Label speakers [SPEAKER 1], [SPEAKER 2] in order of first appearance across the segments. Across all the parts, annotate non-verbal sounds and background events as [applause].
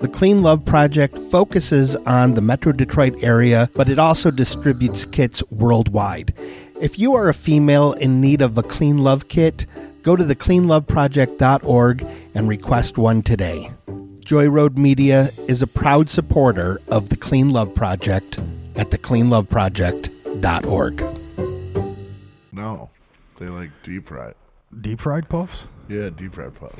[SPEAKER 1] The Clean Love Project focuses on the Metro Detroit area, but it also distributes kits worldwide. If you are a female in need of a Clean Love kit, go to thecleanloveproject.org and request one today. Joy Road Media is a proud supporter of the Clean Love Project at thecleanloveproject.org.
[SPEAKER 2] No, they like deep fried.
[SPEAKER 3] Deep fried puffs?
[SPEAKER 2] Yeah, deep fried puffs.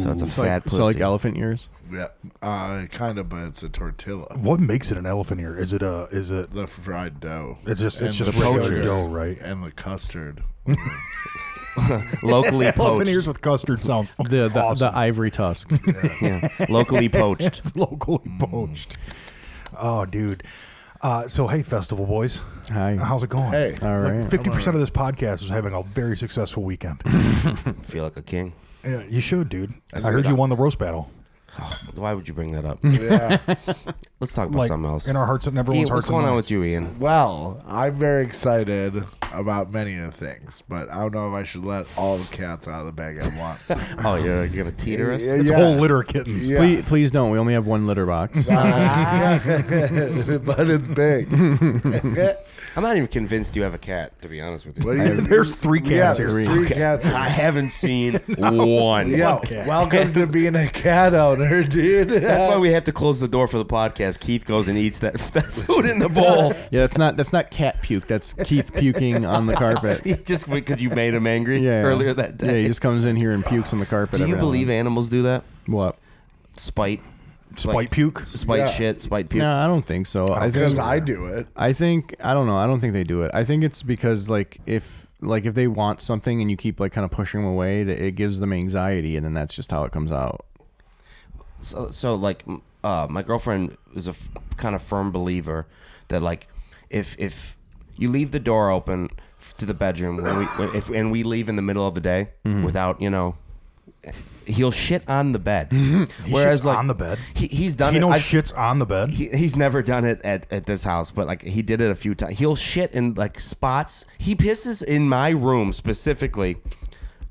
[SPEAKER 4] Sounds a
[SPEAKER 5] It's
[SPEAKER 4] fat
[SPEAKER 5] like, so like
[SPEAKER 4] pussy.
[SPEAKER 5] elephant ears.
[SPEAKER 2] Yeah, uh, kind of, but it's a tortilla.
[SPEAKER 3] What makes it an elephant ear? Is it a is it
[SPEAKER 2] The fried dough.
[SPEAKER 3] it's just it's
[SPEAKER 2] And
[SPEAKER 3] just
[SPEAKER 2] the
[SPEAKER 3] regular
[SPEAKER 4] poachers.
[SPEAKER 3] dough, right?
[SPEAKER 2] and the custard.
[SPEAKER 4] [laughs] locally
[SPEAKER 3] Elephant
[SPEAKER 4] poached.
[SPEAKER 3] ears with custard [laughs] sounds fucking
[SPEAKER 5] The the,
[SPEAKER 3] awesome.
[SPEAKER 5] the ivory tusk.
[SPEAKER 4] Yeah, locally poached.
[SPEAKER 3] it's locally poached. Mm. Oh, dude. Uh, so hey, festival boys,
[SPEAKER 5] Hi.
[SPEAKER 3] how's it going?
[SPEAKER 2] Hey.
[SPEAKER 5] All right.
[SPEAKER 3] fifty percent of this podcast is having a very successful [laughs] weekend.
[SPEAKER 4] Feel like a king.
[SPEAKER 3] yeah, you should, dude. I
[SPEAKER 4] see
[SPEAKER 3] heard
[SPEAKER 4] that.
[SPEAKER 3] you won the roast battle.
[SPEAKER 4] Why would you bring that up?
[SPEAKER 2] Yeah.
[SPEAKER 4] [laughs] Let's talk about
[SPEAKER 3] Like
[SPEAKER 4] something else.
[SPEAKER 3] in our hearts and everyone's
[SPEAKER 4] Ian, what's
[SPEAKER 3] hearts.
[SPEAKER 4] going
[SPEAKER 3] and
[SPEAKER 4] on
[SPEAKER 3] minds.
[SPEAKER 4] with you, Ian?
[SPEAKER 2] well, I'm very excited about many of the things, but I don't know if I should let all the cats out of the bag at
[SPEAKER 3] [laughs]
[SPEAKER 2] once.
[SPEAKER 4] Oh, you're gonna teeter us.
[SPEAKER 3] It's a whole litter of kittens.
[SPEAKER 2] Yeah.
[SPEAKER 5] Please, please don't. We only have one litter box.
[SPEAKER 2] but it's
[SPEAKER 3] [laughs]
[SPEAKER 2] big.
[SPEAKER 4] [laughs] I'm not even convinced you have a cat, to be honest with you.
[SPEAKER 2] What do
[SPEAKER 3] [laughs]
[SPEAKER 4] I,
[SPEAKER 2] you-
[SPEAKER 3] There's three cats
[SPEAKER 2] yeah,
[SPEAKER 3] here.
[SPEAKER 2] there's Three
[SPEAKER 3] [laughs]
[SPEAKER 2] cats.
[SPEAKER 4] I haven't seen one.
[SPEAKER 2] Yo,
[SPEAKER 3] cat.
[SPEAKER 2] welcome to being a
[SPEAKER 3] [laughs]
[SPEAKER 2] cat owner, dude. [laughs]
[SPEAKER 4] That's why we have to close the door for the podcast. Keith goes and eats that, [laughs] that food in the bowl. [laughs]
[SPEAKER 5] Yeah, that's not that's not cat puke. That's Keith puking on the carpet.
[SPEAKER 4] He just because you made him angry
[SPEAKER 5] Yeah.
[SPEAKER 4] earlier that
[SPEAKER 5] Yeah,
[SPEAKER 4] day.
[SPEAKER 5] he just comes in here and pukes on the carpet.
[SPEAKER 4] Do you
[SPEAKER 5] every now and
[SPEAKER 4] believe
[SPEAKER 5] then.
[SPEAKER 4] animals do that?
[SPEAKER 5] What?
[SPEAKER 4] Spite,
[SPEAKER 3] Spite
[SPEAKER 4] Like-
[SPEAKER 3] puke.
[SPEAKER 4] spite
[SPEAKER 2] Yeah.
[SPEAKER 4] shit, spite puke.
[SPEAKER 5] No, I don't think so. I
[SPEAKER 2] Because
[SPEAKER 5] think
[SPEAKER 2] I do it.
[SPEAKER 5] I think I don't know. I don't think they do it. I think it's because like if like if they want something and you keep like kind of pushing them away, it- it gives them anxiety, and then that's just how it comes out.
[SPEAKER 4] so, so like m- uh, my girlfriend is a f- kind of firm believer that like if if you leave the door open f- to the bedroom when we, when, if and we leave in the middle of the day
[SPEAKER 3] Mm-hmm.
[SPEAKER 4] without you know he'll shit on the bed
[SPEAKER 3] Mm-hmm. shits on the bed?
[SPEAKER 4] he, he's done
[SPEAKER 3] Tino
[SPEAKER 4] it I've s-
[SPEAKER 3] shits on the bed.
[SPEAKER 4] he, he's never done it at, at this house, but like he did it a few times. He'll shit in like spots. He pisses in my room specifically.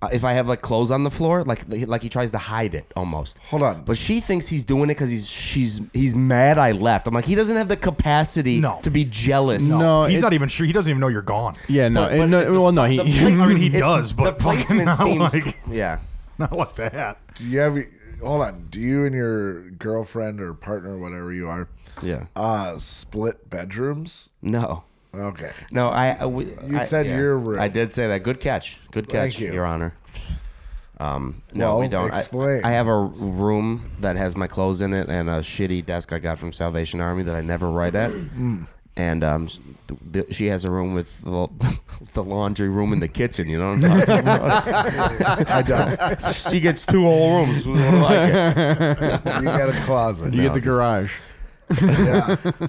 [SPEAKER 4] Uh, if I have like clothes on the floor, like like he tries to hide it almost.
[SPEAKER 2] Hold on.
[SPEAKER 4] But she thinks he's doing it because he's she's he's mad I left. I'm like he doesn't have the capacity
[SPEAKER 3] No.
[SPEAKER 4] to be jealous.
[SPEAKER 5] No,
[SPEAKER 3] He's
[SPEAKER 5] it-
[SPEAKER 3] not even sure. He doesn't even know you're gone.
[SPEAKER 5] Yeah, no,
[SPEAKER 4] But- but
[SPEAKER 5] it- no
[SPEAKER 4] the
[SPEAKER 5] well, no,
[SPEAKER 4] spot-
[SPEAKER 5] he, [laughs]
[SPEAKER 4] the pla-
[SPEAKER 3] I mean, he
[SPEAKER 4] it's-
[SPEAKER 3] does,
[SPEAKER 4] the
[SPEAKER 3] but fucking
[SPEAKER 4] placement
[SPEAKER 3] not
[SPEAKER 4] seems
[SPEAKER 3] like-
[SPEAKER 4] [laughs] yeah.
[SPEAKER 3] [laughs] Not like that.
[SPEAKER 2] Do you have? Hold on. Do you and your girlfriend or partner, whatever you are,
[SPEAKER 4] Yeah.
[SPEAKER 2] uh, split bedrooms?
[SPEAKER 4] No.
[SPEAKER 2] Okay.
[SPEAKER 4] No, I. I we-
[SPEAKER 2] You
[SPEAKER 4] I-
[SPEAKER 2] said
[SPEAKER 4] yeah.
[SPEAKER 2] your room.
[SPEAKER 4] I did say that. Good catch. Good catch,
[SPEAKER 2] Thank you.
[SPEAKER 4] Your Honor. Um, no, we
[SPEAKER 2] Well,
[SPEAKER 4] don't. I-
[SPEAKER 2] explain.
[SPEAKER 4] I, have a room that has my clothes in it and a shitty desk I got from Salvation Army that I never write at.
[SPEAKER 2] Mm.
[SPEAKER 4] And um, s- th- th- she has a room with the, [laughs] the laundry room in the kitchen. You know what I'm
[SPEAKER 2] [laughs]
[SPEAKER 4] talking about? I don't. She gets two whole rooms. [laughs] We don't like it.
[SPEAKER 2] You got a closet.
[SPEAKER 5] [laughs] you
[SPEAKER 2] now.
[SPEAKER 5] get the garage.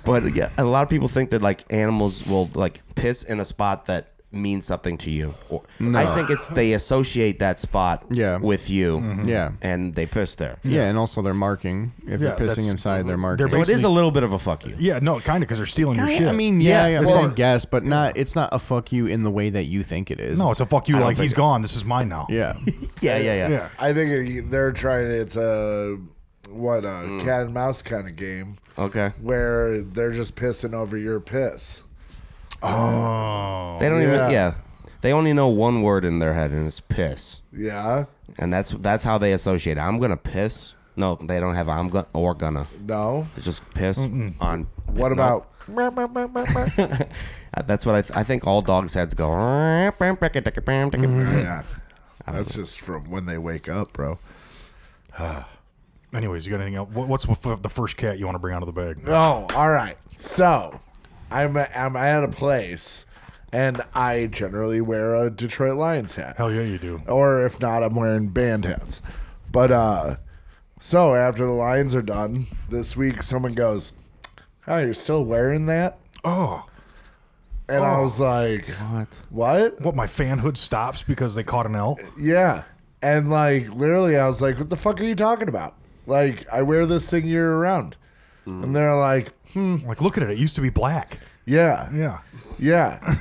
[SPEAKER 4] But yeah, a lot of people think that like animals will like piss in a spot that means something to you. Or, I think it's they associate that spot
[SPEAKER 5] Yeah.
[SPEAKER 4] with you.
[SPEAKER 5] Yeah.
[SPEAKER 4] And they piss there.
[SPEAKER 5] Yeah. and also they're marking. If
[SPEAKER 3] Yeah,
[SPEAKER 5] you're pissing
[SPEAKER 3] that's-
[SPEAKER 5] inside, they're
[SPEAKER 3] they're
[SPEAKER 5] marking.
[SPEAKER 4] So it is
[SPEAKER 3] Basically-
[SPEAKER 4] a little bit of a fuck you.
[SPEAKER 3] Yeah, no, kind of because they're stealing your shit.
[SPEAKER 5] I mean, yeah,
[SPEAKER 4] Yeah,
[SPEAKER 5] yeah,
[SPEAKER 4] as
[SPEAKER 5] well,
[SPEAKER 4] far-
[SPEAKER 5] I guess, but not. It's not a fuck you in the way that you think it is.
[SPEAKER 3] no, it's a fuck you.
[SPEAKER 4] don't
[SPEAKER 3] Like
[SPEAKER 4] think
[SPEAKER 3] he's
[SPEAKER 4] it-
[SPEAKER 3] gone. This is mine now.
[SPEAKER 5] yeah,
[SPEAKER 3] [laughs]
[SPEAKER 4] Yeah, yeah, yeah.
[SPEAKER 3] yeah.
[SPEAKER 2] I think it- they're trying. It's a what a cat and mouse kind of game
[SPEAKER 4] Okay.
[SPEAKER 2] where they're just pissing over your piss.
[SPEAKER 3] Oh,
[SPEAKER 4] They don't
[SPEAKER 2] Yeah.
[SPEAKER 4] even yeah. They only know one word in their head and it's piss.
[SPEAKER 2] Yeah.
[SPEAKER 4] And that's that's how they associate. it. I'm gonna piss. No, they don't have I'm gonna or gonna.
[SPEAKER 2] No.
[SPEAKER 4] They just piss on
[SPEAKER 2] What
[SPEAKER 4] no.
[SPEAKER 2] about?
[SPEAKER 5] [laughs]
[SPEAKER 4] Uh, that's what I, th- I think all dogs' heads go.
[SPEAKER 2] Yeah. That's just from when they wake up, bro.
[SPEAKER 3] Anyways, you got anything else? What, what's the the first cat you want to bring out of the bag?
[SPEAKER 2] Oh, all right. So, I'm I'm at a place, and I generally wear a Detroit Lions hat.
[SPEAKER 3] Hell yeah, you do.
[SPEAKER 2] or if not, I'm wearing band hats. But uh, So after the lines are done this week, someone goes, "Oh, you're still wearing that?"
[SPEAKER 3] Oh,
[SPEAKER 2] And I was like,
[SPEAKER 4] What?
[SPEAKER 2] "What?"
[SPEAKER 3] what my fanhood stops because they caught an L.
[SPEAKER 2] Yeah. And like literally I was like, What the fuck are you talking about? Like, I wear this thing year round. And they're like, hmm,
[SPEAKER 3] Like, look at it. It used to be black.
[SPEAKER 2] yeah,
[SPEAKER 3] Yeah. [laughs]
[SPEAKER 2] yeah.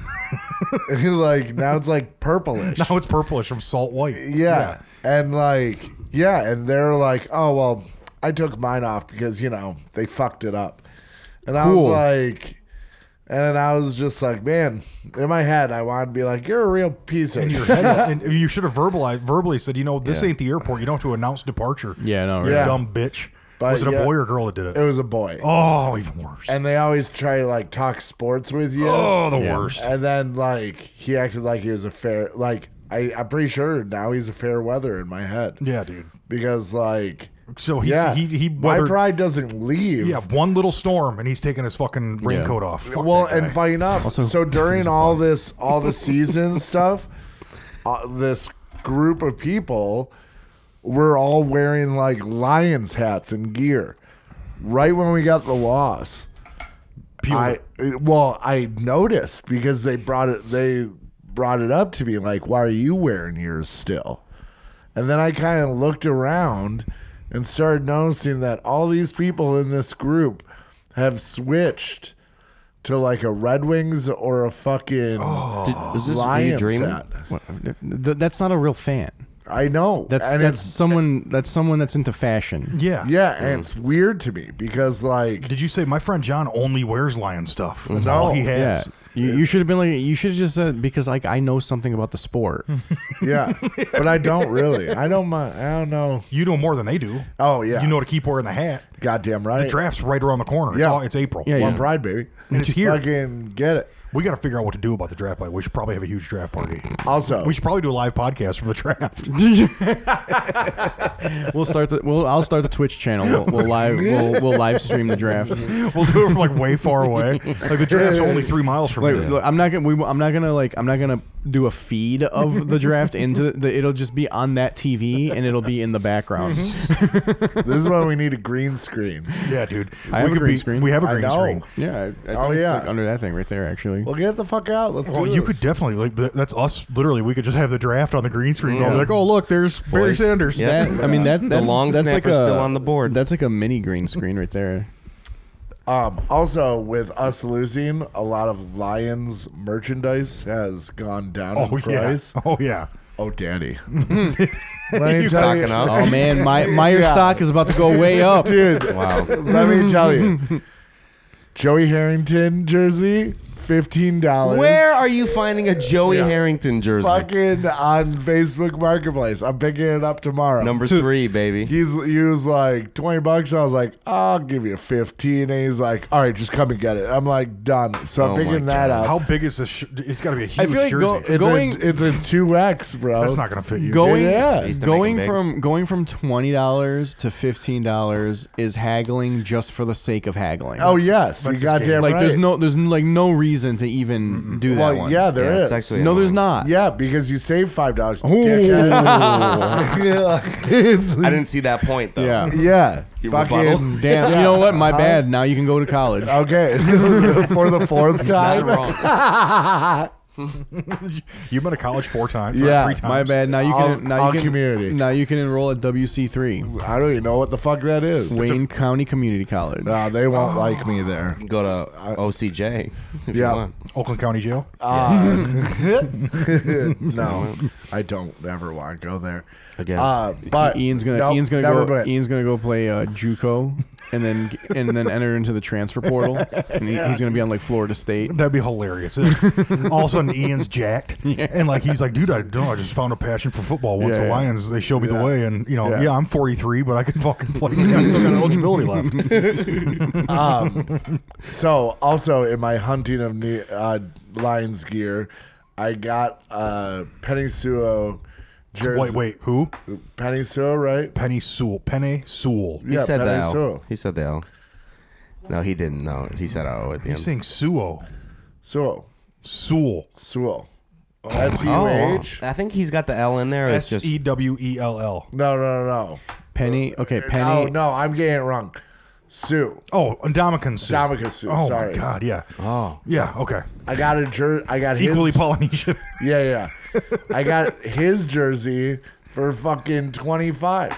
[SPEAKER 2] [laughs] like now it's like purplish.
[SPEAKER 3] Now it's purplish from salt white.
[SPEAKER 2] yeah. And like, yeah, and they're like, Oh well, I took mine off because, you know, they fucked it up. And I was
[SPEAKER 3] Cool.
[SPEAKER 2] like and I was just like, man, in my head, I wanted to be like, you're a real piece of
[SPEAKER 3] In your
[SPEAKER 2] shit.
[SPEAKER 3] head, and you should have verbalized, verbally said, you know, this ain't the airport. You don't have to announce departure.
[SPEAKER 5] Yeah, no,
[SPEAKER 3] You
[SPEAKER 5] really.
[SPEAKER 3] dumb bitch.
[SPEAKER 2] But
[SPEAKER 3] was it a
[SPEAKER 2] yeah.
[SPEAKER 3] boy or girl that did it?
[SPEAKER 2] It was a boy.
[SPEAKER 3] oh, even worse.
[SPEAKER 2] And they always try to like talk sports with you.
[SPEAKER 3] oh, the
[SPEAKER 5] Yeah.
[SPEAKER 3] worst.
[SPEAKER 2] And then like he acted like he was a fair like I, I'm pretty sure now he's a fair weather in my head.
[SPEAKER 3] Yeah, dude.
[SPEAKER 2] Because like
[SPEAKER 3] So he
[SPEAKER 2] yeah,
[SPEAKER 3] he he
[SPEAKER 2] my
[SPEAKER 3] weathered,
[SPEAKER 2] pride doesn't leave.
[SPEAKER 3] yeah one little storm and he's taking his fucking raincoat off. Fuck
[SPEAKER 2] well,
[SPEAKER 3] that guy.
[SPEAKER 2] and funny enough,
[SPEAKER 5] Also-
[SPEAKER 2] so during all this, all the
[SPEAKER 3] [laughs]
[SPEAKER 2] season stuff, uh, this group of people were all wearing like lions hats and gear. Right when we got the loss,
[SPEAKER 3] Peeled
[SPEAKER 2] I
[SPEAKER 3] it.
[SPEAKER 2] well, I noticed because they brought it. They brought it up to me like, "Why are you wearing yours still?" And then I kind of looked around and started noticing that all these people in this group have switched to like a Red Wings or a fucking
[SPEAKER 4] Did, was this were you
[SPEAKER 2] Lions
[SPEAKER 4] dreaming?
[SPEAKER 2] hat.
[SPEAKER 5] What, th- that's not a real fan.
[SPEAKER 2] I know
[SPEAKER 5] That's
[SPEAKER 2] and
[SPEAKER 5] that's
[SPEAKER 2] it's
[SPEAKER 5] someone that's someone that's into fashion.
[SPEAKER 3] yeah.
[SPEAKER 2] yeah,
[SPEAKER 4] Mm.
[SPEAKER 2] and it's weird to me because like
[SPEAKER 3] Did you say my friend John only wears lion stuff? That's all he
[SPEAKER 5] Yeah.
[SPEAKER 3] has.
[SPEAKER 5] You, you should have been like you should have just said because like I know something about the
[SPEAKER 3] [laughs]
[SPEAKER 5] sport. [laughs]
[SPEAKER 2] yeah, but I don't really. I don't mind. I don't know.
[SPEAKER 3] You know more than they do.
[SPEAKER 2] Oh yeah,
[SPEAKER 3] You know to keep wearing the hat.
[SPEAKER 2] goddamn right.
[SPEAKER 3] The draft's right around the corner. It's,
[SPEAKER 2] Yeah.
[SPEAKER 3] all, it's April.
[SPEAKER 5] Yeah,
[SPEAKER 2] One
[SPEAKER 5] yeah.
[SPEAKER 2] pride, baby.
[SPEAKER 3] And it's here.
[SPEAKER 2] Fucking get it.
[SPEAKER 3] We got to figure out what to do about the draft. By the way. we should probably have a huge draft party.
[SPEAKER 2] Also,
[SPEAKER 3] We should probably do a live podcast from the draft. [laughs]
[SPEAKER 5] We'll start the we'll I'll start the Twitch channel. We'll, we'll live we'll, we'll live stream the
[SPEAKER 3] [laughs]
[SPEAKER 5] draft.
[SPEAKER 3] we'll do it from like way far away. Like the draft's only three miles from
[SPEAKER 5] Wait,
[SPEAKER 3] here.
[SPEAKER 5] look, I'm not gonna. We, I'm not gonna like. I'm not gonna do a feed of the draft into the. It'll just be on that TV and it'll be in the background.
[SPEAKER 2] [laughs]
[SPEAKER 4] Mhm.
[SPEAKER 2] this is why we need a green screen.
[SPEAKER 3] Yeah, dude.
[SPEAKER 5] I have a green
[SPEAKER 3] be,
[SPEAKER 5] screen.
[SPEAKER 3] We have a
[SPEAKER 2] I
[SPEAKER 3] green
[SPEAKER 2] know.
[SPEAKER 3] screen.
[SPEAKER 5] yeah. I, I think
[SPEAKER 2] Oh,
[SPEAKER 5] it's,
[SPEAKER 2] yeah.
[SPEAKER 5] like, under that thing right there, actually.
[SPEAKER 2] Well, get the fuck out. Let's
[SPEAKER 3] Well,
[SPEAKER 2] do
[SPEAKER 3] Oh, you
[SPEAKER 2] this.
[SPEAKER 3] could definitely like th- that's us. Literally, we could just have the draft on the green screen. Going like, oh look, there's Barry
[SPEAKER 4] Boys.
[SPEAKER 3] Sanders.
[SPEAKER 4] Yeah.
[SPEAKER 5] That- I mean that.
[SPEAKER 4] The
[SPEAKER 5] That's,
[SPEAKER 4] long
[SPEAKER 5] that's like
[SPEAKER 4] snapper's
[SPEAKER 5] a,
[SPEAKER 4] still on the board.
[SPEAKER 5] That's like a mini green screen right there.
[SPEAKER 2] Um, also, with us losing, a lot of Lions merchandise has gone down
[SPEAKER 3] [laughs] Oh
[SPEAKER 2] in
[SPEAKER 3] yeah.
[SPEAKER 2] price.
[SPEAKER 3] [laughs] Oh yeah.
[SPEAKER 2] Oh,
[SPEAKER 3] [laughs]
[SPEAKER 2] Danny. [laughs] let me tell you,
[SPEAKER 4] Stocking up.
[SPEAKER 5] Oh
[SPEAKER 2] [laughs]
[SPEAKER 5] man, my Meyer
[SPEAKER 2] Yeah.
[SPEAKER 5] stock is about to go way up.
[SPEAKER 2] dude.
[SPEAKER 4] Wow.
[SPEAKER 2] let me tell you, Joey Harrington jersey, fifteen dollars.
[SPEAKER 4] Where are you finding a Joey Harrington jersey?
[SPEAKER 2] Fucking on Facebook Marketplace. I'm picking it up tomorrow.
[SPEAKER 4] Number three, baby.
[SPEAKER 2] He's he was like twenty bucks. I was like, I'll give you fifteen. And he's like, All right, just come and get it. I'm like, done. So I'm
[SPEAKER 4] Oh my
[SPEAKER 2] picking that
[SPEAKER 4] God.
[SPEAKER 2] up.
[SPEAKER 3] How big is this? Sh- it's got to be a huge
[SPEAKER 5] feel like
[SPEAKER 3] jersey.
[SPEAKER 5] go-
[SPEAKER 2] It's
[SPEAKER 5] Going-
[SPEAKER 2] a, it's a two X, bro.
[SPEAKER 3] that's not going to fit you.
[SPEAKER 5] Going
[SPEAKER 2] Yeah, yeah.
[SPEAKER 4] Used to make 'em
[SPEAKER 5] going
[SPEAKER 4] big.
[SPEAKER 5] from going from twenty dollars to fifteen dollars is haggling just for the sake of haggling.
[SPEAKER 2] Oh yes, you
[SPEAKER 3] That's just
[SPEAKER 2] goddamn
[SPEAKER 3] game.
[SPEAKER 5] like
[SPEAKER 2] right.
[SPEAKER 5] there's no there's like no reason to even do that
[SPEAKER 2] Well,
[SPEAKER 5] one.
[SPEAKER 2] yeah, there is.
[SPEAKER 4] Yeah, it's actually
[SPEAKER 5] No, there's
[SPEAKER 4] annoying.
[SPEAKER 5] not.
[SPEAKER 2] yeah, [laughs] because you save five dollars.
[SPEAKER 5] [laughs]
[SPEAKER 4] I
[SPEAKER 2] yeah,
[SPEAKER 4] didn't see that point though.
[SPEAKER 5] Yeah.
[SPEAKER 2] yeah.
[SPEAKER 4] Your
[SPEAKER 2] Fucking
[SPEAKER 4] rebuttal.
[SPEAKER 5] Damn. You
[SPEAKER 2] [laughs]
[SPEAKER 5] know what? My bad. Now you can go to college.
[SPEAKER 2] okay for the fourth
[SPEAKER 4] Not
[SPEAKER 2] time. [laughs]
[SPEAKER 4] wrong.
[SPEAKER 3] [laughs] You've been to college four times. or
[SPEAKER 2] Yeah,
[SPEAKER 3] three times.
[SPEAKER 5] My bad. Now you can.
[SPEAKER 2] All-
[SPEAKER 5] now
[SPEAKER 2] all
[SPEAKER 5] you can.
[SPEAKER 2] community.
[SPEAKER 5] Now you can enroll at WC three,
[SPEAKER 2] I don't even know what the fuck that is.
[SPEAKER 5] Wayne County Community College.
[SPEAKER 2] Nah, they won't like me there.
[SPEAKER 4] Go to OCJ if
[SPEAKER 2] Yeah.
[SPEAKER 4] you want.
[SPEAKER 3] Oakland County Jail.
[SPEAKER 2] [laughs]
[SPEAKER 3] [laughs]
[SPEAKER 2] No, I don't ever want to go there.
[SPEAKER 4] Again.
[SPEAKER 2] uh, but
[SPEAKER 5] Ian's gonna.
[SPEAKER 2] nope,
[SPEAKER 5] Ian's gonna
[SPEAKER 2] never
[SPEAKER 5] go.
[SPEAKER 2] been.
[SPEAKER 5] Ian's gonna go play uh, JUCO, and then and then enter into the transfer
[SPEAKER 2] [laughs]
[SPEAKER 5] portal, and he, he's gonna be on like Florida State.
[SPEAKER 3] That'd be hilarious. All of a sudden, Ian's
[SPEAKER 5] [laughs]
[SPEAKER 3] jacked, and like he's like, "Dude, I don't. know, I just found a passion for football. Once
[SPEAKER 5] Yeah,
[SPEAKER 3] the
[SPEAKER 5] yeah.
[SPEAKER 3] Lions, they showed me the way, and you know,
[SPEAKER 5] Yeah.
[SPEAKER 3] yeah, I'm 43, but I can fucking play. [laughs] I still got eligibility
[SPEAKER 5] [laughs]
[SPEAKER 3] left.
[SPEAKER 2] So, also in my hunting of ne- uh, Lions gear, I got a Penny Suo jersey.
[SPEAKER 3] Wait, wait, who?
[SPEAKER 2] Penny Suo, right?
[SPEAKER 3] Penny Sewell. Penny Sewell.
[SPEAKER 4] He
[SPEAKER 2] Yeah,
[SPEAKER 4] said
[SPEAKER 2] Patty
[SPEAKER 4] the L.
[SPEAKER 2] Sewell.
[SPEAKER 4] He said the L. No, he didn't. No, he said O at the
[SPEAKER 3] He's
[SPEAKER 4] end.
[SPEAKER 3] saying Sewell.
[SPEAKER 2] Suo.
[SPEAKER 3] Sewell.
[SPEAKER 2] Suo. S U H?
[SPEAKER 3] Oh,
[SPEAKER 4] Oh, I think he's got the L in there. It's
[SPEAKER 3] S
[SPEAKER 4] just
[SPEAKER 3] E W E L L.
[SPEAKER 2] No, no, no, no.
[SPEAKER 5] Penny. Okay, Penny.
[SPEAKER 2] Oh no, I'm getting it wrong. Sue.
[SPEAKER 3] Oh, Dominican Sue.
[SPEAKER 2] Dominican Sue,
[SPEAKER 3] Oh
[SPEAKER 2] sorry.
[SPEAKER 3] my God. Yeah.
[SPEAKER 4] Oh.
[SPEAKER 3] Yeah. Okay.
[SPEAKER 2] I got a jer. I got his,
[SPEAKER 3] Equally Polynesian. [laughs]
[SPEAKER 2] Yeah, yeah. I got his jersey for fucking twenty five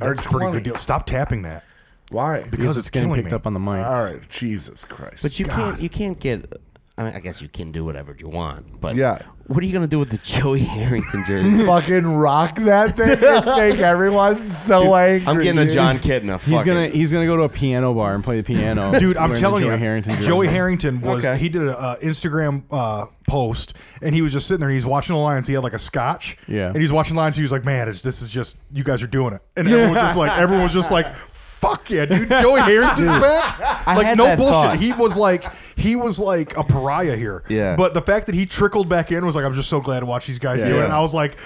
[SPEAKER 2] or
[SPEAKER 3] That's a pretty
[SPEAKER 2] twenty.
[SPEAKER 3] good deal. Stop tapping that.
[SPEAKER 2] Why?
[SPEAKER 5] because it's getting
[SPEAKER 3] killing
[SPEAKER 5] picked
[SPEAKER 3] me.
[SPEAKER 5] up on the mic.
[SPEAKER 2] All right, Jesus Christ.
[SPEAKER 4] But you can't. You can't get. I mean, I guess you can do whatever you want. But
[SPEAKER 2] Yeah.
[SPEAKER 4] what are you gonna do with the Joey Harrington
[SPEAKER 2] [laughs]
[SPEAKER 4] jersey?
[SPEAKER 2] fucking rock that
[SPEAKER 3] [laughs]
[SPEAKER 2] thing and make everyone so angry.
[SPEAKER 4] I'm getting a
[SPEAKER 2] dude.
[SPEAKER 4] John Kitna.
[SPEAKER 5] He's
[SPEAKER 4] fucking-
[SPEAKER 5] gonna he's gonna go to a piano bar and play the piano.
[SPEAKER 3] [laughs] Dude, I'm
[SPEAKER 5] wearing the
[SPEAKER 3] telling
[SPEAKER 5] Joey
[SPEAKER 3] you,
[SPEAKER 5] Harrington jersey.
[SPEAKER 3] Joey Harrington was
[SPEAKER 4] Okay.
[SPEAKER 3] he did a uh, Instagram uh, post and he was just sitting there. He's watching the Lions. He had like a scotch.
[SPEAKER 5] Yeah.
[SPEAKER 3] and he's watching Lions. He was like, "Man, it's, this is just you guys are doing it." And everyone was just like, everyone was just like, "Fuck yeah, dude! Joey Harrington's back!"
[SPEAKER 4] I
[SPEAKER 3] like
[SPEAKER 4] had
[SPEAKER 3] no
[SPEAKER 4] that
[SPEAKER 3] bullshit.
[SPEAKER 4] thought.
[SPEAKER 3] He was like. He was like a pariah here.
[SPEAKER 4] Yeah.
[SPEAKER 3] But the fact that he trickled back in was like, I'm just so glad to watch these guys
[SPEAKER 5] Yeah.
[SPEAKER 3] do it. And
[SPEAKER 5] Yeah.
[SPEAKER 3] I was like,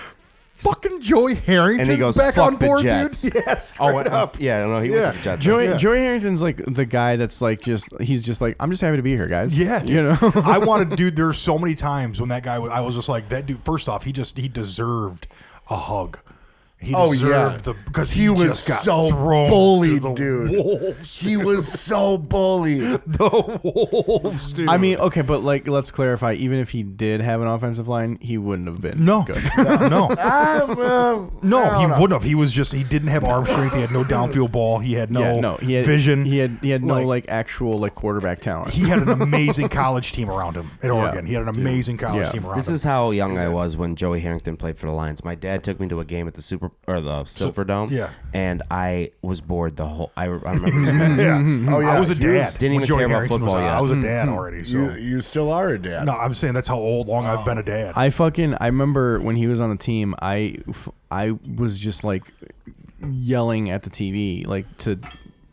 [SPEAKER 3] fucking Joey Harrington's
[SPEAKER 4] goes,
[SPEAKER 3] back
[SPEAKER 4] "Fuck
[SPEAKER 3] on
[SPEAKER 4] the
[SPEAKER 3] board,
[SPEAKER 4] Jets."
[SPEAKER 3] dude. [laughs] Yes.
[SPEAKER 4] Oh,
[SPEAKER 3] straight
[SPEAKER 4] and, uh,
[SPEAKER 3] up.
[SPEAKER 4] yeah. No, he went to
[SPEAKER 3] Yeah.
[SPEAKER 4] the
[SPEAKER 5] [laughs]
[SPEAKER 4] Jets.
[SPEAKER 5] Joey,
[SPEAKER 3] Yeah.
[SPEAKER 5] Joey Harrington's like the guy that's like just he's just like I'm just happy to be here, guys.
[SPEAKER 3] Yeah,
[SPEAKER 5] you know.
[SPEAKER 3] I
[SPEAKER 5] [laughs]
[SPEAKER 3] wanted, dude. There's so many times when that guy, was- I was just like, that dude. First off, he just he deserved a hug. He
[SPEAKER 2] Oh,
[SPEAKER 3] deserved
[SPEAKER 2] yeah.
[SPEAKER 3] the because
[SPEAKER 2] He
[SPEAKER 3] he,
[SPEAKER 2] was
[SPEAKER 3] just got
[SPEAKER 2] so
[SPEAKER 3] thrown to
[SPEAKER 2] bullied,
[SPEAKER 3] the
[SPEAKER 2] dude.
[SPEAKER 3] Wolves,
[SPEAKER 2] He was so [laughs]
[SPEAKER 3] [laughs]
[SPEAKER 2] Um, bullied.
[SPEAKER 3] the wolves, [laughs] dude.
[SPEAKER 5] I mean, okay, but like let's clarify. Even if he did have an offensive line, he wouldn't have been
[SPEAKER 3] no,
[SPEAKER 5] good.
[SPEAKER 3] [laughs]
[SPEAKER 2] [laughs]
[SPEAKER 3] no,
[SPEAKER 2] I'm, um, I
[SPEAKER 3] no.
[SPEAKER 2] don't
[SPEAKER 3] He
[SPEAKER 2] know.
[SPEAKER 3] wouldn't have. He was just he didn't have arm strength. He had no downfield ball. He had no,
[SPEAKER 5] yeah, no, he had
[SPEAKER 3] vision.
[SPEAKER 5] He had he had no
[SPEAKER 3] Like-
[SPEAKER 5] like, actual like quarterback talent.
[SPEAKER 3] he
[SPEAKER 5] [laughs]
[SPEAKER 3] had an amazing college team around him at Oregon. He had an amazing college
[SPEAKER 5] Yeah.
[SPEAKER 3] team around
[SPEAKER 4] This
[SPEAKER 3] him.
[SPEAKER 4] is how young I was when Joey Harrington played for the Lions. My dad took me to a game at the Super or the Silverdome.
[SPEAKER 3] yeah.
[SPEAKER 4] and I was bored the whole. I,
[SPEAKER 3] [laughs]
[SPEAKER 4] I remember.
[SPEAKER 3] yeah. Oh
[SPEAKER 2] yeah,
[SPEAKER 3] I was a
[SPEAKER 2] he was-
[SPEAKER 3] dad. when
[SPEAKER 4] didn't even
[SPEAKER 3] Joey
[SPEAKER 4] care about
[SPEAKER 3] Harrington was
[SPEAKER 4] football
[SPEAKER 3] out.
[SPEAKER 4] yet.
[SPEAKER 3] I
[SPEAKER 5] Hmm.
[SPEAKER 3] was a dad already. So
[SPEAKER 2] You, you still are a dad.
[SPEAKER 3] No, I'm saying that's how old long I've been a dad.
[SPEAKER 5] I fucking I remember when he was on the team. I f- I was just like yelling at the TV like to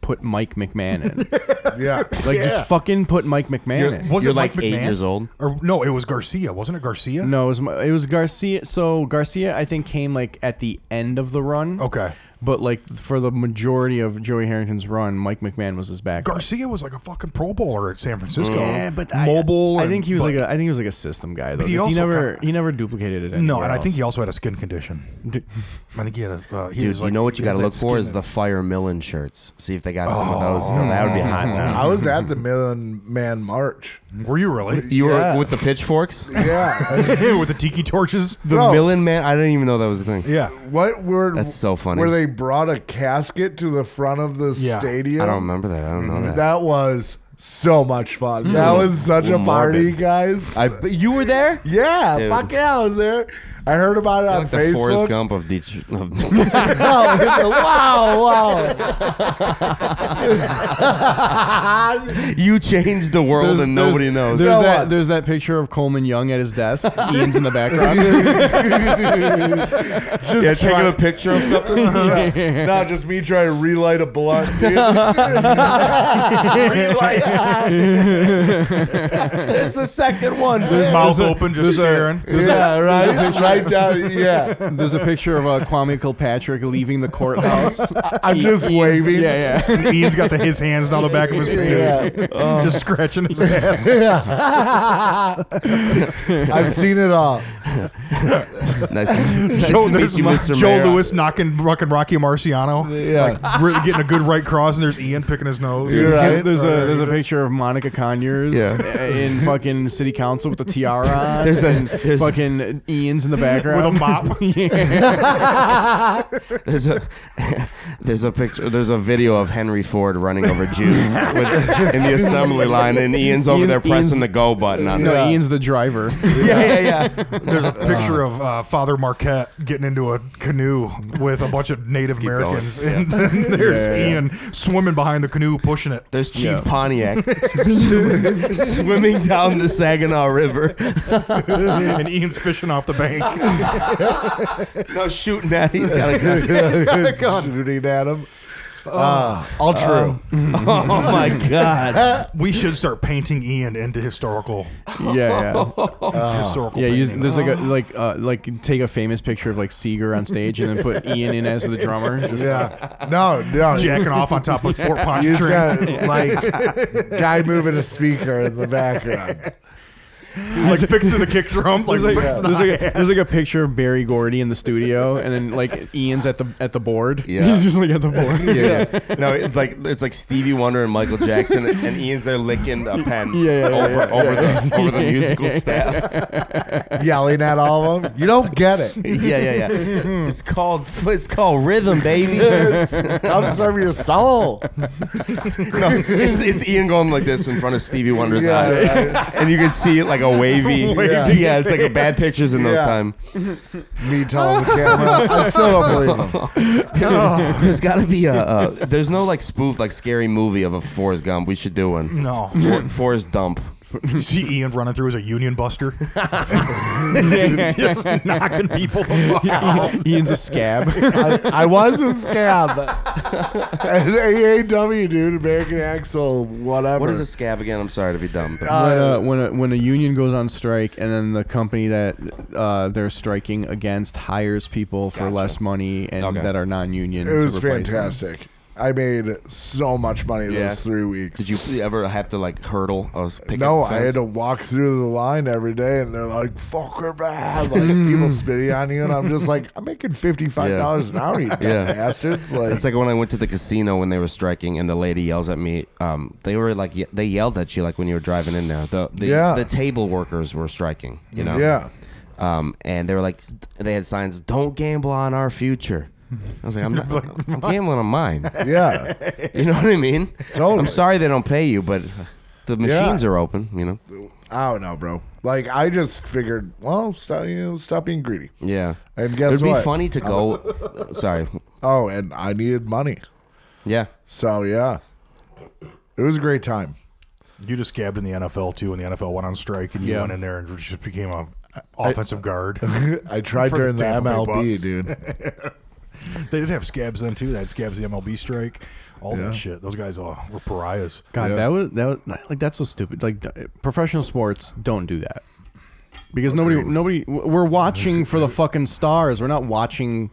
[SPEAKER 5] put Mike McMahon
[SPEAKER 3] [laughs]
[SPEAKER 5] in.
[SPEAKER 4] [laughs]
[SPEAKER 2] Yeah.
[SPEAKER 5] like just fucking put Mike McMahon in.
[SPEAKER 3] was
[SPEAKER 4] You're
[SPEAKER 3] it Mike
[SPEAKER 4] like eight
[SPEAKER 3] McMahon?
[SPEAKER 4] years old.
[SPEAKER 3] Or no, it was Garcia, wasn't it Garcia?
[SPEAKER 5] No, it was my- it was Garcia. So Garcia, I think, came like at the end of the run.
[SPEAKER 3] Okay.
[SPEAKER 5] But like for the majority of Joey Harrington's run, Mike McMahon was his back.
[SPEAKER 3] Garcia was like a fucking Pro Bowler at San Francisco.
[SPEAKER 5] yeah, but I,
[SPEAKER 3] mobile.
[SPEAKER 5] I,
[SPEAKER 3] and-
[SPEAKER 5] think he was
[SPEAKER 3] but-
[SPEAKER 5] like a I think he was like a system guy though.
[SPEAKER 3] But he
[SPEAKER 5] 'cause
[SPEAKER 3] also
[SPEAKER 5] never
[SPEAKER 3] kinda-
[SPEAKER 5] he never duplicated it.
[SPEAKER 3] no,
[SPEAKER 5] anywhere
[SPEAKER 3] and I think
[SPEAKER 5] else.
[SPEAKER 3] he also had a skin condition. I think he had a. Uh, he
[SPEAKER 4] Dude,
[SPEAKER 3] was like,
[SPEAKER 4] you know what you
[SPEAKER 3] he
[SPEAKER 4] got
[SPEAKER 3] had
[SPEAKER 4] to
[SPEAKER 3] that
[SPEAKER 4] look for
[SPEAKER 3] skin Oh.
[SPEAKER 4] is
[SPEAKER 3] in-
[SPEAKER 4] the Fire Millen shirts. See if they got some of those. Now, that would be hot now.
[SPEAKER 2] I was at the Million Man March.
[SPEAKER 3] Mm-hmm. Were you really
[SPEAKER 4] You
[SPEAKER 2] Yeah.
[SPEAKER 4] were with
[SPEAKER 3] [laughs]
[SPEAKER 4] the pitchforks?
[SPEAKER 2] [laughs] Yeah.
[SPEAKER 3] with the tiki torches?
[SPEAKER 4] The
[SPEAKER 2] No.
[SPEAKER 4] Millen man? I didn't even know that was a thing.
[SPEAKER 3] yeah.
[SPEAKER 2] what were
[SPEAKER 4] That's so funny.
[SPEAKER 2] Where they brought a casket to the front of the
[SPEAKER 3] Yeah.
[SPEAKER 2] stadium.
[SPEAKER 4] I don't remember that. I don't know
[SPEAKER 3] Mm-hmm.
[SPEAKER 4] that.
[SPEAKER 2] That was so much fun. That was such a
[SPEAKER 4] Mm. Morbid.
[SPEAKER 2] party, guys.
[SPEAKER 4] I, but you were there?
[SPEAKER 2] yeah,
[SPEAKER 4] Dude.
[SPEAKER 2] fuck yeah, I was there. I heard about it on
[SPEAKER 4] Like the
[SPEAKER 2] Facebook. [laughs]
[SPEAKER 4] Forrest
[SPEAKER 2] Oh,
[SPEAKER 4] Gump of Detroit. of- [laughs]
[SPEAKER 2] wow, wow.
[SPEAKER 4] you changed the world and nobody knows.
[SPEAKER 5] There's
[SPEAKER 2] No
[SPEAKER 5] that
[SPEAKER 2] one.
[SPEAKER 5] there's that picture of Coleman Young at his [laughs] desk. Ian's in the background.
[SPEAKER 2] Just
[SPEAKER 4] yeah,
[SPEAKER 2] try-
[SPEAKER 4] taking a picture of something.
[SPEAKER 2] [laughs] Yeah. No, just me trying to relight a blunt.
[SPEAKER 4] [laughs]
[SPEAKER 2] dude. Relight.
[SPEAKER 4] it's the second one.
[SPEAKER 3] Mouth open, just staring.
[SPEAKER 2] yeah,
[SPEAKER 4] [laughs]
[SPEAKER 2] right, right down. Yeah,
[SPEAKER 5] there's a picture of uh, Kwame Kilpatrick leaving the courthouse.
[SPEAKER 2] I'm just waving.
[SPEAKER 5] Yeah, yeah.
[SPEAKER 3] Ian's got the, his hands down the back of
[SPEAKER 2] [laughs]
[SPEAKER 3] his
[SPEAKER 2] Yeah.
[SPEAKER 3] pants,
[SPEAKER 2] [laughs]
[SPEAKER 3] just scratching his ass.
[SPEAKER 2] I've
[SPEAKER 4] [laughs]
[SPEAKER 2] seen it all.
[SPEAKER 4] nice nice
[SPEAKER 3] Joe,
[SPEAKER 4] to meet
[SPEAKER 3] there's
[SPEAKER 4] you,
[SPEAKER 3] my-
[SPEAKER 4] Mr.
[SPEAKER 3] Joe
[SPEAKER 4] Mayor.
[SPEAKER 3] Lewis knocking rocking Rocky Marciano.
[SPEAKER 2] Yeah.
[SPEAKER 3] Like, really getting a good right cross, and there's Ian picking his nose.
[SPEAKER 5] [laughs]
[SPEAKER 2] You're right.
[SPEAKER 5] There's a there's a picture of Monica Conyers uh, [laughs]
[SPEAKER 4] Yeah.
[SPEAKER 5] in fucking city council with the tiara on. [laughs]
[SPEAKER 4] There's a-
[SPEAKER 5] and
[SPEAKER 4] there's-
[SPEAKER 5] fucking Ian's in the background
[SPEAKER 3] With a mop.
[SPEAKER 5] [laughs] yeah.
[SPEAKER 4] There's a [laughs] there's a picture. There's a video of Henry Ford running over
[SPEAKER 5] [laughs]
[SPEAKER 4] Jews with, in the assembly line, and Ian's over
[SPEAKER 5] Ian-
[SPEAKER 4] there pressing
[SPEAKER 5] Ian's-
[SPEAKER 4] the go button on
[SPEAKER 5] No,
[SPEAKER 4] it.
[SPEAKER 5] Ian's the driver.
[SPEAKER 4] Yeah, yeah, yeah.
[SPEAKER 3] There's a picture of uh, Father Marquette getting into a canoe with a bunch of Native
[SPEAKER 4] keep going.
[SPEAKER 3] Americans, and then there's
[SPEAKER 5] Yeah, yeah, yeah.
[SPEAKER 3] Ian swimming behind the canoe, pushing it.
[SPEAKER 4] There's Chief
[SPEAKER 5] Yeah.
[SPEAKER 4] Pontiac
[SPEAKER 5] [laughs]
[SPEAKER 4] swimming, swimming down the Saginaw River.
[SPEAKER 3] and Ian's fishing off the bank.
[SPEAKER 4] No, shooting at him. He's got a
[SPEAKER 5] [laughs]
[SPEAKER 4] gun.
[SPEAKER 2] Shooting at him. Ah, all true.
[SPEAKER 4] Oh my god!
[SPEAKER 3] We should start painting Ian into historical
[SPEAKER 5] Yeah, [laughs] yeah, [laughs]
[SPEAKER 3] historical.
[SPEAKER 5] Uh, yeah. You,
[SPEAKER 3] paintings.
[SPEAKER 5] there's like a like uh, like take a famous picture of like Seeger on stage and then put [laughs] Ian in as the drummer. Just,
[SPEAKER 2] yeah. No, no.
[SPEAKER 3] jacking off on top of Fort
[SPEAKER 2] You just
[SPEAKER 3] Pontchartrain.
[SPEAKER 2] got like guy moving a speaker in the background.
[SPEAKER 3] [laughs] like fixing the kick drum, like,
[SPEAKER 5] [laughs] There's like,
[SPEAKER 3] fixing
[SPEAKER 5] there's,
[SPEAKER 3] the
[SPEAKER 5] like a, there's like a picture of Barry Gordy in the studio, and then like Ian's at the at the board. [laughs]
[SPEAKER 4] Yeah.
[SPEAKER 5] he's just like at the [laughs] board.
[SPEAKER 4] Yeah, yeah. No, it's like it's like Stevie Wonder and Michael Jackson, and Ian's there licking a pen
[SPEAKER 5] Yeah, yeah, yeah,
[SPEAKER 4] over over the over the
[SPEAKER 5] [laughs]
[SPEAKER 4] musical staff.
[SPEAKER 2] yelling at all of them. You don't get it.
[SPEAKER 4] Yeah,
[SPEAKER 2] [laughs]
[SPEAKER 4] yeah, yeah. It's called it's called rhythm, baby. no,
[SPEAKER 2] It comes from your
[SPEAKER 4] [laughs]
[SPEAKER 2] soul.
[SPEAKER 4] it's, it's Ian going like this in front of Stevie Wonder's
[SPEAKER 2] Yeah,
[SPEAKER 4] eye, and you can see it like a wavy.
[SPEAKER 2] [laughs]
[SPEAKER 4] Yeah, it's like a bad pictures in those
[SPEAKER 2] Yeah.
[SPEAKER 4] time.
[SPEAKER 2] Me telling the camera. [laughs] I still don't believe him.
[SPEAKER 4] There's got to be a uh, there's no like spoof like scary movie of a Forrest Gump. We should do one.
[SPEAKER 3] No.
[SPEAKER 4] For, Forrest Dump.
[SPEAKER 3] You see Ian running through as a union
[SPEAKER 5] [laughs]
[SPEAKER 3] buster, [laughs] just knocking people the fuck out.
[SPEAKER 5] [laughs] Ian's a [laughs] scab.
[SPEAKER 2] [laughs] I, I was a scab. An AAW dude, American Axel, whatever.
[SPEAKER 4] What is a scab again? I'm sorry to be dumb.
[SPEAKER 2] Uh,
[SPEAKER 4] But
[SPEAKER 5] when, a, when, a, when a union goes on strike and then the company that uh, they're striking against hires people for less money and
[SPEAKER 4] Okay.
[SPEAKER 5] that are non-union.
[SPEAKER 2] It was
[SPEAKER 5] to replace them.
[SPEAKER 2] fantastic. I made so much money
[SPEAKER 5] Yeah.
[SPEAKER 2] those three weeks.
[SPEAKER 4] Did you ever have to like hurdle a s- picket
[SPEAKER 2] no, I had
[SPEAKER 4] fence?
[SPEAKER 2] to walk through the line every day, and they're like, "Fuck her bad," like people spitting on you, and I'm just like, "I'm making fifty five dollars an hour, you dumb
[SPEAKER 4] Yeah.
[SPEAKER 2] bastards!" Like,
[SPEAKER 4] It's like when I went to the casino when they were striking, and the lady yells at me. Um, they were like, ye- they yelled at you like when you were driving in there. The the,
[SPEAKER 2] Yeah.
[SPEAKER 4] the table workers were striking, you know.
[SPEAKER 2] yeah,
[SPEAKER 4] Um, and they were like, they had signs, "Don't gamble on our future." I was like,
[SPEAKER 2] [laughs]
[SPEAKER 4] I'm not, I'm gambling on mine.
[SPEAKER 2] yeah,
[SPEAKER 4] You know what I mean?
[SPEAKER 2] Totally.
[SPEAKER 4] I'm sorry they don't pay you, but the machines are open. You know.
[SPEAKER 2] I don't know, bro. Like, I just figured, well, stop, you know, stop being greedy.
[SPEAKER 4] Yeah.
[SPEAKER 2] And guess
[SPEAKER 4] It'd be
[SPEAKER 2] what?
[SPEAKER 4] funny
[SPEAKER 2] [laughs]
[SPEAKER 4] to go. sorry.
[SPEAKER 2] Oh, and I needed money,
[SPEAKER 4] Yeah.
[SPEAKER 2] so yeah, it was a great time.
[SPEAKER 3] You just scabbed in the NFL too, and the NFL went on strike, and you
[SPEAKER 5] Yeah.
[SPEAKER 3] went in there and just became a offensive
[SPEAKER 5] [laughs]
[SPEAKER 3] guard.
[SPEAKER 2] I tried
[SPEAKER 3] For the
[SPEAKER 2] during the
[SPEAKER 3] Tampa Bay
[SPEAKER 2] MLB,
[SPEAKER 3] Bucks.
[SPEAKER 2] dude.
[SPEAKER 3] they did have scabs then too. They had scabs the MLB strike, all that shit. Those guys all were pariahs.
[SPEAKER 5] God,
[SPEAKER 2] Yeah.
[SPEAKER 5] that was that was like that's so stupid. Like d- professional sports don't do that because nobody nobody w- we're watching for the fucking stars. We're not watching.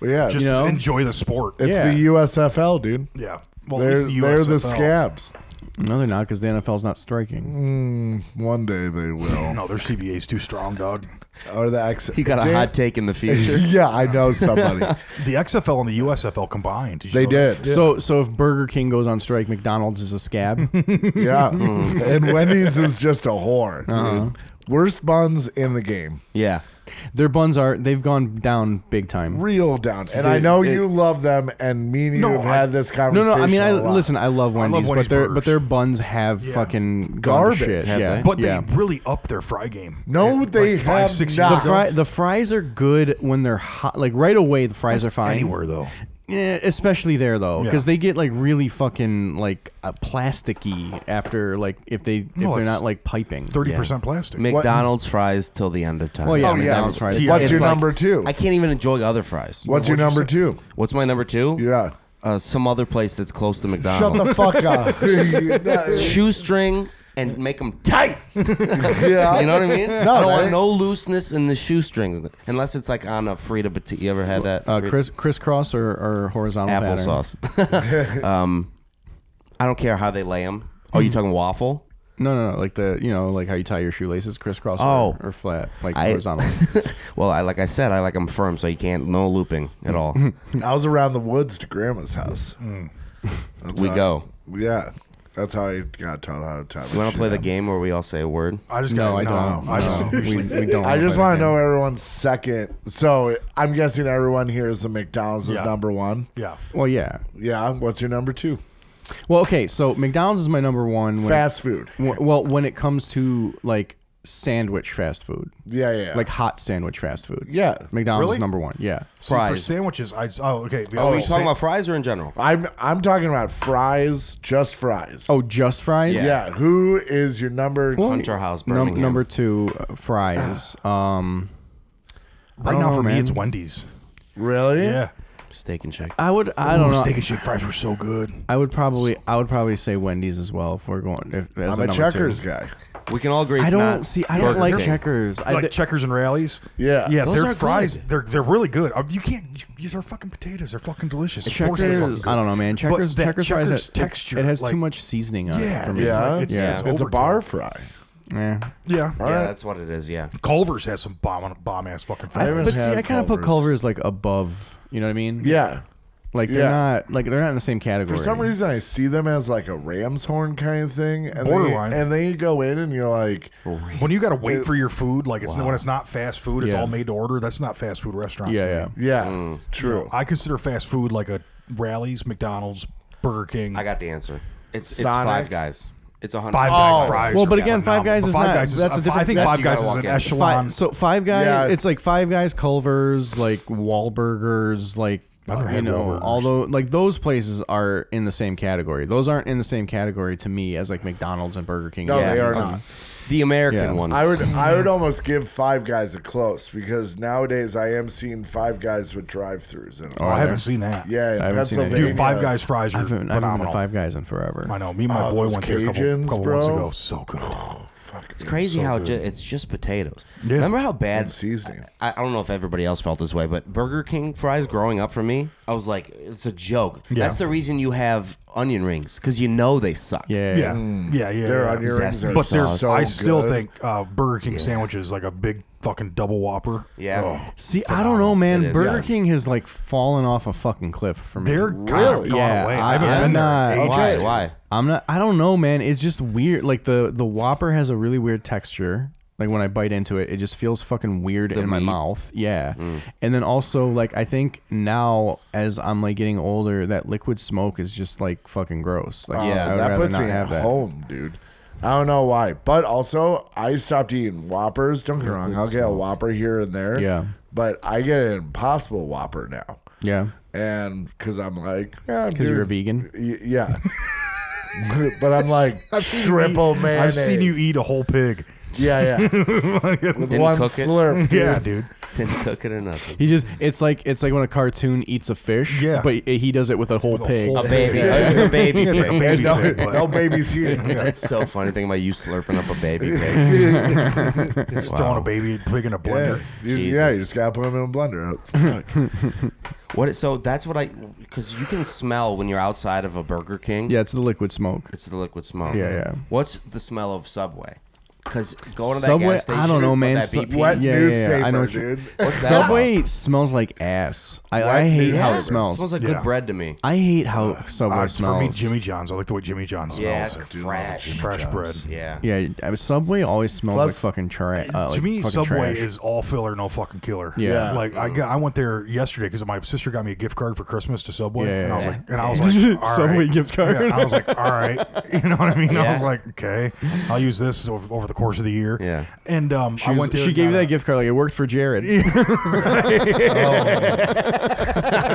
[SPEAKER 2] But yeah,
[SPEAKER 3] Just
[SPEAKER 5] You know?
[SPEAKER 3] enjoy the sport.
[SPEAKER 2] it's
[SPEAKER 5] yeah.
[SPEAKER 2] the USFL, dude.
[SPEAKER 3] yeah. Well, at
[SPEAKER 2] they're
[SPEAKER 3] least the
[SPEAKER 2] they're the
[SPEAKER 3] USFL.
[SPEAKER 2] scabs.
[SPEAKER 5] No, they're not because the NFL's not striking.
[SPEAKER 2] One day they will.
[SPEAKER 3] No, their CBA's too strong, dog.
[SPEAKER 2] or the X.
[SPEAKER 4] He got a hot take in the future.
[SPEAKER 2] [laughs] Yeah, I know somebody.
[SPEAKER 3] The XFL and the USFL combined. you
[SPEAKER 2] they
[SPEAKER 3] know that?
[SPEAKER 2] did.
[SPEAKER 5] So so if Burger King goes on strike, McDonald's is
[SPEAKER 2] [laughs]
[SPEAKER 5] a scab.
[SPEAKER 2] Yeah. and Wendy's is just a whore. Worst buns in the game.
[SPEAKER 4] Yeah.
[SPEAKER 5] Their buns are they've gone down big time.
[SPEAKER 2] Real down. And I know you love them, and me and you
[SPEAKER 3] No,
[SPEAKER 2] have
[SPEAKER 3] I-
[SPEAKER 2] had this
[SPEAKER 5] No,
[SPEAKER 2] conversation.
[SPEAKER 5] no. I mean, I
[SPEAKER 2] a lot.
[SPEAKER 5] listen. I love Wendy's,
[SPEAKER 3] Wendy's
[SPEAKER 5] but their
[SPEAKER 3] burgers.
[SPEAKER 5] but their buns have fucking
[SPEAKER 2] Garbage,
[SPEAKER 5] garbage. Shit.
[SPEAKER 4] have
[SPEAKER 5] Yeah,
[SPEAKER 4] they?
[SPEAKER 3] But
[SPEAKER 5] yeah.
[SPEAKER 3] they really upped their fry game.
[SPEAKER 2] No,
[SPEAKER 3] Like
[SPEAKER 2] they
[SPEAKER 3] five,
[SPEAKER 2] have
[SPEAKER 3] six
[SPEAKER 2] not.
[SPEAKER 5] the
[SPEAKER 3] years ago.
[SPEAKER 5] fry the fries are good when they're hot. Like right away, the fries are fine.
[SPEAKER 3] anywhere though.
[SPEAKER 5] Yeah, especially there though,
[SPEAKER 3] Yeah.
[SPEAKER 5] because they get like really fucking like uh, plasticky after like if they if
[SPEAKER 3] No,
[SPEAKER 5] they're
[SPEAKER 3] it's
[SPEAKER 5] not like piping.
[SPEAKER 3] Thirty percent plastic.
[SPEAKER 4] McDonald's fries till the end of time.
[SPEAKER 5] Well, yeah,
[SPEAKER 2] Oh, yeah.
[SPEAKER 5] McDonald's fries.
[SPEAKER 3] What's
[SPEAKER 2] What's
[SPEAKER 4] It's
[SPEAKER 2] your
[SPEAKER 4] like-
[SPEAKER 2] number two?
[SPEAKER 4] I can't even enjoy other fries.
[SPEAKER 2] What's your number two?
[SPEAKER 4] What's my number two?
[SPEAKER 2] Yeah.
[SPEAKER 4] Uh, some other place that's close to
[SPEAKER 2] Shut
[SPEAKER 4] McDonald's.
[SPEAKER 2] the fuck up.
[SPEAKER 4] [laughs] Shoestring and make them tight.
[SPEAKER 2] yeah.
[SPEAKER 4] You know what I mean? I don't want
[SPEAKER 2] man.
[SPEAKER 4] no looseness in the shoestrings, unless it's like on a Frida Petit. You ever had that?
[SPEAKER 5] Uh,
[SPEAKER 4] Frita-
[SPEAKER 5] criss crisscross or, or horizontal pattern?
[SPEAKER 4] applesauce. [laughs] um, I don't care how they lay them. Oh, you talking waffle?
[SPEAKER 5] No, no, no. Like the you know like how you tie your shoelaces, crisscross
[SPEAKER 4] Oh.
[SPEAKER 5] or, or flat, like
[SPEAKER 4] I-
[SPEAKER 5] horizontal.
[SPEAKER 4] well, I like I said, I like them firm, so you can't no looping at all.
[SPEAKER 2] I was around the woods to grandma's house. That's
[SPEAKER 4] we
[SPEAKER 2] how-
[SPEAKER 4] go.
[SPEAKER 2] Yeah. That's how I got taught how to tie
[SPEAKER 4] You
[SPEAKER 2] my
[SPEAKER 4] want to play the
[SPEAKER 2] shit up.
[SPEAKER 4] game where we all say a word?
[SPEAKER 3] I just
[SPEAKER 5] no,
[SPEAKER 3] got,
[SPEAKER 5] I don't.
[SPEAKER 3] I just
[SPEAKER 5] No, we,
[SPEAKER 3] usually-
[SPEAKER 5] we don't.
[SPEAKER 2] I just
[SPEAKER 5] play
[SPEAKER 2] want
[SPEAKER 5] that
[SPEAKER 2] to know everyone's second. So I'm guessing everyone here is the McDonald's is
[SPEAKER 3] Yeah.
[SPEAKER 2] number one.
[SPEAKER 3] yeah.
[SPEAKER 5] game. Well, yeah.
[SPEAKER 2] Yeah. What's your number two?
[SPEAKER 5] Well, okay. So McDonald's is my number one. When
[SPEAKER 2] Fast food.
[SPEAKER 5] w- well, when it comes to like sandwich fast food,
[SPEAKER 2] Yeah, yeah. yeah.
[SPEAKER 5] like hot sandwich fast food.
[SPEAKER 2] yeah.
[SPEAKER 5] McDonald's
[SPEAKER 3] Really?
[SPEAKER 5] is number one. Yeah.
[SPEAKER 3] See, for
[SPEAKER 4] Fries.
[SPEAKER 3] sandwiches, I oh okay.
[SPEAKER 4] Oh, are you
[SPEAKER 3] sa-
[SPEAKER 4] talking about fries or in general?
[SPEAKER 2] I'm I'm talking about fries, just fries.
[SPEAKER 5] Oh, just fries.
[SPEAKER 4] Yeah.
[SPEAKER 2] yeah. Who is your number?
[SPEAKER 4] Hunter House,
[SPEAKER 5] Num-
[SPEAKER 4] Birmingham.
[SPEAKER 5] number two, uh, fries. Um,
[SPEAKER 3] right
[SPEAKER 5] I
[SPEAKER 3] now
[SPEAKER 5] don't
[SPEAKER 3] for
[SPEAKER 5] know,
[SPEAKER 3] me it's
[SPEAKER 5] man.
[SPEAKER 3] Wendy's.
[SPEAKER 2] Really?
[SPEAKER 3] Yeah.
[SPEAKER 4] Steak and Shake.
[SPEAKER 5] I would. I don't
[SPEAKER 3] Ooh,
[SPEAKER 5] know.
[SPEAKER 3] Steak and Shake fries were so good.
[SPEAKER 5] I would probably. I would probably say Wendy's as well. If we're going, if, as
[SPEAKER 2] I'm
[SPEAKER 5] a
[SPEAKER 2] a
[SPEAKER 5] number
[SPEAKER 2] checkers
[SPEAKER 5] Two.
[SPEAKER 2] guy.
[SPEAKER 4] We can all agree.
[SPEAKER 5] I
[SPEAKER 4] it's
[SPEAKER 5] don't
[SPEAKER 4] not
[SPEAKER 5] see. I
[SPEAKER 4] Burger
[SPEAKER 5] don't like
[SPEAKER 4] King.
[SPEAKER 5] checkers. I
[SPEAKER 3] like
[SPEAKER 5] d-
[SPEAKER 3] checkers and rallies.
[SPEAKER 2] Yeah.
[SPEAKER 3] yeah.
[SPEAKER 4] Those
[SPEAKER 3] Their
[SPEAKER 4] are
[SPEAKER 3] fries,
[SPEAKER 4] good.
[SPEAKER 3] they're they're really good. Uh, You can't. You, they're fucking potatoes. They're fucking delicious. Of course they're fucking
[SPEAKER 5] checkers.
[SPEAKER 3] good.
[SPEAKER 5] I don't know, man.
[SPEAKER 3] But
[SPEAKER 5] Checkers.
[SPEAKER 3] that
[SPEAKER 5] checkers, fries.
[SPEAKER 3] checkers
[SPEAKER 5] it-
[SPEAKER 3] texture.
[SPEAKER 5] It, has
[SPEAKER 3] like-
[SPEAKER 5] too much seasoning on it.
[SPEAKER 3] Yeah.
[SPEAKER 5] For me.
[SPEAKER 3] It's,
[SPEAKER 2] Yeah.
[SPEAKER 3] like- it's,
[SPEAKER 4] Yeah.
[SPEAKER 3] it's
[SPEAKER 2] It's a
[SPEAKER 3] overkill.
[SPEAKER 2] bar fry.
[SPEAKER 5] Yeah.
[SPEAKER 3] Yeah.
[SPEAKER 4] yeah, that's what it is. Yeah,
[SPEAKER 3] Culver's has some bomb bomb ass fucking flavors.
[SPEAKER 5] but see,
[SPEAKER 2] had
[SPEAKER 5] I kind of put
[SPEAKER 2] Culver's.
[SPEAKER 5] Culver's like above. You know what I mean?
[SPEAKER 2] Yeah.
[SPEAKER 5] Like they're
[SPEAKER 2] Yeah.
[SPEAKER 5] not like they're not in the same category.
[SPEAKER 2] For some reason, I see them as like a ram's horn kind of thing, and
[SPEAKER 3] Borderline.
[SPEAKER 2] They, and then you go in and you're like,
[SPEAKER 3] when you got to wait for your food, like it's when it's not fast food, it's
[SPEAKER 5] Yeah.
[SPEAKER 3] all made to order. That's not fast food restaurant.
[SPEAKER 5] Yeah,
[SPEAKER 3] to me.
[SPEAKER 5] yeah.
[SPEAKER 2] yeah, true.
[SPEAKER 3] I consider fast food like a rallies, McDonald's, Burger King.
[SPEAKER 4] I got the answer. It's it's
[SPEAKER 2] Sonic.
[SPEAKER 4] Five Guys. It's a hundred.
[SPEAKER 3] Five
[SPEAKER 4] Oh.
[SPEAKER 3] Guys fries.
[SPEAKER 5] Well,
[SPEAKER 3] are
[SPEAKER 5] but again, Five
[SPEAKER 3] phenomenal.
[SPEAKER 5] Guys
[SPEAKER 3] But
[SPEAKER 5] is
[SPEAKER 3] Five
[SPEAKER 5] not-
[SPEAKER 3] Guys is-
[SPEAKER 5] that's a
[SPEAKER 3] I
[SPEAKER 5] different-
[SPEAKER 3] think
[SPEAKER 5] that's
[SPEAKER 3] Five
[SPEAKER 4] you
[SPEAKER 3] Guys
[SPEAKER 4] gotta
[SPEAKER 3] is
[SPEAKER 4] walk
[SPEAKER 3] an
[SPEAKER 4] in.
[SPEAKER 5] Five,
[SPEAKER 3] echelon.
[SPEAKER 5] so Five Guys,
[SPEAKER 2] Yeah.
[SPEAKER 5] it's like Five Guys, Culver's, like Wahlburgers, like
[SPEAKER 3] never
[SPEAKER 5] you
[SPEAKER 3] had
[SPEAKER 5] know,
[SPEAKER 3] Wahlburgers.
[SPEAKER 5] although like those places are in the same category. Those aren't in the same category to me as like McDonald's and Burger King.
[SPEAKER 2] No,
[SPEAKER 5] Yeah.
[SPEAKER 2] they are
[SPEAKER 5] Um,
[SPEAKER 2] not.
[SPEAKER 4] The American
[SPEAKER 5] Yeah.
[SPEAKER 4] ones.
[SPEAKER 2] I would, I would almost give Five Guys a close because nowadays I am seeing Five Guys with drive-throughs in them.
[SPEAKER 3] Oh, I haven't
[SPEAKER 5] there.
[SPEAKER 3] seen that.
[SPEAKER 2] yeah, uh, in
[SPEAKER 5] I haven't seen it.
[SPEAKER 2] Pennsylvania.
[SPEAKER 3] Dude, Five Guys fries
[SPEAKER 5] I
[SPEAKER 3] are
[SPEAKER 5] haven't, I haven't been
[SPEAKER 3] phenomenal.
[SPEAKER 5] to Five Guys in forever.
[SPEAKER 3] I know. Me and my
[SPEAKER 2] Oh,
[SPEAKER 3] boy
[SPEAKER 2] those
[SPEAKER 3] went there a couple,
[SPEAKER 2] Cajuns,
[SPEAKER 3] couple
[SPEAKER 2] bro.
[SPEAKER 3] months ago. So good.
[SPEAKER 2] Fuck,
[SPEAKER 4] It's crazy how ju- it's just potatoes. Remember how bad
[SPEAKER 2] And seasoning.
[SPEAKER 4] I, I don't know if everybody else felt this way, but Burger King fries growing up for me, I was like, it's a joke. That's the reason you have onion rings because you know they suck.
[SPEAKER 5] Yeah,
[SPEAKER 3] Yeah,
[SPEAKER 2] Mm.
[SPEAKER 3] yeah, yeah.
[SPEAKER 2] Their
[SPEAKER 3] yeah.
[SPEAKER 2] onion rings
[SPEAKER 4] Zesty
[SPEAKER 2] are
[SPEAKER 3] But there's,
[SPEAKER 2] so
[SPEAKER 3] I still
[SPEAKER 2] good.
[SPEAKER 3] think uh, Burger King sandwiches like a big fucking double whopper.
[SPEAKER 4] Yeah.
[SPEAKER 3] Oh.
[SPEAKER 5] See, I don't know,
[SPEAKER 4] It
[SPEAKER 5] man.
[SPEAKER 4] is,
[SPEAKER 5] Burger
[SPEAKER 4] yes.
[SPEAKER 5] King has like fallen off a fucking cliff for me.
[SPEAKER 3] They're kind of gone
[SPEAKER 5] Yeah,
[SPEAKER 3] away.
[SPEAKER 5] I-
[SPEAKER 3] I haven't
[SPEAKER 5] I'm
[SPEAKER 3] been
[SPEAKER 5] not-
[SPEAKER 3] there. in ages.
[SPEAKER 4] Why?
[SPEAKER 5] Why?
[SPEAKER 4] Why? [laughs]
[SPEAKER 5] I'm not. I don't know, man. It's just weird. Like the the Whopper has a really weird texture. Like when I bite into it, it just feels fucking weird in my
[SPEAKER 4] meat?
[SPEAKER 5] mouth. Yeah. And then also, like I think now as I'm like getting older, that liquid smoke is just like fucking gross. Like,
[SPEAKER 4] Yeah,
[SPEAKER 5] I would
[SPEAKER 2] that
[SPEAKER 5] rather
[SPEAKER 2] puts
[SPEAKER 5] not
[SPEAKER 2] me at
[SPEAKER 5] have that.
[SPEAKER 2] home, dude. I don't know why, but also I stopped eating Whoppers. Don't get me wrong, I'll get a Whopper here and there.
[SPEAKER 5] Yeah.
[SPEAKER 2] but I get an Impossible Whopper now,
[SPEAKER 5] Yeah,
[SPEAKER 2] and because I'm like, yeah,
[SPEAKER 5] because you're a vegan.
[SPEAKER 2] yeah. [laughs] but I'm like triple man.
[SPEAKER 3] I've seen you eat a whole pig.
[SPEAKER 2] Yeah, [laughs] yeah. With
[SPEAKER 4] Didn't
[SPEAKER 2] one
[SPEAKER 4] cook
[SPEAKER 2] [laughs]
[SPEAKER 4] it?
[SPEAKER 2] slurp.
[SPEAKER 3] Yeah, dude.
[SPEAKER 4] Didn't cook it or
[SPEAKER 5] [laughs]
[SPEAKER 4] nothing.
[SPEAKER 5] He just it's like it's like when a cartoon eats a fish.
[SPEAKER 3] Yeah.
[SPEAKER 5] but he does it with a whole pig.
[SPEAKER 4] A baby. Oh, It was a
[SPEAKER 3] [laughs]
[SPEAKER 4] baby
[SPEAKER 2] [laughs]
[SPEAKER 3] It's like a
[SPEAKER 4] pig.
[SPEAKER 3] baby
[SPEAKER 2] no,
[SPEAKER 3] pig, but-
[SPEAKER 2] no babies
[SPEAKER 4] [laughs]
[SPEAKER 2] here.
[SPEAKER 4] That's so funny thinking about you slurping up a baby pig.
[SPEAKER 3] Just throwing a baby pig in a blender.
[SPEAKER 2] You just-
[SPEAKER 4] Jesus.
[SPEAKER 2] yeah, you just gotta put them in a blender. Fuck.
[SPEAKER 4] What? So that's what I because you can smell when you're outside of a Burger King.
[SPEAKER 5] Yeah, it's the liquid smoke.
[SPEAKER 4] It's the liquid smoke.
[SPEAKER 5] Yeah, yeah.
[SPEAKER 4] What's the smell of Subway? Because going to that
[SPEAKER 5] Subway,
[SPEAKER 4] gas station,
[SPEAKER 5] I don't know,
[SPEAKER 4] with
[SPEAKER 5] man.
[SPEAKER 4] That
[SPEAKER 5] Sub-
[SPEAKER 4] BP,
[SPEAKER 2] Wet
[SPEAKER 5] [laughs] Yeah, yeah, yeah.
[SPEAKER 2] newspaper,
[SPEAKER 5] I know what you- [laughs]
[SPEAKER 2] dude.
[SPEAKER 4] What's that?
[SPEAKER 5] Subway smells like ass. I,
[SPEAKER 2] Why-
[SPEAKER 5] I hate
[SPEAKER 2] Yeah.
[SPEAKER 5] how
[SPEAKER 4] Yeah,
[SPEAKER 5] it smells.
[SPEAKER 4] It smells like
[SPEAKER 3] Yeah.
[SPEAKER 4] good bread to me.
[SPEAKER 5] I hate how Subway
[SPEAKER 3] Uh, it's
[SPEAKER 5] smells.
[SPEAKER 3] for me, Jimmy John's. I like the way Jimmy John smells.
[SPEAKER 4] Yeah,
[SPEAKER 3] I do
[SPEAKER 4] fresh.
[SPEAKER 3] love fresh bread.
[SPEAKER 4] Yeah.
[SPEAKER 5] Yeah, I mean, Subway always smells
[SPEAKER 2] Plus-
[SPEAKER 5] like fucking trash. Uh,
[SPEAKER 3] to
[SPEAKER 5] like
[SPEAKER 3] me,
[SPEAKER 5] fucking
[SPEAKER 3] Subway
[SPEAKER 5] trash.
[SPEAKER 3] is all filler, no fucking killer.
[SPEAKER 5] Yeah.
[SPEAKER 3] like I got, I went there yesterday because my sister got me a gift card for Christmas to Subway,
[SPEAKER 5] Yeah,
[SPEAKER 3] and I was
[SPEAKER 5] yeah.
[SPEAKER 3] like, and I
[SPEAKER 5] [laughs]
[SPEAKER 3] was like, all
[SPEAKER 5] Subway
[SPEAKER 3] right.
[SPEAKER 5] gift card.
[SPEAKER 3] Yeah, I was like, all right, [laughs] you know what I mean? I
[SPEAKER 4] Yeah.
[SPEAKER 3] was like, okay, I'll use this over, over the course of the year.
[SPEAKER 4] Yeah.
[SPEAKER 3] and um,
[SPEAKER 5] She,
[SPEAKER 3] I
[SPEAKER 5] was-
[SPEAKER 3] went. There
[SPEAKER 5] she
[SPEAKER 3] and
[SPEAKER 5] gave you
[SPEAKER 3] got
[SPEAKER 5] that
[SPEAKER 3] a-
[SPEAKER 5] gift card. Like it worked
[SPEAKER 3] [laughs]
[SPEAKER 5] for Jared. Yeah,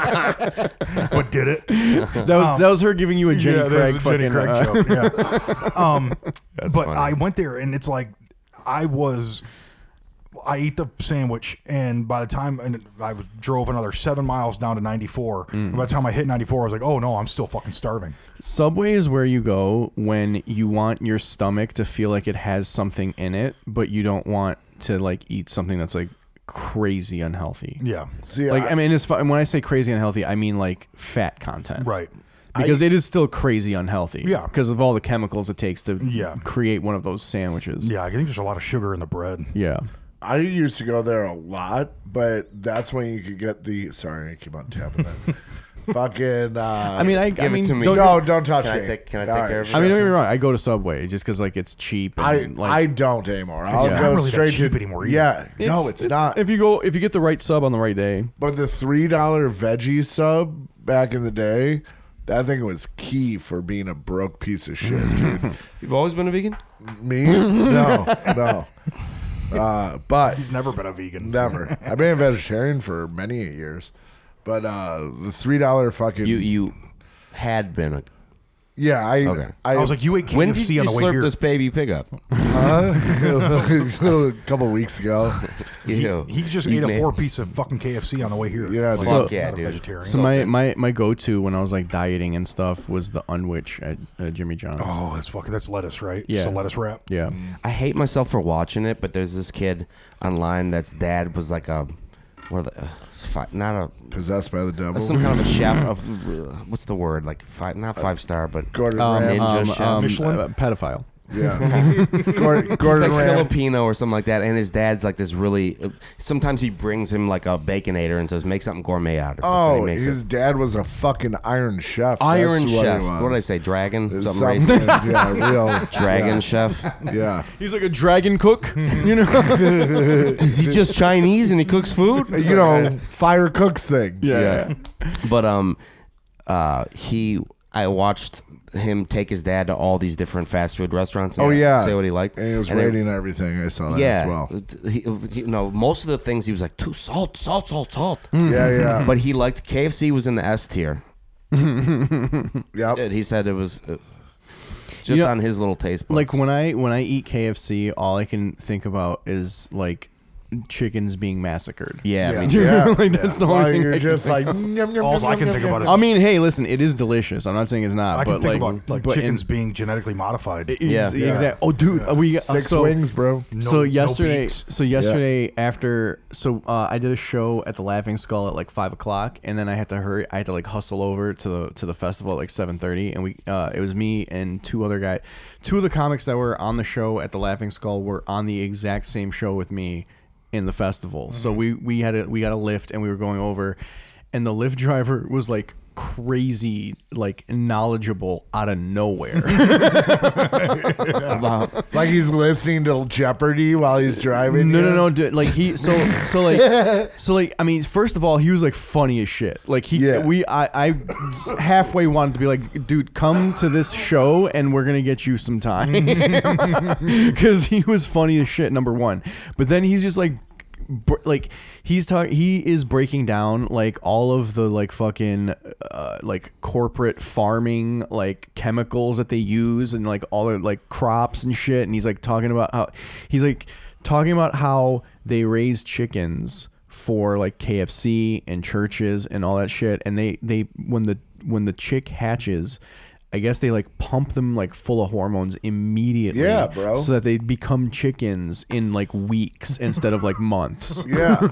[SPEAKER 3] but did
[SPEAKER 5] [laughs]
[SPEAKER 3] it?
[SPEAKER 5] that, was, that was her giving you a Jenny
[SPEAKER 3] yeah,
[SPEAKER 5] Craig
[SPEAKER 3] there's a
[SPEAKER 5] fucking.
[SPEAKER 3] Jenny Craig
[SPEAKER 5] uh,
[SPEAKER 3] joke.
[SPEAKER 4] [laughs]
[SPEAKER 3] Yeah. um, but
[SPEAKER 4] funny.
[SPEAKER 3] I went there and it's like I was. I ate the sandwich, and by the time and I was- drove another seven miles down to 94,
[SPEAKER 4] Mm.
[SPEAKER 3] by the time I hit 94, I was like, "Oh no, I'm still fucking starving."
[SPEAKER 5] Subway is where you go when you want your stomach to feel like it has something in it, but you don't want to like eat something that's like crazy unhealthy.
[SPEAKER 3] Yeah,
[SPEAKER 2] See,
[SPEAKER 5] Like
[SPEAKER 2] I-
[SPEAKER 5] I mean, as far, when I say crazy unhealthy, I mean like fat content.
[SPEAKER 3] right.
[SPEAKER 5] because it is still crazy unhealthy.
[SPEAKER 3] Yeah.
[SPEAKER 5] because of all the chemicals it takes to
[SPEAKER 3] Yeah.
[SPEAKER 5] create one of those sandwiches.
[SPEAKER 3] Yeah, I think there's a lot of sugar in the bread.
[SPEAKER 5] yeah.
[SPEAKER 2] I used to go there a lot, but that's when you could get the. Sorry, I keep on tapping
[SPEAKER 5] [laughs]
[SPEAKER 2] that. Fucking. Uh,
[SPEAKER 5] I mean, I, I
[SPEAKER 4] Give it
[SPEAKER 5] mean,
[SPEAKER 4] to me.
[SPEAKER 5] don't-
[SPEAKER 2] no, don't touch
[SPEAKER 4] Can I
[SPEAKER 2] me.
[SPEAKER 4] take- can I
[SPEAKER 2] All
[SPEAKER 4] take care of it?
[SPEAKER 5] I mean, don't get me wrong. I go to Subway just because like it's cheap. And,
[SPEAKER 2] I
[SPEAKER 5] like,
[SPEAKER 2] I don't anymore. I'll
[SPEAKER 5] not
[SPEAKER 2] go
[SPEAKER 3] really that
[SPEAKER 2] straight
[SPEAKER 3] cheap
[SPEAKER 2] to
[SPEAKER 3] anymore either.
[SPEAKER 2] Yeah, no, it's not.
[SPEAKER 5] If you go, if you get the right sub on the right day,
[SPEAKER 2] But the three dollar veggie sub back in the day, that thing was key for being a broke piece of shit,
[SPEAKER 4] [laughs]
[SPEAKER 2] dude.
[SPEAKER 4] You've always been a vegan.
[SPEAKER 2] Me? No, no. Uh, but
[SPEAKER 3] He's never been a vegan.
[SPEAKER 2] never. I've been a vegetarian for many years. But uh, the three dollar fucking
[SPEAKER 4] You you had been a.
[SPEAKER 2] yeah, I I,
[SPEAKER 3] I was like, "You [laughs] ate KFC
[SPEAKER 4] When did you
[SPEAKER 3] on the way
[SPEAKER 4] slurp
[SPEAKER 3] here."
[SPEAKER 4] this baby pig up?
[SPEAKER 2] [laughs] a couple weeks ago.
[SPEAKER 4] Ew.
[SPEAKER 3] [laughs] he just
[SPEAKER 4] You
[SPEAKER 3] ate a
[SPEAKER 4] man.
[SPEAKER 3] four piece of fucking KFC on the way here.
[SPEAKER 2] Yeah,
[SPEAKER 3] Like,
[SPEAKER 2] so-
[SPEAKER 3] he's
[SPEAKER 4] Yeah,
[SPEAKER 3] not a
[SPEAKER 4] dude.
[SPEAKER 3] vegetarian.
[SPEAKER 5] so my, my my go to when I was like dieting and stuff was the unwitch at uh, Jimmy John's.
[SPEAKER 3] oh, that's fucking that's lettuce, right?
[SPEAKER 5] Yeah.
[SPEAKER 3] Just a lettuce wrap.
[SPEAKER 5] Yeah,
[SPEAKER 4] I hate myself for watching it, but there's this kid online that's dad was like a, what are the, uh, fi- not
[SPEAKER 2] Possessed by the devil.
[SPEAKER 4] a, some kind of a chef of, uh, what's the word like five, not five star, but
[SPEAKER 2] Gordon
[SPEAKER 5] um,
[SPEAKER 2] Ramsay.
[SPEAKER 4] Ninja
[SPEAKER 5] um,
[SPEAKER 4] Chef.
[SPEAKER 5] um,
[SPEAKER 3] Michelin?
[SPEAKER 5] uh, pedophile.
[SPEAKER 2] Yeah. Gordon,
[SPEAKER 4] [laughs] He's
[SPEAKER 2] Gordon
[SPEAKER 4] like
[SPEAKER 2] Ram-
[SPEAKER 4] Filipino or something like that, and his dad's like this really. uh, Sometimes he brings him like a baconator and says, "Make something gourmet out of it." So he
[SPEAKER 2] Oh,
[SPEAKER 4] makes
[SPEAKER 2] his
[SPEAKER 4] it.
[SPEAKER 2] dad was a fucking iron chef. That's
[SPEAKER 4] Iron
[SPEAKER 2] it
[SPEAKER 4] Chef.
[SPEAKER 2] was.
[SPEAKER 4] What did I say? Dragon.
[SPEAKER 2] It was
[SPEAKER 4] Something,
[SPEAKER 2] Something,
[SPEAKER 4] racist.
[SPEAKER 2] yeah, real
[SPEAKER 4] [laughs]
[SPEAKER 2] [laughs]
[SPEAKER 4] Dragon Chef.
[SPEAKER 2] Yeah, yeah.
[SPEAKER 5] He's like a dragon cook, you know.
[SPEAKER 4] Is he just Chinese and he cooks food?
[SPEAKER 2] [laughs] you know, fire cooks things.
[SPEAKER 4] yeah. But um, uh, he I watched him take his dad to all these different fast food restaurants. And
[SPEAKER 2] Oh
[SPEAKER 4] s-
[SPEAKER 2] yeah.
[SPEAKER 4] say what he liked.
[SPEAKER 2] And he was
[SPEAKER 4] And it-
[SPEAKER 2] rating everything. I saw that
[SPEAKER 4] yeah,
[SPEAKER 2] as
[SPEAKER 4] [laughs]
[SPEAKER 2] well.
[SPEAKER 4] T- He, you know, most of the things he was like, too salt, salt, salt, salt.
[SPEAKER 5] Hmm.
[SPEAKER 4] Uh,
[SPEAKER 2] Yeah, yeah.
[SPEAKER 4] But he liked KFC was in the S tier.
[SPEAKER 2] yep.
[SPEAKER 4] It- He said it was uh, just
[SPEAKER 5] Yeah.
[SPEAKER 4] on his little taste buds.
[SPEAKER 5] like when I when I eat KFC, all I can think about is like chickens being massacred.
[SPEAKER 4] yeah, I mean,
[SPEAKER 2] Yeah.
[SPEAKER 5] [laughs] like that's the
[SPEAKER 2] Well,
[SPEAKER 5] only thing.
[SPEAKER 2] you're
[SPEAKER 5] I can
[SPEAKER 2] just
[SPEAKER 5] think-
[SPEAKER 2] like
[SPEAKER 3] [laughs]
[SPEAKER 4] [laughs]
[SPEAKER 2] yum, yum,
[SPEAKER 3] Also,
[SPEAKER 2] yum,
[SPEAKER 3] I can
[SPEAKER 2] yum,
[SPEAKER 3] think
[SPEAKER 2] yum,
[SPEAKER 3] about it.
[SPEAKER 5] I mean, hey, listen, it is delicious. I'm not saying it's not,
[SPEAKER 3] I can
[SPEAKER 5] but
[SPEAKER 3] think
[SPEAKER 5] like,
[SPEAKER 3] about like
[SPEAKER 5] but in-
[SPEAKER 3] chickens being genetically modified.
[SPEAKER 5] Yeah,
[SPEAKER 4] Yeah.
[SPEAKER 5] exactly. Oh, dude, we
[SPEAKER 3] uh,
[SPEAKER 2] Six
[SPEAKER 5] so,
[SPEAKER 2] wings, bro.
[SPEAKER 3] no
[SPEAKER 5] so yesterday,
[SPEAKER 3] beaks.
[SPEAKER 5] so yesterday after, so uh, I did a show at the Laughing Skull at like five o'clock, and then I had to hurry. I had to like hustle over to the to the festival at like seven thirty, and we uh, it was me and two other guys. Two of the comics that were on the show at the Laughing Skull were on the exact same show with me in the festival.
[SPEAKER 3] Mm-hmm.
[SPEAKER 5] So we we had a we got a lift and we were going over, and the lift driver was like crazy like knowledgeable out
[SPEAKER 3] [laughs]
[SPEAKER 5] of nowhere
[SPEAKER 4] about-
[SPEAKER 2] Like he's listening to Jeopardy while he's driving.
[SPEAKER 5] No,
[SPEAKER 2] you.
[SPEAKER 5] no, no. Dude, like he, so, so like, so like. I mean, first of all, he was like funny as shit. Like he,
[SPEAKER 2] Yeah.
[SPEAKER 5] we, I, I s- halfway wanted to be like, dude, come to this show and we're gonna get you some time, [laughs] because he was funny as shit. Number one, but then he's just like. br- Like he's talking, he is breaking down like all of the like fucking uh, like corporate farming like chemicals that they use and like all the like crops and shit. And he's like talking about how he's like talking about how they raise chickens for like KFC and churches and all that shit and they they when the when the chick hatches I guess they like pump them like full of hormones immediately
[SPEAKER 2] Yeah, bro.
[SPEAKER 5] so that they become chickens in like weeks [laughs] instead of like months.
[SPEAKER 2] Yeah,
[SPEAKER 4] [laughs]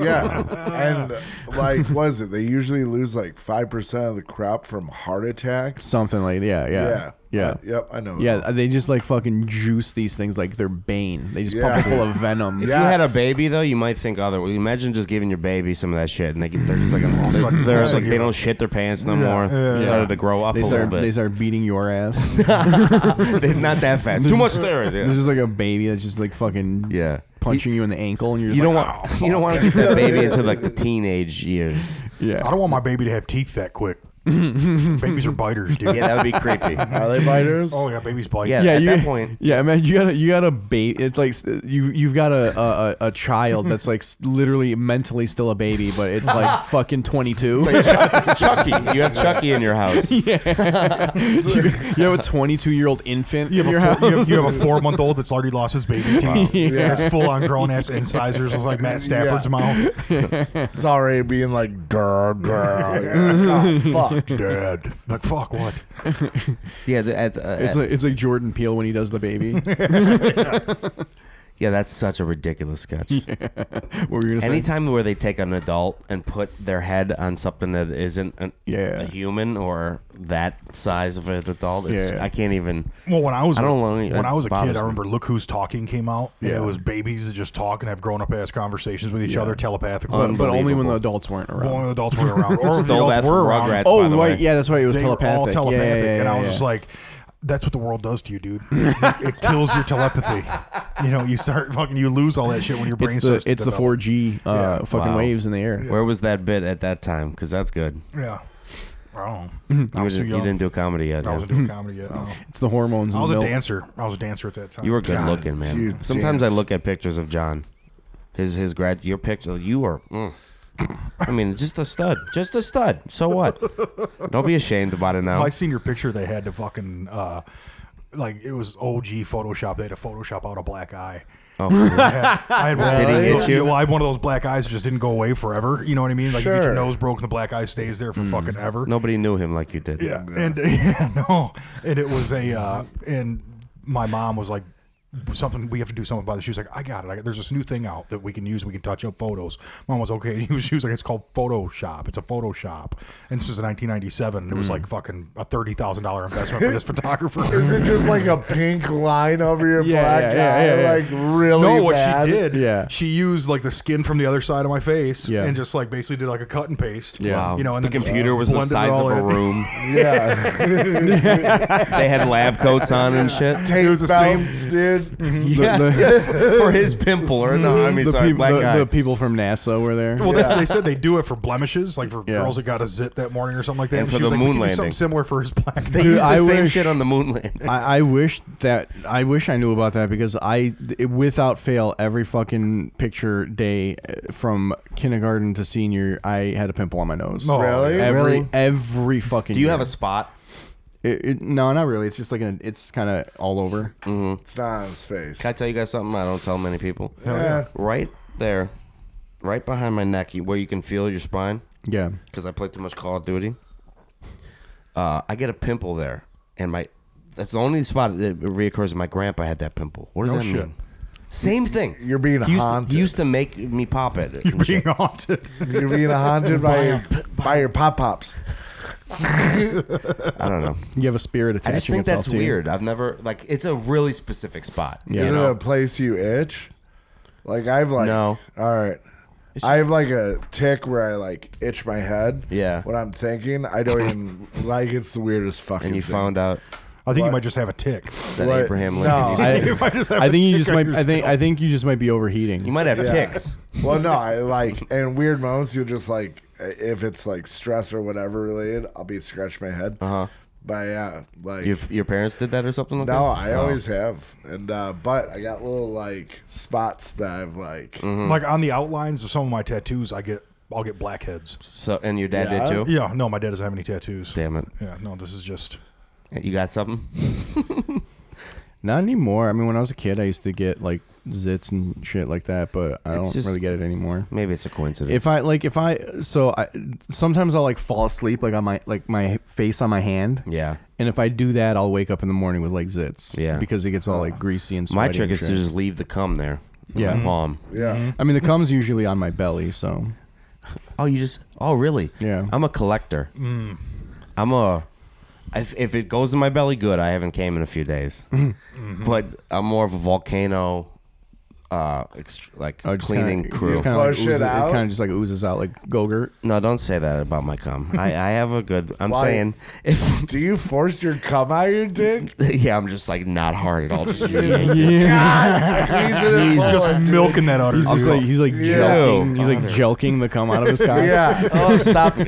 [SPEAKER 2] yeah, and like, was it? They usually lose like five percent of the crop from heart attacks.
[SPEAKER 5] Something like yeah, yeah.
[SPEAKER 2] Yeah,
[SPEAKER 5] Yeah.
[SPEAKER 2] I- yep, I know.
[SPEAKER 5] Yeah, uh, they just like fucking juice these things like they're bane. They just
[SPEAKER 2] Yeah.
[SPEAKER 5] pump it full of venom.
[SPEAKER 4] If you had a
[SPEAKER 2] Yes.
[SPEAKER 4] baby though, you might think otherwise. Imagine just giving your baby some of that shit, and they get, they're just
[SPEAKER 5] Mm.
[SPEAKER 4] like, they're,
[SPEAKER 3] like-
[SPEAKER 4] they're just
[SPEAKER 3] yeah,
[SPEAKER 4] like they
[SPEAKER 3] you-
[SPEAKER 4] don't shit their pants no more. They started to grow up
[SPEAKER 5] They
[SPEAKER 4] a
[SPEAKER 5] start
[SPEAKER 4] little
[SPEAKER 5] they
[SPEAKER 4] bit.
[SPEAKER 5] start beating your
[SPEAKER 2] [laughs]
[SPEAKER 5] ass.
[SPEAKER 4] [laughs] They're not that fast. Too much steroids.
[SPEAKER 5] There's
[SPEAKER 4] Yeah.
[SPEAKER 5] just like a baby that's just like fucking
[SPEAKER 4] Yeah.
[SPEAKER 5] punching you in the ankle and you're just
[SPEAKER 4] You don't
[SPEAKER 5] like,
[SPEAKER 4] want you don't want to get that
[SPEAKER 5] [laughs]
[SPEAKER 4] baby into like the teenage years.
[SPEAKER 5] Yeah.
[SPEAKER 3] I don't want my baby to have teeth that quick. Babies are biters, dude.
[SPEAKER 4] Yeah, that would be creepy.
[SPEAKER 2] Are they biters?
[SPEAKER 3] [laughs] Oh yeah, babies bite.
[SPEAKER 4] Yeah.
[SPEAKER 5] yeah,
[SPEAKER 4] at
[SPEAKER 5] you,
[SPEAKER 4] that point-
[SPEAKER 5] [laughs] Yeah, man, you gotta you gotta bait. It's like s- you you've got a a, a- a child that's like s- literally mentally still a baby, but
[SPEAKER 2] [laughs]
[SPEAKER 5] it's like fucking twenty two.
[SPEAKER 4] It's like Chuck- it's Chucky. You have Chucky in
[SPEAKER 5] [laughs]
[SPEAKER 4] your [laughs] house.
[SPEAKER 5] you have a twenty two year old infant
[SPEAKER 3] You
[SPEAKER 5] in
[SPEAKER 3] have,
[SPEAKER 5] your
[SPEAKER 3] a four, you, have,
[SPEAKER 5] house.
[SPEAKER 3] you have a four-month-old that's already lost his baby teeth. Yeah, it's full-on grown-ass incisors, it's like Matt Stafford's
[SPEAKER 2] Yeah.
[SPEAKER 3] mouth.
[SPEAKER 2] It's already being like, duh,
[SPEAKER 4] [laughs]
[SPEAKER 2] duh. Yeah. Oh, fuck.
[SPEAKER 3] Dad, like fuck what?
[SPEAKER 4] Yeah, the- at, uh,
[SPEAKER 5] [laughs] It's like it's like Jordan Peele when he does the
[SPEAKER 4] [laughs]
[SPEAKER 5] baby. what
[SPEAKER 4] yeah, that's such a ridiculous sketch.
[SPEAKER 5] were you gonna say?
[SPEAKER 4] Anytime where they take an adult and put their head on something that isn't an,
[SPEAKER 5] Yeah.
[SPEAKER 4] a human or that size of an adult, it's,
[SPEAKER 5] Yeah.
[SPEAKER 4] I can't even.
[SPEAKER 3] Well, when I was
[SPEAKER 4] I don't know, it
[SPEAKER 3] when I was a
[SPEAKER 4] bothers
[SPEAKER 3] kid, I
[SPEAKER 4] me.
[SPEAKER 3] remember "Look Who's Talking" came out, and
[SPEAKER 5] Yeah.
[SPEAKER 3] it was babies that just talk and have grown-up ass conversations with each other telepathically.
[SPEAKER 5] But, but only when
[SPEAKER 4] Unbelievable.
[SPEAKER 5] the adults weren't around.
[SPEAKER 3] Well, when the adults were
[SPEAKER 4] [laughs]
[SPEAKER 3] around, or if the
[SPEAKER 4] Stole that
[SPEAKER 3] adults
[SPEAKER 4] from
[SPEAKER 3] were around,
[SPEAKER 4] Rugrats. by
[SPEAKER 5] oh,
[SPEAKER 4] the
[SPEAKER 5] right.
[SPEAKER 4] way.
[SPEAKER 5] Yeah, that's right. It was
[SPEAKER 3] they
[SPEAKER 5] telepathic.
[SPEAKER 3] were all telepathic,
[SPEAKER 5] Yeah, yeah, yeah,
[SPEAKER 3] and I was
[SPEAKER 5] yeah.
[SPEAKER 3] just like, "That's what the world does to you,
[SPEAKER 4] [laughs]
[SPEAKER 3] dude. It, it kills your telepathy. You know, you start fucking, you lose all that shit when your brain
[SPEAKER 5] it's the
[SPEAKER 3] starts. to
[SPEAKER 5] it's the
[SPEAKER 3] develop.
[SPEAKER 5] 4G uh,
[SPEAKER 3] Yeah.
[SPEAKER 5] fucking
[SPEAKER 4] Wow.
[SPEAKER 5] waves in the air.
[SPEAKER 4] Where was that bit at that time? Because that's good.
[SPEAKER 3] Yeah, I don't know. I
[SPEAKER 4] Mm-hmm. You,
[SPEAKER 3] was too
[SPEAKER 4] didn't, you
[SPEAKER 3] young.
[SPEAKER 4] didn't do comedy yet.
[SPEAKER 3] I
[SPEAKER 4] yeah. Mm-hmm.
[SPEAKER 3] wasn't doing comedy yet. no.
[SPEAKER 5] It's the hormones.
[SPEAKER 3] I
[SPEAKER 5] and
[SPEAKER 3] was
[SPEAKER 5] the
[SPEAKER 3] a
[SPEAKER 5] milk.
[SPEAKER 3] dancer. I was a dancer at that time.
[SPEAKER 4] You were good
[SPEAKER 2] God,
[SPEAKER 4] looking,
[SPEAKER 2] you
[SPEAKER 4] man. Sometimes I
[SPEAKER 2] dance.
[SPEAKER 4] look at pictures of John. His his grad your picture you are mm. I mean, just a stud. Just a stud. So what? Don't be ashamed about it now.
[SPEAKER 3] My senior picture, they had to fucking uh, like it was OG Photoshop. They had to Photoshop out a black eye.
[SPEAKER 4] Oh,
[SPEAKER 3] [laughs] I had, I had one.
[SPEAKER 4] Did he hit
[SPEAKER 3] well,
[SPEAKER 4] you?
[SPEAKER 3] Well, I had one of those black eyes that just didn't go away forever. You know what I mean? Like you get
[SPEAKER 2] Sure.
[SPEAKER 3] your nose broken, the black eye stays there for fucking
[SPEAKER 4] Hmm.
[SPEAKER 3] ever.
[SPEAKER 4] nobody knew him like you
[SPEAKER 3] [laughs]
[SPEAKER 4] did.
[SPEAKER 3] Yeah, and yeah, no, and it was a uh, and my mom was like, something we have to do something about this. She was like, I got it. I got, there's this new thing out that we can use. We can touch up photos. Mom was okay. [laughs] She was, she was like, it's called Photoshop. It's a Photoshop. And this was in 1997. And it was
[SPEAKER 4] Hmm.
[SPEAKER 3] like fucking a thirty thousand dollar investment
[SPEAKER 4] [laughs]
[SPEAKER 3] for this photographer.
[SPEAKER 2] Is it just like a pink line over your
[SPEAKER 5] Yeah,
[SPEAKER 2] black
[SPEAKER 5] yeah,
[SPEAKER 2] eye?
[SPEAKER 5] yeah, yeah, yeah.
[SPEAKER 2] Like really?
[SPEAKER 3] no, what
[SPEAKER 2] bad?
[SPEAKER 3] she did,
[SPEAKER 5] Yeah.
[SPEAKER 3] she used like the skin from the other side of my face,
[SPEAKER 5] Yeah.
[SPEAKER 3] and just like basically did like a cut and paste.
[SPEAKER 5] Yeah.
[SPEAKER 4] Wow.
[SPEAKER 3] you know, and
[SPEAKER 4] the
[SPEAKER 3] then just
[SPEAKER 4] computer was the
[SPEAKER 3] blended it
[SPEAKER 4] size of
[SPEAKER 3] all
[SPEAKER 4] a
[SPEAKER 3] in.
[SPEAKER 4] room.
[SPEAKER 2] [laughs] Yeah.
[SPEAKER 4] they had lab coats on and shit.
[SPEAKER 2] Tape
[SPEAKER 3] was the
[SPEAKER 2] belts, [laughs] dude.
[SPEAKER 4] [laughs] Yeah. for his pimple or no, I mean
[SPEAKER 5] the,
[SPEAKER 4] sorry,
[SPEAKER 5] peop-
[SPEAKER 4] black
[SPEAKER 5] the-
[SPEAKER 4] guy.
[SPEAKER 5] the people from NASA were
[SPEAKER 4] [laughs]
[SPEAKER 5] there.
[SPEAKER 3] Well, that's what they said. They do it for blemishes, like for
[SPEAKER 5] Yeah.
[SPEAKER 3] girls that got a zit that morning or something like that.
[SPEAKER 4] And for
[SPEAKER 3] she was
[SPEAKER 4] the
[SPEAKER 3] like, we
[SPEAKER 4] moon
[SPEAKER 3] can do
[SPEAKER 4] landing.
[SPEAKER 3] something similar for his black.
[SPEAKER 4] [laughs] they
[SPEAKER 5] Dude,
[SPEAKER 4] used the
[SPEAKER 5] I
[SPEAKER 4] same
[SPEAKER 5] wish-
[SPEAKER 4] shit on the moon landing.
[SPEAKER 5] I, I wish that I wish I knew about that because I it, without fail every fucking picture day uh, from kindergarten to senior I had a pimple on my nose.
[SPEAKER 3] Oh,
[SPEAKER 2] Really?
[SPEAKER 3] yeah.
[SPEAKER 5] Every
[SPEAKER 2] Really?
[SPEAKER 5] every fucking.
[SPEAKER 4] Do you
[SPEAKER 5] year.
[SPEAKER 4] have a spot?
[SPEAKER 5] It, it, no, not really. It's just like an. It's kind of all over.
[SPEAKER 4] Mm.
[SPEAKER 2] It's not on his face.
[SPEAKER 4] Can I tell you guys something? I don't tell many people.
[SPEAKER 2] Yeah.
[SPEAKER 4] Right there, right behind my neck, you- where you can feel your spine,
[SPEAKER 5] Yeah.
[SPEAKER 4] because I play too much Call of Duty. Uh, I get a pimple there, and my that's the only spot that reoccurs. My grandpa had that pimple. What does that
[SPEAKER 3] shit.
[SPEAKER 4] mean? Same thing.
[SPEAKER 2] You're being
[SPEAKER 4] he used
[SPEAKER 2] haunted.
[SPEAKER 4] To, he used to make me
[SPEAKER 2] [laughs]
[SPEAKER 4] pop it. and
[SPEAKER 3] You're being
[SPEAKER 4] shit.
[SPEAKER 3] haunted.
[SPEAKER 2] You're being haunted by your, by your pop pops.
[SPEAKER 4] I don't know.
[SPEAKER 5] You have a spirit attaching
[SPEAKER 4] I just think
[SPEAKER 5] itself
[SPEAKER 4] that's
[SPEAKER 5] to you.
[SPEAKER 4] weird. I've never like it's a really specific spot.
[SPEAKER 5] Yeah.
[SPEAKER 2] Is
[SPEAKER 4] You
[SPEAKER 2] it
[SPEAKER 4] know?
[SPEAKER 2] a place you itch? Like I've like
[SPEAKER 4] No.
[SPEAKER 2] All right. I have like a tick where I like itch my head.
[SPEAKER 4] Yeah.
[SPEAKER 2] When I'm thinking, I don't even like. It's the weirdest fucking.
[SPEAKER 4] and you
[SPEAKER 2] thing.
[SPEAKER 4] found out
[SPEAKER 3] I think you
[SPEAKER 2] What?
[SPEAKER 3] might just have a tick.
[SPEAKER 4] that
[SPEAKER 2] What?
[SPEAKER 4] Abraham
[SPEAKER 2] No.
[SPEAKER 4] Lincoln. used to-
[SPEAKER 5] I-
[SPEAKER 3] [laughs] You might just have
[SPEAKER 5] I
[SPEAKER 3] a
[SPEAKER 5] think you
[SPEAKER 3] tick
[SPEAKER 5] just
[SPEAKER 3] on
[SPEAKER 5] might.
[SPEAKER 3] your
[SPEAKER 5] I think.
[SPEAKER 3] skull.
[SPEAKER 5] I think you just might be overheating.
[SPEAKER 4] [laughs] you might have
[SPEAKER 2] Yeah.
[SPEAKER 4] ticks.
[SPEAKER 2] Well, no, I like in weird moments you'll just like if it's like stress or whatever related, I'll be scratching my head.
[SPEAKER 4] Uh-huh.
[SPEAKER 2] But yeah, like
[SPEAKER 4] Your, your parents did that or something like
[SPEAKER 2] no,
[SPEAKER 4] that?
[SPEAKER 2] I always have, and uh but I got little like spots that I've like.
[SPEAKER 4] Mm-hmm. Hmm.
[SPEAKER 3] like on the outlines of some of my tattoos, I get I'll get blackheads.
[SPEAKER 4] So and your dad
[SPEAKER 2] Yeah.
[SPEAKER 4] did too.
[SPEAKER 3] Yeah, no, my dad doesn't have any tattoos.
[SPEAKER 4] Damn it!
[SPEAKER 3] Yeah, no, this is just
[SPEAKER 4] You got something?
[SPEAKER 5] Not anymore. I mean, when I was a kid, I used to get like zits and shit like that, but I
[SPEAKER 4] It's
[SPEAKER 5] don't
[SPEAKER 4] just-
[SPEAKER 5] really get it anymore.
[SPEAKER 4] Maybe it's a coincidence.
[SPEAKER 5] If I like, if I so I sometimes I'll like fall asleep like on my like my face on my hand.
[SPEAKER 4] yeah,
[SPEAKER 5] And if I do that, I'll wake up in the morning with like zits.
[SPEAKER 4] Yeah.
[SPEAKER 5] Because it gets all like greasy and sweaty.
[SPEAKER 4] my trick
[SPEAKER 5] and
[SPEAKER 4] is to
[SPEAKER 5] shit.
[SPEAKER 4] just leave the cum there. in
[SPEAKER 5] Yeah.
[SPEAKER 4] my palm.
[SPEAKER 2] Yeah,
[SPEAKER 5] I mean, the cum's usually on my belly, so
[SPEAKER 4] Oh, you just. Oh, really?
[SPEAKER 5] Yeah. Mm.
[SPEAKER 4] I'm a collector. I'm a. If, if it goes in my belly, good. I haven't came in a few
[SPEAKER 5] [laughs]
[SPEAKER 4] days,
[SPEAKER 5] Mm-hmm.
[SPEAKER 4] but I'm more of a volcano, uh, ext- like
[SPEAKER 5] I Oh, just
[SPEAKER 4] cleaning
[SPEAKER 5] kinda,
[SPEAKER 4] crew.
[SPEAKER 5] Just kinda, like,
[SPEAKER 2] Flush it
[SPEAKER 5] oozes-
[SPEAKER 2] out?
[SPEAKER 5] kind of just like oozes out like
[SPEAKER 4] [laughs]
[SPEAKER 5] Gogurt.
[SPEAKER 4] No, don't say that about my cum.
[SPEAKER 5] [laughs]
[SPEAKER 4] I, I have a good. I'm
[SPEAKER 2] Why?
[SPEAKER 4] saying if [laughs]
[SPEAKER 2] Do you force your cum out your dick?
[SPEAKER 4] yeah, I'm just like not hard at
[SPEAKER 5] [laughs]
[SPEAKER 4] all. Just
[SPEAKER 2] Squeeze it in
[SPEAKER 4] Jesus.
[SPEAKER 2] full, dude.
[SPEAKER 3] milking that out.
[SPEAKER 5] He's just like he's like
[SPEAKER 2] Yeah.
[SPEAKER 5] jelking. He's like jelking the cum out of
[SPEAKER 2] [laughs]
[SPEAKER 5] his cock.
[SPEAKER 2] Yeah.
[SPEAKER 4] oh, stop it,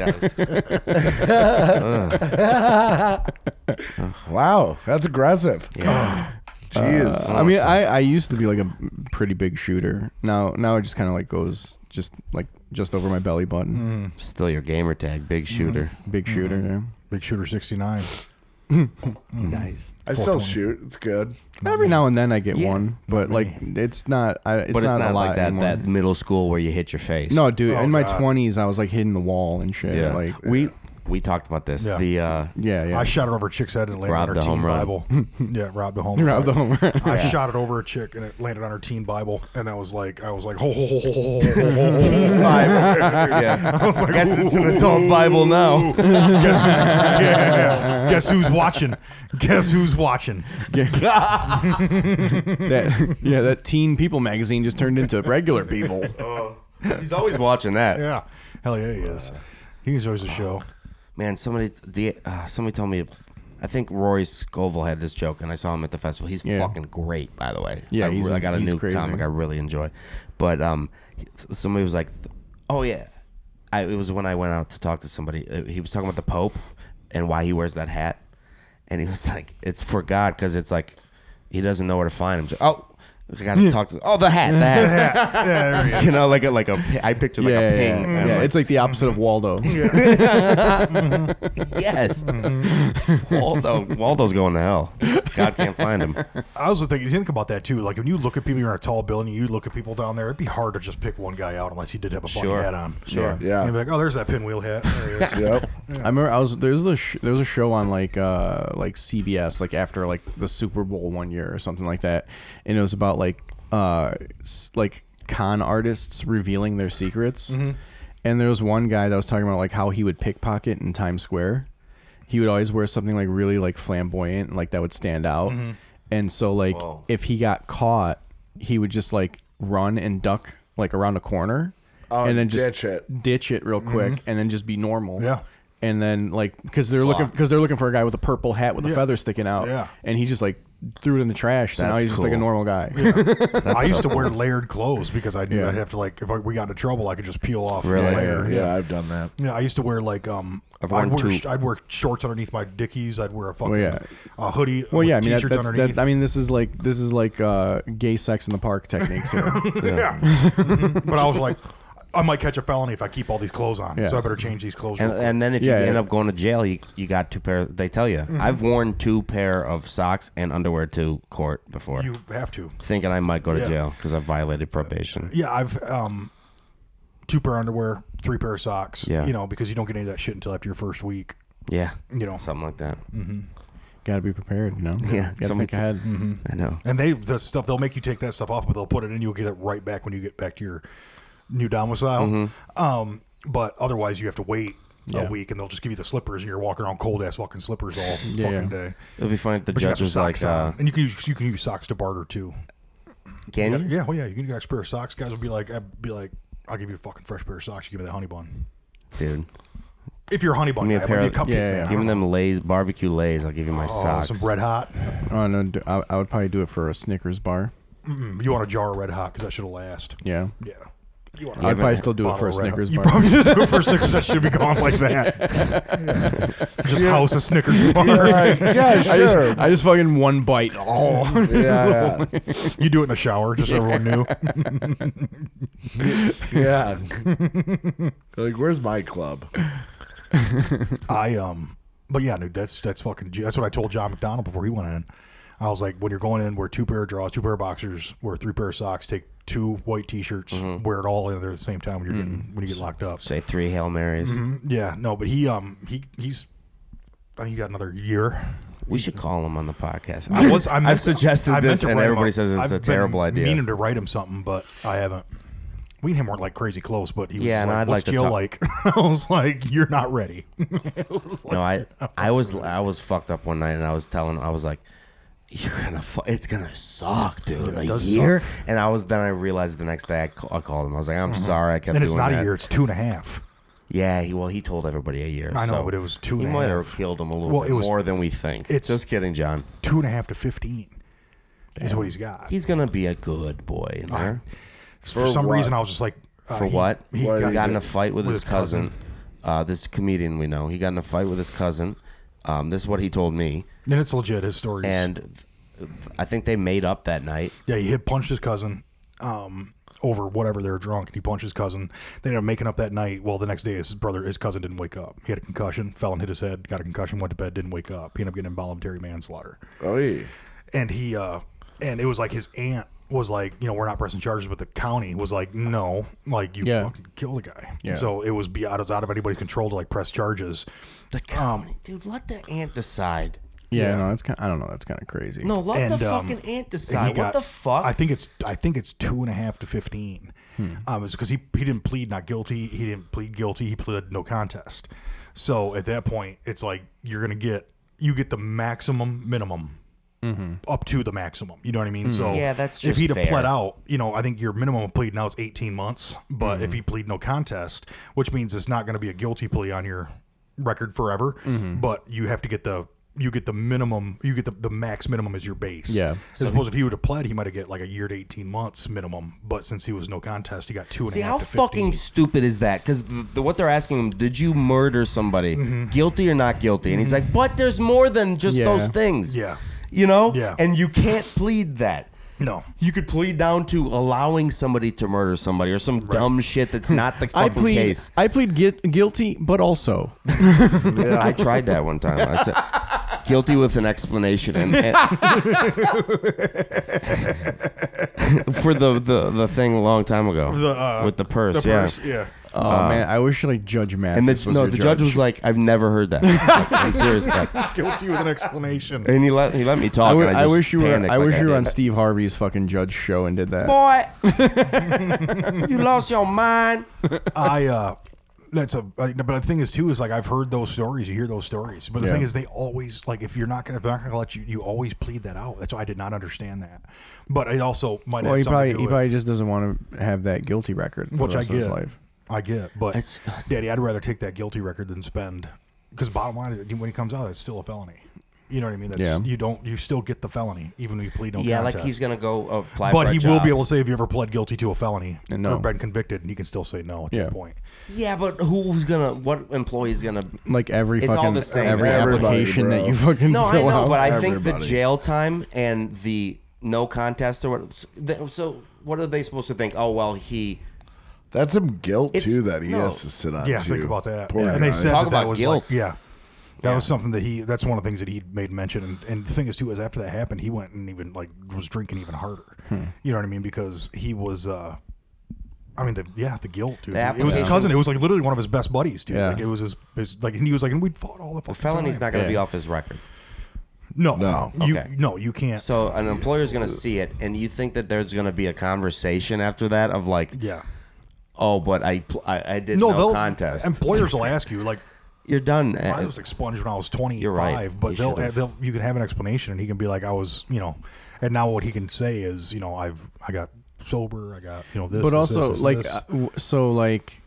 [SPEAKER 4] guys.
[SPEAKER 2] Wow, that's aggressive.
[SPEAKER 4] Yeah.
[SPEAKER 2] [sighs]
[SPEAKER 4] Uh,
[SPEAKER 2] Jeez.
[SPEAKER 5] I mean, I, I used to be like a pretty big shooter. Now now it just kind of like goes just like just over my belly button.
[SPEAKER 4] Still your gamer tag, big
[SPEAKER 5] Mm-hmm.
[SPEAKER 4] shooter.
[SPEAKER 2] Mm.
[SPEAKER 5] Big shooter.
[SPEAKER 4] Mm-hmm.
[SPEAKER 5] yeah.
[SPEAKER 3] Big Shooter 69.
[SPEAKER 4] Nice.
[SPEAKER 2] I still shoot. It's good.
[SPEAKER 5] Every now and then I get
[SPEAKER 4] Yeah.
[SPEAKER 5] one, but like it's not. I, it's
[SPEAKER 4] but it's
[SPEAKER 5] not,
[SPEAKER 4] not,
[SPEAKER 5] a lot
[SPEAKER 4] like that,
[SPEAKER 5] anymore.
[SPEAKER 4] that middle school where you hit your face.
[SPEAKER 5] No, dude.
[SPEAKER 3] Oh,
[SPEAKER 5] in my
[SPEAKER 3] God.
[SPEAKER 5] twenties, I was like hitting the wall and shit.
[SPEAKER 4] Yeah.
[SPEAKER 5] Like,
[SPEAKER 4] we we talked about this.
[SPEAKER 3] Yeah.
[SPEAKER 4] The uh,
[SPEAKER 5] yeah, [laughs] yeah.
[SPEAKER 3] I shot it over a chick's head and it landed
[SPEAKER 4] Robbed
[SPEAKER 3] on her
[SPEAKER 4] the
[SPEAKER 3] teen
[SPEAKER 4] home run. [laughs]
[SPEAKER 3] Bible. yeah, robbed a home
[SPEAKER 5] Robbed the home run.
[SPEAKER 3] I shot it over a chick and it landed on her teen Bible. And that was like, I was like, ho, ho, ho, ho, ho, ho, ho, ho.
[SPEAKER 4] yeah. [laughs] I guess it's an adult Bible now.
[SPEAKER 3] Guess who's, yeah. Guess who's watching? Guess who's watching?
[SPEAKER 5] that, yeah, that teen people magazine just turned into regular
[SPEAKER 4] [laughs] Oh,
[SPEAKER 5] people.
[SPEAKER 4] [laughs] He's always watching that.
[SPEAKER 3] Yeah. Hell yeah, he is. He enjoys the show.
[SPEAKER 4] Man, somebody the, uh, somebody told me. I think Rory Scovel had this joke, and I saw him at the festival. He's
[SPEAKER 5] Yeah.
[SPEAKER 4] fucking great, by the way.
[SPEAKER 5] Yeah,
[SPEAKER 4] I,
[SPEAKER 5] he's-
[SPEAKER 4] re- I got a
[SPEAKER 5] he's
[SPEAKER 4] new
[SPEAKER 5] crazy.
[SPEAKER 4] comic I really enjoy. But um, he- somebody was like, "Oh yeah," I, it was when I went out to talk to somebody. Uh, He was talking about the Pope and why he wears that hat, [laughs] and he was like, "It's for God because it's like he doesn't know where to find him." So- oh, I gotta talk to. Oh, the hat, the
[SPEAKER 5] [laughs]
[SPEAKER 4] hat.
[SPEAKER 3] Yeah, there he is.
[SPEAKER 4] [laughs] you know, like a like a. pi- I picture like
[SPEAKER 5] yeah,
[SPEAKER 4] a
[SPEAKER 5] yeah,
[SPEAKER 4] ping.
[SPEAKER 5] yeah.
[SPEAKER 4] and
[SPEAKER 5] Yeah,
[SPEAKER 4] I'm
[SPEAKER 5] it's like the opposite of
[SPEAKER 4] [laughs]
[SPEAKER 5] Waldo.
[SPEAKER 4] like, yes. Waldo, Waldo's going to hell. God can't find him.
[SPEAKER 3] I also think you think about that too. Like when you look at people, you're in a tall building. You look at people down there. It'd be hard to just pick one guy out unless he did have a funny
[SPEAKER 4] Sure.
[SPEAKER 3] hat on.
[SPEAKER 4] Sure.
[SPEAKER 2] Yeah.
[SPEAKER 3] You'd be like, oh, there's that pinwheel
[SPEAKER 5] [laughs]
[SPEAKER 3] hat. There he is.
[SPEAKER 2] Yep.
[SPEAKER 5] I remember I was there's a sh- there was a show on like uh like CBS like after like the Super Bowl one year or something like that, and it was about like uh s- like con artists revealing their secrets, and there was one guy that was talking about like how he would pickpocket in Times Square. He would always wear something like really like flamboyant and like that would stand out, and so like if he got caught, he would just like run and duck like around a corner.
[SPEAKER 2] Oh,
[SPEAKER 5] and then just
[SPEAKER 2] ditch it.
[SPEAKER 5] ditch it real quick and then just be normal.
[SPEAKER 3] Yeah.
[SPEAKER 5] And then like because they're looking because they're looking for a guy with a purple hat with a feather sticking out.
[SPEAKER 3] Yeah.
[SPEAKER 5] And he just like threw it in the trash. So now
[SPEAKER 4] That's
[SPEAKER 5] he's just like a
[SPEAKER 4] cool.
[SPEAKER 5] normal guy.
[SPEAKER 3] [laughs] I used to wear layered clothes because I knew
[SPEAKER 5] Yeah.
[SPEAKER 3] I'd have to like if I, we got into trouble, I could just peel off.
[SPEAKER 4] Really?
[SPEAKER 3] the layer.
[SPEAKER 2] Yeah, I've done that.
[SPEAKER 3] Yeah, I used to wear like um,
[SPEAKER 4] I've
[SPEAKER 3] I'd
[SPEAKER 4] worn
[SPEAKER 3] wear
[SPEAKER 4] two-
[SPEAKER 3] sh- I'd wear shorts underneath my dickies. I'd wear a fucking
[SPEAKER 5] yeah.
[SPEAKER 3] uh, hoodie.
[SPEAKER 5] Well,
[SPEAKER 3] with
[SPEAKER 5] yeah. I mean, that,
[SPEAKER 3] t-shirts
[SPEAKER 5] that's
[SPEAKER 3] underneath.
[SPEAKER 5] that. I mean, this is like this is like uh, gay sex in the park techniques here.
[SPEAKER 3] [laughs] yeah. Mhm. But I was like, I might catch a felony if I keep all these clothes on,
[SPEAKER 5] Yeah.
[SPEAKER 3] so I better change these clothes.
[SPEAKER 4] And, uh,
[SPEAKER 3] real quick.
[SPEAKER 4] and then if
[SPEAKER 5] Yeah,
[SPEAKER 4] you end
[SPEAKER 5] yeah.
[SPEAKER 4] up going to jail, you, you got two pair. They tell you.
[SPEAKER 3] Mm-hmm.
[SPEAKER 4] I've worn two pair of socks and underwear to court before,
[SPEAKER 3] you have to.
[SPEAKER 4] thinking I might go to
[SPEAKER 3] Yeah.
[SPEAKER 4] jail because I violated probation.
[SPEAKER 3] Yeah, I've um, two pair underwear, three pair of socks.
[SPEAKER 4] Yeah.
[SPEAKER 3] you know because you don't get any of that shit until after your first week.
[SPEAKER 4] Yeah,
[SPEAKER 3] You Mm-hmm. know,
[SPEAKER 4] something like that.
[SPEAKER 5] Got to be prepared, you know.
[SPEAKER 4] Yeah,
[SPEAKER 5] Got to
[SPEAKER 4] somebody mm-hmm.
[SPEAKER 5] think ahead.
[SPEAKER 4] I know.
[SPEAKER 3] and they the stuff they'll make you take that stuff off, but they'll put it in. You'll get it right back when you get back to your new domicile. Um, but otherwise, you have to wait.
[SPEAKER 5] Yeah.
[SPEAKER 3] A week, and they'll just give you the slippers, and you're walking around cold ass fucking slippers all
[SPEAKER 5] Yeah,
[SPEAKER 3] fucking
[SPEAKER 5] yeah.
[SPEAKER 3] day.
[SPEAKER 4] It would be funny if the
[SPEAKER 3] But you got
[SPEAKER 4] judge
[SPEAKER 3] some
[SPEAKER 4] was like,
[SPEAKER 3] socks
[SPEAKER 4] uh,
[SPEAKER 3] on, and you can use, you can use socks to barter too.
[SPEAKER 4] "Can you?"
[SPEAKER 3] Yeah, well, yeah, you can get an extra pair of socks. Guys will be like, I'd be like, I'll give you a fucking fresh pair of socks. You give me that honey bun.
[SPEAKER 4] Dude,
[SPEAKER 3] If you're a honey bun,
[SPEAKER 4] me
[SPEAKER 3] guy,
[SPEAKER 4] a
[SPEAKER 3] it
[SPEAKER 4] pair
[SPEAKER 3] might be a
[SPEAKER 4] of-
[SPEAKER 3] cupcake.
[SPEAKER 5] yeah, yeah.
[SPEAKER 3] man.
[SPEAKER 4] give me them Lay's barbecue Lay's. I'll give you my
[SPEAKER 3] Oh,
[SPEAKER 4] socks.
[SPEAKER 3] some red hot.
[SPEAKER 5] Oh no, d- I, I would probably do it for a Snickers bar.
[SPEAKER 3] Mm, you want a jar of red hot because that should last.
[SPEAKER 5] Yeah.
[SPEAKER 3] Yeah. You want
[SPEAKER 5] I'd
[SPEAKER 4] but-
[SPEAKER 5] probably still do it
[SPEAKER 3] bottle
[SPEAKER 5] for a
[SPEAKER 3] of Red Hot.
[SPEAKER 5] Snickers
[SPEAKER 3] You
[SPEAKER 5] bar.
[SPEAKER 3] probably should do it for a Snickers. That should be going like that.
[SPEAKER 4] [laughs]
[SPEAKER 3] Just house a Snickers bar. [laughs]
[SPEAKER 2] Right. [laughs] Yeah,
[SPEAKER 5] [laughs]
[SPEAKER 2] sure.
[SPEAKER 5] [laughs] I just fucking one bite. Oh,
[SPEAKER 2] Yeah, yeah.
[SPEAKER 3] You do it in the shower, just so everyone knew.
[SPEAKER 2] yeah. [laughs] like, where's my club?
[SPEAKER 3] I um, but yeah, dude, that's that's fucking. That's what I told John McDonald before he went in. I was like, when you're going in, wear two pair of drawers, two pair of boxers, wear three pair of socks, take two white t-shirts,
[SPEAKER 4] Mm-hmm.
[SPEAKER 3] wear it all in there at the same time when you're getting when you get locked up. Mm-hmm.
[SPEAKER 4] Say three Hail Marys.
[SPEAKER 3] Yeah, no, but he um he he's. I think he got another
[SPEAKER 4] [clears throat]
[SPEAKER 3] year.
[SPEAKER 4] We should call him on the podcast.
[SPEAKER 3] I was. I meant,
[SPEAKER 4] have suggested
[SPEAKER 3] I meant
[SPEAKER 4] this,
[SPEAKER 3] to
[SPEAKER 4] and
[SPEAKER 3] write him
[SPEAKER 4] everybody
[SPEAKER 3] up.
[SPEAKER 4] says it's
[SPEAKER 3] I've
[SPEAKER 4] a
[SPEAKER 3] been
[SPEAKER 4] terrible idea.
[SPEAKER 3] Meaning to write him something, but I haven't. We and him weren't like crazy close, but he was
[SPEAKER 4] Yeah,
[SPEAKER 3] just
[SPEAKER 4] and
[SPEAKER 3] like,
[SPEAKER 4] I'd
[SPEAKER 3] "What's
[SPEAKER 4] like to
[SPEAKER 3] jail like?" [laughs]
[SPEAKER 4] talk-
[SPEAKER 3] I was like, "You're not ready."
[SPEAKER 4] no, I I was I was fucked up one night, and I was telling I was like, "You're gonna fu- it's gonna suck, dude. a
[SPEAKER 3] does
[SPEAKER 4] year." And I was then I realized the next day I, ca- I called him. I was like, "I'm sorry, I kept."
[SPEAKER 3] and Mm-hmm. it's
[SPEAKER 4] doing
[SPEAKER 3] not a
[SPEAKER 4] that."
[SPEAKER 3] year; it's two and a half.
[SPEAKER 4] Yeah, he, well, he told everybody a year.
[SPEAKER 3] I know,
[SPEAKER 4] so
[SPEAKER 3] but it was two
[SPEAKER 4] He
[SPEAKER 3] and a
[SPEAKER 4] might
[SPEAKER 3] half.
[SPEAKER 4] have killed him a little
[SPEAKER 3] Well,
[SPEAKER 4] bit
[SPEAKER 3] it was-
[SPEAKER 4] more than we think.
[SPEAKER 3] it's-
[SPEAKER 4] just kidding, John.
[SPEAKER 3] two and a half to 15 is what he's got.
[SPEAKER 4] He's gonna be a good boy. You know?
[SPEAKER 2] for
[SPEAKER 3] for, some
[SPEAKER 2] what?
[SPEAKER 3] reason, I was just like, uh,
[SPEAKER 4] For
[SPEAKER 3] he-
[SPEAKER 4] what?
[SPEAKER 3] He
[SPEAKER 2] Why
[SPEAKER 4] He
[SPEAKER 3] got,
[SPEAKER 4] got in a fight with,
[SPEAKER 3] with
[SPEAKER 4] his
[SPEAKER 3] his cousin.
[SPEAKER 4] cousin. Uh, this comedian we know. He got in a fight with his cousin. Um, this is what he told me,
[SPEAKER 3] and it's legit. His story.
[SPEAKER 4] and th- th- I think they made up that night.
[SPEAKER 3] yeah, he hit punched his cousin um, over whatever they were drunk, and he punched his cousin. They ended up making up that night. Well, the next day, his brother, his cousin didn't wake up. He had a concussion, fell and hit his head, got a concussion, went to bed, didn't wake up. He ended up getting involuntary manslaughter.
[SPEAKER 2] Oh, yeah.
[SPEAKER 3] and he uh and it was like his aunt was like you know we're not pressing charges but the county was like no like you
[SPEAKER 5] Yeah.
[SPEAKER 3] fucking killed a guy
[SPEAKER 5] Yeah.
[SPEAKER 3] so it was beyond it was out of anybody's control to like press charges
[SPEAKER 4] The county, Um, dude, let the ant decide.
[SPEAKER 5] yeah,
[SPEAKER 3] Yeah.
[SPEAKER 5] no, that's kind. I don't know. That's kind of crazy.
[SPEAKER 4] No, let
[SPEAKER 3] and
[SPEAKER 4] the
[SPEAKER 3] um,
[SPEAKER 4] fucking ant
[SPEAKER 3] and he
[SPEAKER 4] decide. What
[SPEAKER 3] got-
[SPEAKER 4] the fuck?
[SPEAKER 3] i think it's i think it's two and a half to 15
[SPEAKER 5] Hmm.
[SPEAKER 3] um it's because he he didn't plead not guilty he didn't plead guilty he pleaded no contest so at that point it's like you're gonna get you get the maximum minimum
[SPEAKER 5] Mm-hmm.
[SPEAKER 3] up to the maximum you know what i mean so
[SPEAKER 4] Yeah, that's
[SPEAKER 3] if
[SPEAKER 4] just
[SPEAKER 3] he'd have
[SPEAKER 4] fair.
[SPEAKER 3] pled out Oh, you know i think your minimum of pleading out is 18 months but
[SPEAKER 4] Mm-hmm.
[SPEAKER 3] if he plead no contest which means it's not going to be a guilty plea on your record forever
[SPEAKER 4] Mm-hmm.
[SPEAKER 3] but you have to get the you get the minimum you get the, the max minimum as your base
[SPEAKER 5] Yeah.
[SPEAKER 3] as opposed if he would have pled he might have get like a year to 18 months minimum but since he was no contest he got two and a
[SPEAKER 4] See how
[SPEAKER 3] half to
[SPEAKER 4] fucking
[SPEAKER 3] 15.
[SPEAKER 4] stupid is that? Because the, the, what they're asking him, did you murder somebody,
[SPEAKER 3] Mm-hmm.
[SPEAKER 4] guilty or not guilty? And he's like, but there's more than just
[SPEAKER 5] Yeah.
[SPEAKER 4] those things.
[SPEAKER 3] Yeah.
[SPEAKER 4] you know.
[SPEAKER 3] Yeah.
[SPEAKER 4] and you can't plead that.
[SPEAKER 3] No.
[SPEAKER 4] You could plead down to allowing somebody to murder somebody or some dumb shit that's not the
[SPEAKER 5] [laughs] I
[SPEAKER 4] fucking
[SPEAKER 5] plead.
[SPEAKER 4] case.
[SPEAKER 5] I plead gui- guilty, but also
[SPEAKER 4] I tried that one time. I said guilty with an explanation and, [laughs] and for the, the the thing a long time ago
[SPEAKER 3] The, uh,
[SPEAKER 4] with the purse,
[SPEAKER 3] the
[SPEAKER 4] yeah.
[SPEAKER 3] purse, yeah.
[SPEAKER 5] Oh man, I wish like Judge Mathis
[SPEAKER 4] Uh, And
[SPEAKER 5] was
[SPEAKER 4] the, no,
[SPEAKER 5] your
[SPEAKER 4] the judge. was like, "I've never heard that." I'm serious, God.
[SPEAKER 3] Guilty with an
[SPEAKER 4] [laughs]
[SPEAKER 3] explanation.
[SPEAKER 4] and he let he let me talk.
[SPEAKER 5] I, w-
[SPEAKER 4] and
[SPEAKER 5] I
[SPEAKER 4] just
[SPEAKER 5] wish you were.
[SPEAKER 4] panicked
[SPEAKER 5] I
[SPEAKER 4] like
[SPEAKER 5] wish you were on
[SPEAKER 4] did.
[SPEAKER 5] Steve Harvey's fucking judge show and did that.
[SPEAKER 4] Boy, [laughs]
[SPEAKER 5] [laughs]
[SPEAKER 4] you lost your mind.
[SPEAKER 3] I uh that's a like, but the thing is too is like I've heard those stories, you hear those stories. But the
[SPEAKER 5] Yeah.
[SPEAKER 3] thing is they always like if you're not gonna if they're not gonna let you you always plead that out. That's why I did not understand that. But it also might
[SPEAKER 5] well,
[SPEAKER 3] have
[SPEAKER 5] he
[SPEAKER 3] something to
[SPEAKER 5] probably
[SPEAKER 3] do
[SPEAKER 5] he
[SPEAKER 3] with-
[SPEAKER 5] probably just doesn't want to have that guilty record for
[SPEAKER 3] which
[SPEAKER 5] the
[SPEAKER 3] I
[SPEAKER 5] rest of his
[SPEAKER 3] get.
[SPEAKER 5] life.
[SPEAKER 3] I get, but
[SPEAKER 4] It's-
[SPEAKER 3] Daddy, I'd rather take that guilty record than spend because bottom line, is, when he comes out, it's still a felony. You know what I mean? That's,
[SPEAKER 5] Yeah.
[SPEAKER 3] You don't. You still get the felony even when you plead no
[SPEAKER 4] yeah,
[SPEAKER 3] contest.
[SPEAKER 4] like he's gonna go uh, apply.
[SPEAKER 3] But
[SPEAKER 4] for a
[SPEAKER 3] he will
[SPEAKER 4] job.
[SPEAKER 3] be able to say if you ever pled guilty to a felony
[SPEAKER 5] And no.
[SPEAKER 3] or been convicted, and he can still say no at
[SPEAKER 5] Yeah.
[SPEAKER 3] that point.
[SPEAKER 4] Yeah, but who's gonna? What employee's gonna?
[SPEAKER 5] Like every
[SPEAKER 4] It's all
[SPEAKER 5] fucking
[SPEAKER 4] the same.
[SPEAKER 5] every
[SPEAKER 2] Everybody,
[SPEAKER 5] application
[SPEAKER 2] bro.
[SPEAKER 5] that you fucking
[SPEAKER 4] No, I
[SPEAKER 5] fill
[SPEAKER 4] know,
[SPEAKER 5] out.
[SPEAKER 4] but I think the
[SPEAKER 2] Everybody.
[SPEAKER 4] jail time and the no contest or what. th- So what are they supposed to think? Oh well, he
[SPEAKER 2] That's some guilt
[SPEAKER 4] It's-
[SPEAKER 2] too that he
[SPEAKER 4] no.
[SPEAKER 2] has to sit on.
[SPEAKER 3] Yeah,
[SPEAKER 2] too.
[SPEAKER 3] think about that.
[SPEAKER 2] Poor
[SPEAKER 3] And they
[SPEAKER 2] guy.
[SPEAKER 3] said
[SPEAKER 4] Talk
[SPEAKER 3] that, that
[SPEAKER 4] about
[SPEAKER 3] was
[SPEAKER 4] guilt.
[SPEAKER 3] like, yeah, that was something that he. That's one of the things that he made mention. And, and the thing is, too, is after that happened, he went and even like was drinking even harder.
[SPEAKER 4] Hmm.
[SPEAKER 3] You know what I mean? Because he was. uh I mean, the, yeah, the guilt, dude.
[SPEAKER 4] The
[SPEAKER 3] it was his cousin.
[SPEAKER 4] applications.
[SPEAKER 3] It was like literally one of his best buddies, dude.
[SPEAKER 5] Yeah.
[SPEAKER 3] Like it was his, his, like, and he was like, and we fought all the fucking
[SPEAKER 4] felony's
[SPEAKER 3] time.
[SPEAKER 4] not gonna be
[SPEAKER 5] Yeah.
[SPEAKER 4] off his record.
[SPEAKER 3] No,
[SPEAKER 2] No.
[SPEAKER 3] you,
[SPEAKER 4] Okay.
[SPEAKER 3] no, you can't.
[SPEAKER 4] So an employer's gonna see it, and you think that there's gonna be a conversation after that of like,
[SPEAKER 3] yeah,
[SPEAKER 4] oh, but I pl- I, I did
[SPEAKER 3] no,
[SPEAKER 4] no,
[SPEAKER 3] they'll
[SPEAKER 4] contest.
[SPEAKER 3] Employers
[SPEAKER 4] [laughs]
[SPEAKER 3] will ask you, like,
[SPEAKER 4] You're done.
[SPEAKER 3] I
[SPEAKER 4] Uh,
[SPEAKER 3] was expunged when I was 25,
[SPEAKER 4] right.
[SPEAKER 3] but
[SPEAKER 4] You
[SPEAKER 3] they'll, eh,
[SPEAKER 4] should've.
[SPEAKER 3] they'll you can have an explanation and he can be like I was, you know, and now what he can say is, you know, I've I got sober, I got, you know, this.
[SPEAKER 5] But
[SPEAKER 3] this, this,
[SPEAKER 5] also,
[SPEAKER 3] this,
[SPEAKER 5] like,
[SPEAKER 3] this.
[SPEAKER 5] uh, w- so like,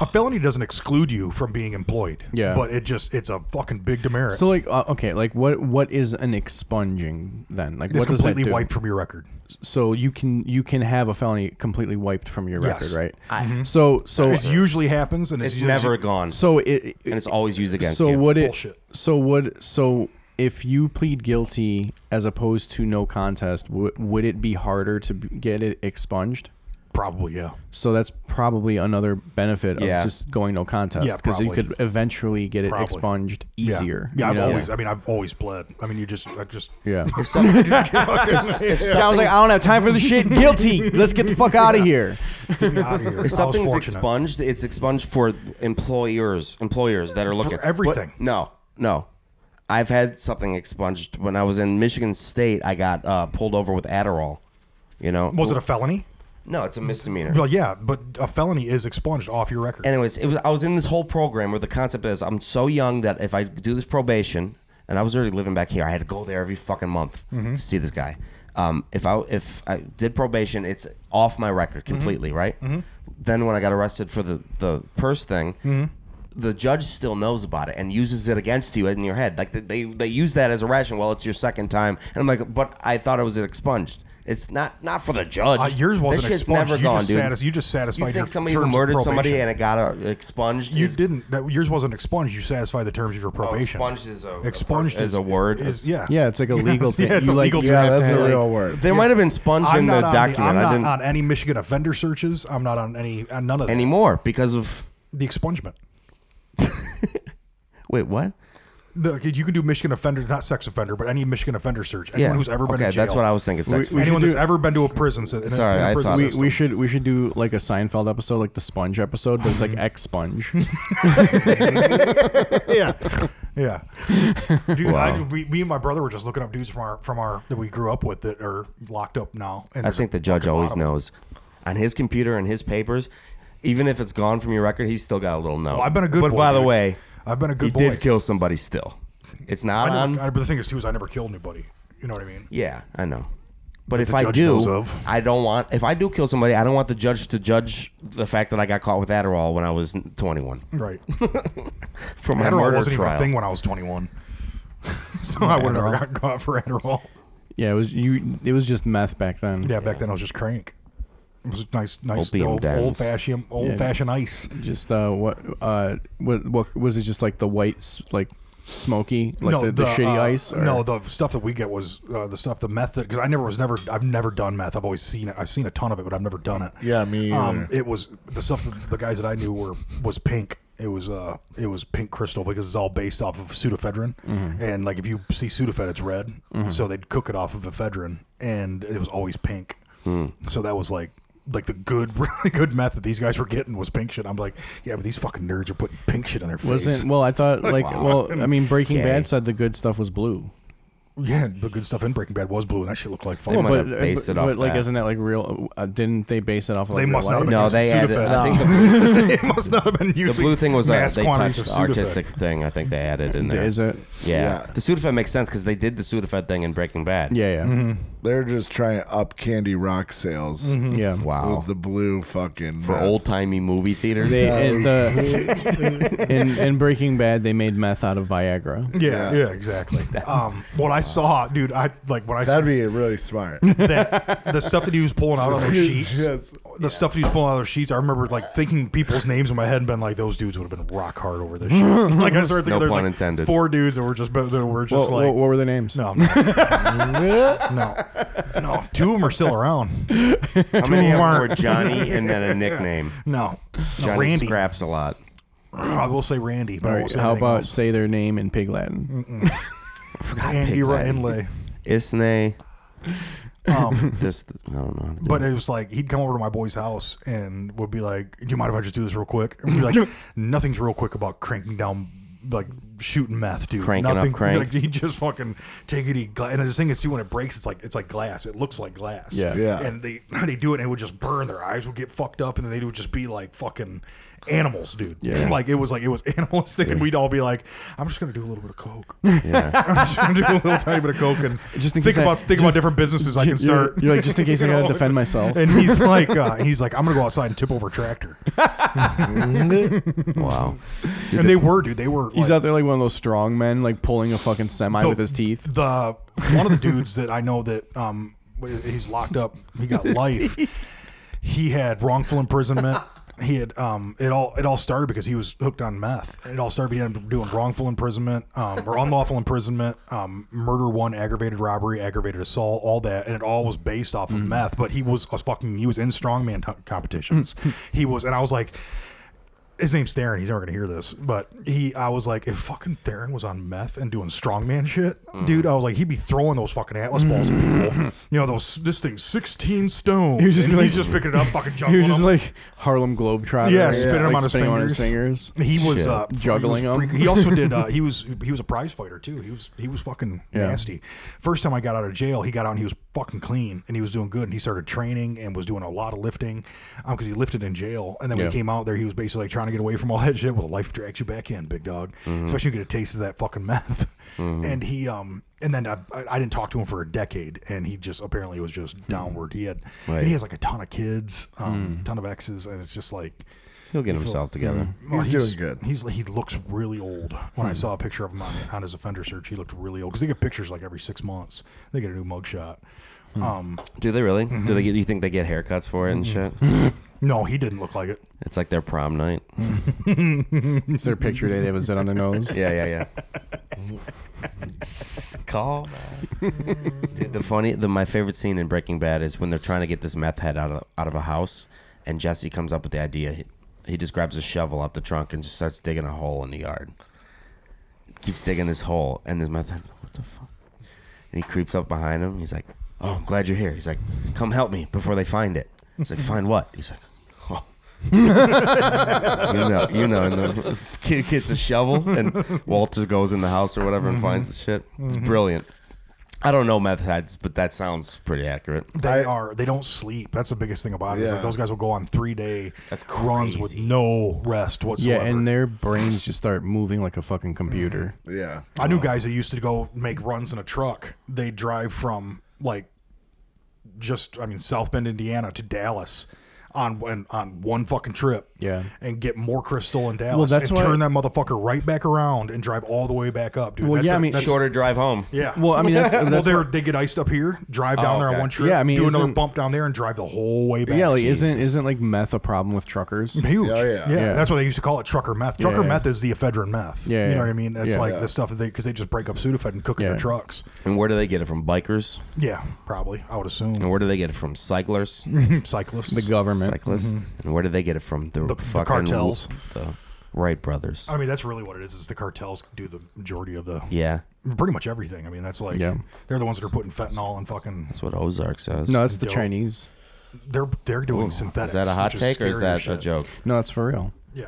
[SPEAKER 3] a felony doesn't exclude you from being employed.
[SPEAKER 5] Yeah.
[SPEAKER 3] But it just it's a fucking big demerit.
[SPEAKER 5] so like, uh, okay, like, what what is an expunging then? Like,
[SPEAKER 3] it's
[SPEAKER 5] what does that
[SPEAKER 3] completely
[SPEAKER 5] do?
[SPEAKER 3] wiped from your record.
[SPEAKER 5] So you can you can have a felony completely wiped from your
[SPEAKER 3] Yes.
[SPEAKER 5] record, right?
[SPEAKER 3] Mm-hmm.
[SPEAKER 5] So so
[SPEAKER 3] It usually happens and it's,
[SPEAKER 4] uh, it's
[SPEAKER 3] just-
[SPEAKER 4] never gone,
[SPEAKER 5] so it
[SPEAKER 4] and it's always used against
[SPEAKER 5] so
[SPEAKER 4] you.
[SPEAKER 5] would it
[SPEAKER 3] Bullshit.
[SPEAKER 5] so would so if you plead guilty as opposed to no contest w- would it be harder to b- get it expunged
[SPEAKER 3] probably yeah.
[SPEAKER 5] so that's probably another benefit
[SPEAKER 4] Yeah.
[SPEAKER 5] of just going no contest
[SPEAKER 3] Yeah,
[SPEAKER 5] you
[SPEAKER 3] probably.
[SPEAKER 5] could eventually get it
[SPEAKER 3] Probably.
[SPEAKER 5] expunged easier
[SPEAKER 3] Yeah, yeah
[SPEAKER 5] you
[SPEAKER 3] I've
[SPEAKER 5] know? [laughs]
[SPEAKER 3] always I mean I've always pled. I mean you just I just
[SPEAKER 5] yeah
[SPEAKER 4] If some- if- if
[SPEAKER 5] sounds like i don't have time for the shit guilty let's get the fuck out of here
[SPEAKER 3] get me out of here.
[SPEAKER 4] If
[SPEAKER 3] I was
[SPEAKER 4] something's
[SPEAKER 3] fortunate.
[SPEAKER 4] expunged, it's expunged for employers, employers that are looking
[SPEAKER 3] everything.
[SPEAKER 4] But- no, no. I've had something expunged when I was in Michigan State. I got uh, pulled over with Adderall. You know,
[SPEAKER 3] Was it a felony?
[SPEAKER 4] no? It's a misdemeanor.
[SPEAKER 3] Well, yeah, but a felony is expunged off your record.
[SPEAKER 4] Anyways, it was I was in this whole program where the concept is I'm so young that if I do this probation, and I was already living back here, I had to go there every fucking month
[SPEAKER 3] Mm-hmm.
[SPEAKER 4] to see this guy. Um, if I if I did probation, it's off my record
[SPEAKER 3] Mm-hmm.
[SPEAKER 4] completely, right? Then when I got arrested for the the purse thing.
[SPEAKER 3] Mm-hmm.
[SPEAKER 4] The judge still knows about it and uses it against you in your head. Like they, they, they use that as a rationale. Well, it's your second time, and I'm like, but I thought it was expunged. It's not not for the judge.
[SPEAKER 3] Uh, yours
[SPEAKER 4] That
[SPEAKER 3] wasn't
[SPEAKER 4] shit's
[SPEAKER 3] expunged.
[SPEAKER 4] never
[SPEAKER 3] you,
[SPEAKER 4] gone,
[SPEAKER 3] just
[SPEAKER 4] dude.
[SPEAKER 3] satis- you just satisfied
[SPEAKER 4] You think
[SPEAKER 3] your
[SPEAKER 4] somebody who
[SPEAKER 3] terms of
[SPEAKER 4] murdered
[SPEAKER 3] probation.
[SPEAKER 4] somebody and it got uh, expunged?
[SPEAKER 3] you
[SPEAKER 4] is,
[SPEAKER 3] didn't. That yours wasn't expunged. You satisfied the terms of your
[SPEAKER 4] Oh,
[SPEAKER 3] probation.
[SPEAKER 4] expunged is a
[SPEAKER 3] Expunged
[SPEAKER 4] is, a word.
[SPEAKER 3] Is, [laughs] yeah.
[SPEAKER 5] yeah it's like a legal thing
[SPEAKER 3] yeah, it's
[SPEAKER 5] you
[SPEAKER 3] a
[SPEAKER 5] like
[SPEAKER 3] legal
[SPEAKER 5] you
[SPEAKER 2] Yeah,
[SPEAKER 5] have to
[SPEAKER 2] that's
[SPEAKER 5] have,
[SPEAKER 2] a
[SPEAKER 5] like-
[SPEAKER 2] real word.
[SPEAKER 4] There might have been sponge
[SPEAKER 3] I'm
[SPEAKER 4] in the
[SPEAKER 3] not, on, the,
[SPEAKER 4] document.
[SPEAKER 3] I'm
[SPEAKER 4] I
[SPEAKER 3] not
[SPEAKER 4] didn't
[SPEAKER 3] on any Michigan offender searches. I'm not on any on none of that.
[SPEAKER 4] anymore because of
[SPEAKER 3] the expungement.
[SPEAKER 4] wait what?
[SPEAKER 3] The, you can do Michigan offender, not sex offender, but any Michigan offender search. Anyone who's ever been
[SPEAKER 4] okay,
[SPEAKER 3] in jail.
[SPEAKER 4] that's what I was thinking. Sex.
[SPEAKER 5] We should
[SPEAKER 3] Anyone that's
[SPEAKER 5] do-
[SPEAKER 3] ever been to a prison. sy- in a-
[SPEAKER 4] Sorry,
[SPEAKER 3] in a
[SPEAKER 4] I
[SPEAKER 3] prison
[SPEAKER 4] thought-
[SPEAKER 5] we,
[SPEAKER 3] system.
[SPEAKER 5] we should we should do like a Seinfeld episode, like the Sponge episode, but it's [laughs] like X Sponge.
[SPEAKER 3] yeah,
[SPEAKER 4] [laughs]
[SPEAKER 3] yeah. Dude,
[SPEAKER 4] Wow.
[SPEAKER 3] I, we, me and my brother were just looking up dudes from our from our that we grew up with that are locked up now. And
[SPEAKER 4] I
[SPEAKER 3] there's a
[SPEAKER 4] think the judge always
[SPEAKER 3] bottom.
[SPEAKER 4] knows on his computer and his papers. Even if it's gone from your record, he's still got a little note.
[SPEAKER 3] Well, Oh, I've been a good
[SPEAKER 4] But
[SPEAKER 3] boy,
[SPEAKER 4] by the
[SPEAKER 3] dude.
[SPEAKER 4] way,
[SPEAKER 3] I've been a good
[SPEAKER 4] he
[SPEAKER 3] boy.
[SPEAKER 4] did kill somebody. Still, it's not
[SPEAKER 3] I
[SPEAKER 4] on.
[SPEAKER 3] never, I, but the thing is, too, is I never killed anybody. You know what I mean?
[SPEAKER 4] Yeah, I know. But if
[SPEAKER 3] the
[SPEAKER 4] I
[SPEAKER 3] judge knows
[SPEAKER 4] do,
[SPEAKER 3] of.
[SPEAKER 4] I don't want. If I do kill somebody, I don't want the judge to judge the fact that I got caught with Adderall when I was 21 [laughs]
[SPEAKER 3] Right.
[SPEAKER 4] for my
[SPEAKER 3] Adderall
[SPEAKER 4] murder
[SPEAKER 3] wasn't even a
[SPEAKER 4] trial.
[SPEAKER 3] thing when I was 21. [laughs] so I would have never
[SPEAKER 5] Adderall.
[SPEAKER 3] got caught for Adderall.
[SPEAKER 5] yeah, it was you. It was just meth back then.
[SPEAKER 3] Yeah, back then I was just crank. It was nice, nice
[SPEAKER 4] Opium
[SPEAKER 3] old,
[SPEAKER 4] dens.
[SPEAKER 3] old fashioned, old fashioned ice.
[SPEAKER 5] Just uh, what uh, what what was it? Just like the white s- like smoky, like the, the, shitty
[SPEAKER 3] uh,
[SPEAKER 5] ice? Or?
[SPEAKER 3] No, the stuff that we get was uh, the stuff the meth that because I never was never I've never done meth. I've always seen it. I've seen a ton of it, but I've never done it.
[SPEAKER 2] Yeah, me
[SPEAKER 3] Um,
[SPEAKER 2] either.
[SPEAKER 3] it was the stuff that the guys that I knew were was pink. It was uh, it was pink crystal because it's all based off of pseudoephedrine,
[SPEAKER 5] Mm-hmm.
[SPEAKER 3] and like if you see pseudoephedrine, it's red. So they'd cook it off of ephedrine, and it was always pink.
[SPEAKER 5] Hmm.
[SPEAKER 3] So that was like. Like the good, [laughs] really good meth that these guys were getting was pink shit. I'm like, yeah, but these fucking nerds are putting pink shit on their face.
[SPEAKER 5] Wasn't well. I thought like well. I mean, Breaking
[SPEAKER 4] Okay.
[SPEAKER 5] Bad said the good stuff was blue.
[SPEAKER 3] Yeah, the good stuff in Breaking Bad was blue, and that shit looked like fun.
[SPEAKER 4] They
[SPEAKER 5] Well,
[SPEAKER 4] might
[SPEAKER 5] but, uh,
[SPEAKER 4] have based
[SPEAKER 5] but,
[SPEAKER 4] it off
[SPEAKER 5] but, like,
[SPEAKER 4] that.
[SPEAKER 5] isn't that like real? Uh, didn't they base it off? Of, like,
[SPEAKER 3] they
[SPEAKER 5] real
[SPEAKER 3] must not have been
[SPEAKER 5] life?
[SPEAKER 4] No,
[SPEAKER 3] using
[SPEAKER 4] they added-
[SPEAKER 3] Sudafed. [laughs]
[SPEAKER 4] I
[SPEAKER 3] they must not have been using.
[SPEAKER 4] The blue thing was uh,
[SPEAKER 3] mass
[SPEAKER 4] they
[SPEAKER 3] quantities
[SPEAKER 4] touched
[SPEAKER 3] of
[SPEAKER 4] the
[SPEAKER 3] Sudafed.
[SPEAKER 4] artistic thing. I think they added in there.
[SPEAKER 5] Is it?
[SPEAKER 4] Yeah.
[SPEAKER 2] Yeah.
[SPEAKER 4] The Sudafed makes sense because they did the Sudafed thing in Breaking Bad.
[SPEAKER 5] Yeah, yeah,
[SPEAKER 3] Mm-hmm.
[SPEAKER 2] They're just trying to up Candy Rock sales
[SPEAKER 5] yeah.
[SPEAKER 4] Wow.
[SPEAKER 2] with the blue fucking
[SPEAKER 4] For
[SPEAKER 2] meth.
[SPEAKER 4] old timey movie theaters.
[SPEAKER 5] They, in, the,
[SPEAKER 3] [laughs]
[SPEAKER 5] in, in Breaking Bad, they made meth out of Viagra.
[SPEAKER 3] Yeah, yeah,
[SPEAKER 4] [laughs]
[SPEAKER 3] exactly. Um, what I saw, dude, I like when I saw
[SPEAKER 2] [laughs] That'd be really
[SPEAKER 4] [laughs]
[SPEAKER 2] smart.
[SPEAKER 3] that the stuff that he was pulling out on those sheets.
[SPEAKER 2] Yes.
[SPEAKER 3] The stuff that he was pulling out of those sheets, I remember like thinking people's names in my head and been like, those dudes would have been rock hard over
[SPEAKER 4] [laughs]
[SPEAKER 3] this shit. like I started thinking
[SPEAKER 4] No
[SPEAKER 3] there's
[SPEAKER 4] pun
[SPEAKER 3] like
[SPEAKER 4] intended.
[SPEAKER 3] four dudes that were just that were just
[SPEAKER 5] What,
[SPEAKER 3] like
[SPEAKER 5] what, what were the names?
[SPEAKER 3] no, no,
[SPEAKER 4] [laughs]
[SPEAKER 3] no, no. Two of them are still around.
[SPEAKER 4] How many of them
[SPEAKER 3] weren't.
[SPEAKER 4] were Johnny and then
[SPEAKER 3] [laughs]
[SPEAKER 4] a nickname?
[SPEAKER 3] No, no
[SPEAKER 4] Johnny
[SPEAKER 3] Randy.
[SPEAKER 4] scraps a lot.
[SPEAKER 3] [clears throat] I will say Randy, but
[SPEAKER 5] All
[SPEAKER 3] I
[SPEAKER 5] right,
[SPEAKER 3] won't say
[SPEAKER 5] how
[SPEAKER 3] anything
[SPEAKER 5] about
[SPEAKER 3] else.
[SPEAKER 5] say their name in Pig Latin?
[SPEAKER 3] Andy
[SPEAKER 4] Pig Latin.
[SPEAKER 3] Inlay?
[SPEAKER 4] Isne.
[SPEAKER 3] Um,
[SPEAKER 5] [laughs]
[SPEAKER 4] This I don't know.
[SPEAKER 3] But it was like he'd come over to my boy's house and would be like, "Do you mind if I just do this real quick?" And we'd
[SPEAKER 5] [laughs]
[SPEAKER 3] be like, "Nothing's real quick about cranking down, like shooting meth, dude.
[SPEAKER 4] Cranking up
[SPEAKER 3] Nothing. [laughs]
[SPEAKER 4] crank.
[SPEAKER 3] Like, he just fucking take it. He gla- and the thing is, too, when it breaks, it's like it's like glass. It looks like glass.
[SPEAKER 5] Yeah.
[SPEAKER 2] Yeah.
[SPEAKER 3] And they [clears throat] they do it, and it would just burn. Their eyes would get fucked up, and then they would just be like fucking animals, dude.
[SPEAKER 5] Yeah.
[SPEAKER 3] Like it was like it was [laughs] animalistic, and we'd all be like, "I'm just gonna do a little bit of coke.
[SPEAKER 4] yeah.
[SPEAKER 3] I'm just gonna do a little tiny bit of coke, and
[SPEAKER 5] [laughs] Just in
[SPEAKER 3] think
[SPEAKER 5] case I-
[SPEAKER 3] about think about different businesses
[SPEAKER 5] [laughs]
[SPEAKER 3] I can
[SPEAKER 5] You're,
[SPEAKER 3] start."
[SPEAKER 5] you're like just in case I
[SPEAKER 3] You [laughs]
[SPEAKER 5] gotta
[SPEAKER 3] know?
[SPEAKER 5] defend myself.
[SPEAKER 3] And he's like, uh, he's like, I'm gonna go outside and tip over a
[SPEAKER 5] [laughs]
[SPEAKER 3] tractor.
[SPEAKER 4] Wow. Did
[SPEAKER 3] And they were, dude. They were.
[SPEAKER 5] He's
[SPEAKER 3] like,
[SPEAKER 5] out there like one of those strong men, like pulling a fucking semi with his teeth.
[SPEAKER 3] The one of the dudes that I know that um he's locked up. He got life. He had wrongful imprisonment. He had um it all it all started because he was hooked on meth. It all started because he had doing wrongful imprisonment, um or unlawful imprisonment, um murder one, aggravated robbery, aggravated assault, all that, and it all was based off of meth. But he was a fucking he was in strongman t- competitions. he was, and I was like. his name's Theron. He's never gonna hear this, but he, I was like, if fucking Theron was on meth and doing strongman shit,
[SPEAKER 5] Mm.
[SPEAKER 3] dude, I was like, he'd be throwing those fucking atlas balls at
[SPEAKER 5] [laughs]
[SPEAKER 3] people. You know, those this thing's sixteen stone.
[SPEAKER 5] He was just
[SPEAKER 3] and
[SPEAKER 5] like-
[SPEAKER 3] he's just picking it up, fucking
[SPEAKER 5] [laughs] He
[SPEAKER 3] juggling
[SPEAKER 5] was just
[SPEAKER 3] them.
[SPEAKER 5] like Harlem Globetrotter.
[SPEAKER 3] yeah,
[SPEAKER 5] like,
[SPEAKER 3] spinning
[SPEAKER 5] like,
[SPEAKER 3] them on his
[SPEAKER 5] spinning
[SPEAKER 3] fingers.
[SPEAKER 5] fingers.
[SPEAKER 3] He was
[SPEAKER 4] Shit.
[SPEAKER 3] uh, he was
[SPEAKER 5] Juggling 'em.
[SPEAKER 3] freaking- He also did. Uh,
[SPEAKER 5] [laughs]
[SPEAKER 3] he was he was a prize fighter too. He was he was fucking
[SPEAKER 5] Yeah.
[SPEAKER 3] nasty. First time I got out of jail, he got out and he was fucking clean and he was doing good and he started training and was doing a lot of lifting because he lifted in jail. And then when
[SPEAKER 5] Yeah.
[SPEAKER 3] he came out there, he was basically like trying to get away from all that shit. Well, life drags you back in, big dog.
[SPEAKER 5] Mm-hmm.
[SPEAKER 3] Especially when you get a taste of that fucking meth. And he um and then I, I I didn't talk to him for a decade and he just apparently was just
[SPEAKER 5] Hmm.
[SPEAKER 3] downward. He had and
[SPEAKER 4] Right.
[SPEAKER 3] he has like a ton of kids, um, ton of exes, and it's just like.
[SPEAKER 4] He'll get himself
[SPEAKER 3] [laughs]
[SPEAKER 4] together.
[SPEAKER 3] Well,
[SPEAKER 2] He's doing good.
[SPEAKER 3] He's he looks really old. When I saw a picture of him on, on his offender search, he looked really old because they get pictures like every six months. They get a new mugshot. Um,
[SPEAKER 4] Do they really? Do they get? You think they get haircuts for it and
[SPEAKER 3] Mm-hmm. [laughs]
[SPEAKER 4] shit?
[SPEAKER 3] no, he didn't look like it.
[SPEAKER 4] It's like their prom night.
[SPEAKER 5] It's their picture day. They have a zit on
[SPEAKER 3] [laughs]
[SPEAKER 5] their nose.
[SPEAKER 4] Yeah, yeah, yeah. Call. Dude, the funny, the my favorite scene in Breaking Bad is when they're trying to get this meth head out of out of a house, and Jesse comes up with the idea. He, he just grabs a shovel out the trunk and just starts digging a hole in the yard. Keeps digging this hole, and this meth head, what the fuck? And he creeps up behind him. He's like, "Oh, I'm glad you're here." He's like, "Come help me before they find it." He's like, "Find what?" He's like, [laughs] "Oh." you know, you know, and the [laughs] kid gets a shovel, and Walter goes in the house or whatever
[SPEAKER 3] Mm-hmm.
[SPEAKER 4] and finds the shit. It's brilliant. I don't know meth heads, but that sounds pretty accurate.
[SPEAKER 3] They are. They don't sleep. That's the biggest thing about it. It's
[SPEAKER 2] Yeah.
[SPEAKER 3] Like those guys will go on three day
[SPEAKER 4] That's
[SPEAKER 3] runs with
[SPEAKER 4] crazy.
[SPEAKER 3] no rest whatsoever.
[SPEAKER 5] Yeah, and their brains just start moving like a fucking computer.
[SPEAKER 2] yeah.
[SPEAKER 3] I
[SPEAKER 5] Oh.
[SPEAKER 3] knew guys that used to go make runs in a truck. They drive from like just I mean South Bend, Indiana to Dallas on on on one fucking trip
[SPEAKER 5] Yeah.
[SPEAKER 3] and get more crystal in Dallas
[SPEAKER 5] that's
[SPEAKER 3] and
[SPEAKER 5] why-
[SPEAKER 3] turn that motherfucker right back around and drive all the way back up, dude.
[SPEAKER 5] Well,
[SPEAKER 3] That's
[SPEAKER 5] yeah,
[SPEAKER 3] a-
[SPEAKER 5] I mean,
[SPEAKER 3] that's-
[SPEAKER 4] Shorter drive home.
[SPEAKER 3] yeah.
[SPEAKER 5] Well, I mean,
[SPEAKER 3] [laughs]
[SPEAKER 5] that's,
[SPEAKER 3] well,
[SPEAKER 5] that's
[SPEAKER 3] they
[SPEAKER 5] what-
[SPEAKER 3] are they get iced up here, drive down there
[SPEAKER 4] okay.
[SPEAKER 3] on one trip,
[SPEAKER 5] Yeah, I mean,
[SPEAKER 3] do another
[SPEAKER 5] isn't-
[SPEAKER 3] bump down there, and drive the whole way back.
[SPEAKER 5] yeah, like, isn't isn't like meth a problem
[SPEAKER 3] [laughs]
[SPEAKER 5] with truckers?
[SPEAKER 3] huge.
[SPEAKER 2] Oh, yeah.
[SPEAKER 3] yeah.
[SPEAKER 5] Yeah.
[SPEAKER 3] that's why they used to call it trucker meth. Trucker
[SPEAKER 5] yeah.
[SPEAKER 3] meth is the ephedrine meth.
[SPEAKER 5] Yeah,
[SPEAKER 3] you
[SPEAKER 5] yeah.
[SPEAKER 3] know what I mean. That's
[SPEAKER 5] Yeah.
[SPEAKER 3] like
[SPEAKER 5] Yeah.
[SPEAKER 3] the stuff that they because they just break up Sudafed and cook it in
[SPEAKER 5] Yeah.
[SPEAKER 3] their trucks.
[SPEAKER 4] And where do they get it from? Bikers.
[SPEAKER 3] Yeah, probably. I would
[SPEAKER 4] And
[SPEAKER 3] assume
[SPEAKER 4] where do they get it from? Cyclists.
[SPEAKER 3] [laughs] cyclists.
[SPEAKER 5] The government.
[SPEAKER 4] Cyclists. And where do they get it from? The,
[SPEAKER 3] Mm-hmm. the
[SPEAKER 4] fucking
[SPEAKER 3] cartels. Uh,
[SPEAKER 4] The Wright brothers.
[SPEAKER 3] I mean, that's really what it is. Is the cartels do the majority of the
[SPEAKER 4] yeah,
[SPEAKER 3] pretty much everything. I mean, that's like
[SPEAKER 5] Yeah.
[SPEAKER 3] they're the ones that are putting fentanyl and fucking.
[SPEAKER 4] that's what Ozark says.
[SPEAKER 5] no, that's the
[SPEAKER 3] Dope.
[SPEAKER 5] Chinese.
[SPEAKER 3] They're they're doing synthetics.
[SPEAKER 4] is that a hot
[SPEAKER 3] which
[SPEAKER 4] take or is
[SPEAKER 3] scary
[SPEAKER 4] that
[SPEAKER 3] as
[SPEAKER 4] a
[SPEAKER 3] shit.
[SPEAKER 4] joke?
[SPEAKER 5] No, that's for real.
[SPEAKER 3] Yeah.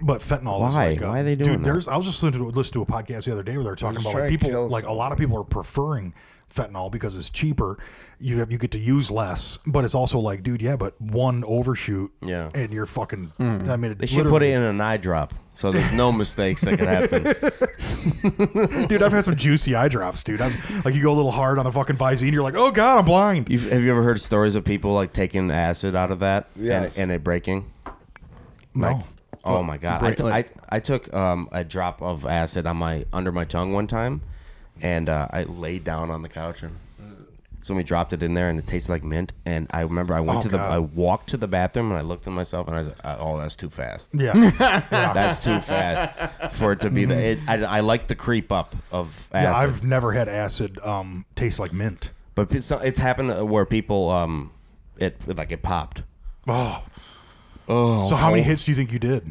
[SPEAKER 3] But fentanyl is
[SPEAKER 4] Why?
[SPEAKER 3] like a-
[SPEAKER 4] Why are they
[SPEAKER 3] dude,
[SPEAKER 4] doing that?
[SPEAKER 3] There's, I was just listening to, listening to a podcast the other day where they were talking about
[SPEAKER 2] trying
[SPEAKER 3] like
[SPEAKER 2] to
[SPEAKER 3] people,
[SPEAKER 2] kill
[SPEAKER 3] like a lot of people are preferring fentanyl because it's cheaper. You have you get to use less, but it's also like, dude, yeah, but one overshoot,
[SPEAKER 4] Yeah. Hmm.
[SPEAKER 3] and you're fucking. I mean, it
[SPEAKER 4] They should put it in an eye drop, so there's no mistakes that could happen.
[SPEAKER 3] dude. I've had some juicy eye drops, dude. I'm like, you go a little hard on the fucking Visine, you're like, oh god, I'm blind.
[SPEAKER 4] You've, have you ever heard stories of people like taking acid out of that
[SPEAKER 2] Yes.
[SPEAKER 4] and, and it breaking?
[SPEAKER 3] No,
[SPEAKER 4] Oh my god! I
[SPEAKER 5] break-
[SPEAKER 4] took-
[SPEAKER 5] like-
[SPEAKER 4] I, I took um, a drop of acid on my under my tongue one time, and uh, I laid down on the couch and somebody dropped it in there and it tasted like mint. And I remember I went
[SPEAKER 3] Oh,
[SPEAKER 4] to the
[SPEAKER 3] God.
[SPEAKER 4] I walked to the bathroom and I looked at myself and I was like, oh that's too [laughs] fast.
[SPEAKER 3] yeah,
[SPEAKER 4] That's too fast for it to be the. It, I, I like the creep up of
[SPEAKER 3] yeah.
[SPEAKER 4] acid,
[SPEAKER 3] I've never had acid um, taste like mint.
[SPEAKER 4] but it's, it's happened where people um, it like it popped.
[SPEAKER 3] Oh, oh. So how many hits do you think you did?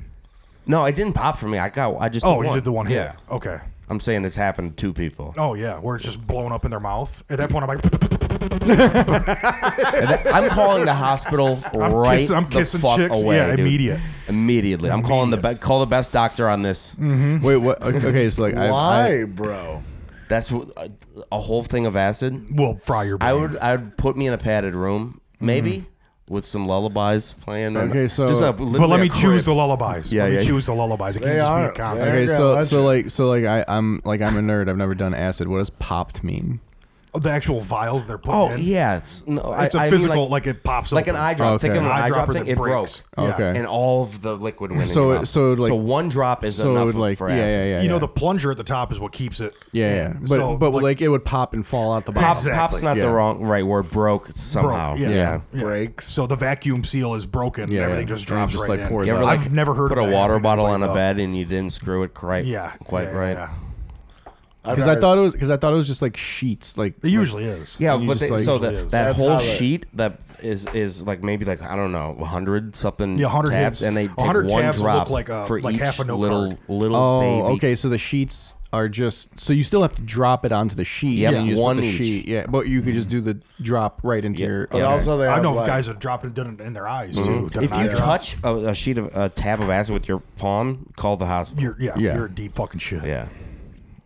[SPEAKER 4] No, it didn't pop for me. I got I just
[SPEAKER 3] Oh,
[SPEAKER 4] did
[SPEAKER 3] you did the one hit.
[SPEAKER 4] Yeah,
[SPEAKER 3] Okay.
[SPEAKER 4] I'm saying it's happened to two people.
[SPEAKER 3] Oh yeah, where it's just blown up in their mouth. At that point, I'm like,
[SPEAKER 4] [laughs]
[SPEAKER 3] [laughs]
[SPEAKER 4] I'm calling the hospital right
[SPEAKER 3] kissing- [laughs] I'm
[SPEAKER 4] the
[SPEAKER 3] kissing
[SPEAKER 4] fuck
[SPEAKER 3] chicks.
[SPEAKER 4] away.
[SPEAKER 3] Yeah,
[SPEAKER 4] dude.
[SPEAKER 3] immediate.
[SPEAKER 4] Immediately. I'm calling the be- call the best doctor on this.
[SPEAKER 3] Mm. Hmm.
[SPEAKER 5] Wait, what? Okay, so
[SPEAKER 3] [laughs]
[SPEAKER 5] like, I-
[SPEAKER 2] Why, bro?
[SPEAKER 4] That's what, a, a whole thing of acid.
[SPEAKER 3] "We'll fry your brain."
[SPEAKER 4] I would I would put me in a padded room,
[SPEAKER 3] Mm-hmm.
[SPEAKER 4] maybe with some lullabies playing. and
[SPEAKER 5] Okay, so-
[SPEAKER 4] just a,
[SPEAKER 3] but let
[SPEAKER 4] literally
[SPEAKER 3] me
[SPEAKER 4] a
[SPEAKER 3] choose the
[SPEAKER 4] crib.
[SPEAKER 3] lullabies.
[SPEAKER 4] Yeah,
[SPEAKER 3] let me
[SPEAKER 4] yeah.
[SPEAKER 3] choose the lullabies. It
[SPEAKER 2] They
[SPEAKER 3] can't just
[SPEAKER 2] are-
[SPEAKER 3] be a concert.
[SPEAKER 2] they're-
[SPEAKER 5] okay,
[SPEAKER 2] Yeah,
[SPEAKER 5] so
[SPEAKER 2] that's
[SPEAKER 5] so
[SPEAKER 2] it.
[SPEAKER 5] like so like I, I'm like I'm a nerd. I've never done acid. What does popped mean?
[SPEAKER 3] Oh, The actual vial they're putting
[SPEAKER 4] Oh
[SPEAKER 3] in.
[SPEAKER 4] yeah, it's no,
[SPEAKER 3] It's a
[SPEAKER 4] a
[SPEAKER 3] physical, like, it pops
[SPEAKER 4] like
[SPEAKER 3] open.
[SPEAKER 4] an eye drop.
[SPEAKER 5] Okay.
[SPEAKER 4] Think of an
[SPEAKER 5] An
[SPEAKER 4] eye drop
[SPEAKER 3] eyedropper
[SPEAKER 4] thing.
[SPEAKER 3] that
[SPEAKER 4] It broke.
[SPEAKER 3] breaks.
[SPEAKER 5] Yeah. Okay.
[SPEAKER 4] and all of the liquid went. in
[SPEAKER 5] So-
[SPEAKER 4] your mouth.
[SPEAKER 5] so, like-
[SPEAKER 4] so one drop is
[SPEAKER 5] So
[SPEAKER 4] enough
[SPEAKER 5] like
[SPEAKER 4] for
[SPEAKER 5] yeah,
[SPEAKER 4] acid.
[SPEAKER 5] yeah, yeah,
[SPEAKER 3] you
[SPEAKER 5] yeah.
[SPEAKER 3] know, the plunger at the top is what keeps it.
[SPEAKER 5] yeah, yeah.
[SPEAKER 3] in.
[SPEAKER 5] But
[SPEAKER 3] So,
[SPEAKER 5] but like, it would pop and fall out the bottom.
[SPEAKER 4] Pop's,
[SPEAKER 3] Exactly.
[SPEAKER 4] pop's not the
[SPEAKER 5] Yeah.
[SPEAKER 4] wrong right word. Broke
[SPEAKER 3] broke.
[SPEAKER 4] somehow.
[SPEAKER 3] Yeah.
[SPEAKER 5] Yeah.
[SPEAKER 2] Breaks.
[SPEAKER 3] So the vacuum seal is broken. and
[SPEAKER 5] Yeah,
[SPEAKER 3] everything
[SPEAKER 5] yeah.
[SPEAKER 3] just
[SPEAKER 5] And it
[SPEAKER 3] drops
[SPEAKER 5] just,
[SPEAKER 3] right
[SPEAKER 5] like,
[SPEAKER 3] in.
[SPEAKER 5] pours
[SPEAKER 4] You ever,
[SPEAKER 5] out.
[SPEAKER 4] like,
[SPEAKER 3] I've never heard
[SPEAKER 4] put
[SPEAKER 3] of
[SPEAKER 4] a
[SPEAKER 3] that
[SPEAKER 4] water
[SPEAKER 3] happening,
[SPEAKER 4] bottle
[SPEAKER 3] like,
[SPEAKER 4] on a
[SPEAKER 3] uh,
[SPEAKER 4] bed and you didn't screw it quite.
[SPEAKER 3] Yeah,
[SPEAKER 4] quite
[SPEAKER 3] yeah,
[SPEAKER 4] right.
[SPEAKER 3] Yeah,
[SPEAKER 4] Yeah,
[SPEAKER 5] Because I thought it was because I thought it was just like sheets. Like
[SPEAKER 3] it usually is.
[SPEAKER 5] You
[SPEAKER 4] but
[SPEAKER 5] just,
[SPEAKER 4] they,
[SPEAKER 5] like-
[SPEAKER 4] so
[SPEAKER 3] Usually
[SPEAKER 4] that
[SPEAKER 3] is.
[SPEAKER 4] that
[SPEAKER 2] That's
[SPEAKER 4] whole
[SPEAKER 2] how it-
[SPEAKER 4] sheet that is is like maybe like I don't know hundred something.
[SPEAKER 3] Yeah, 100
[SPEAKER 4] tabs,
[SPEAKER 3] hits.
[SPEAKER 4] and they
[SPEAKER 3] 100
[SPEAKER 4] take one
[SPEAKER 3] tabs look
[SPEAKER 4] drop
[SPEAKER 3] like a-
[SPEAKER 4] for
[SPEAKER 3] like
[SPEAKER 4] each
[SPEAKER 3] half a note
[SPEAKER 4] little
[SPEAKER 3] card.
[SPEAKER 4] little
[SPEAKER 5] Oh,
[SPEAKER 4] baby.
[SPEAKER 5] okay. So the sheets are just so you still have to drop it onto the sheet.
[SPEAKER 4] Yeah,
[SPEAKER 5] and you just put
[SPEAKER 4] one
[SPEAKER 5] the
[SPEAKER 4] each.
[SPEAKER 5] sheet. Yeah, but you could just do the drop right into your.
[SPEAKER 2] But
[SPEAKER 5] okay.
[SPEAKER 2] also, they
[SPEAKER 3] I
[SPEAKER 2] have
[SPEAKER 3] know
[SPEAKER 2] like,
[SPEAKER 3] guys have dropped it done it in their eyes too. done
[SPEAKER 4] If
[SPEAKER 3] an
[SPEAKER 4] you
[SPEAKER 3] eye drop.
[SPEAKER 4] touch a, a sheet of a tab of acid with your palm, call the hospital.
[SPEAKER 3] you're yeah,
[SPEAKER 5] Yeah.
[SPEAKER 3] you're in deep fucking shit.
[SPEAKER 4] yeah,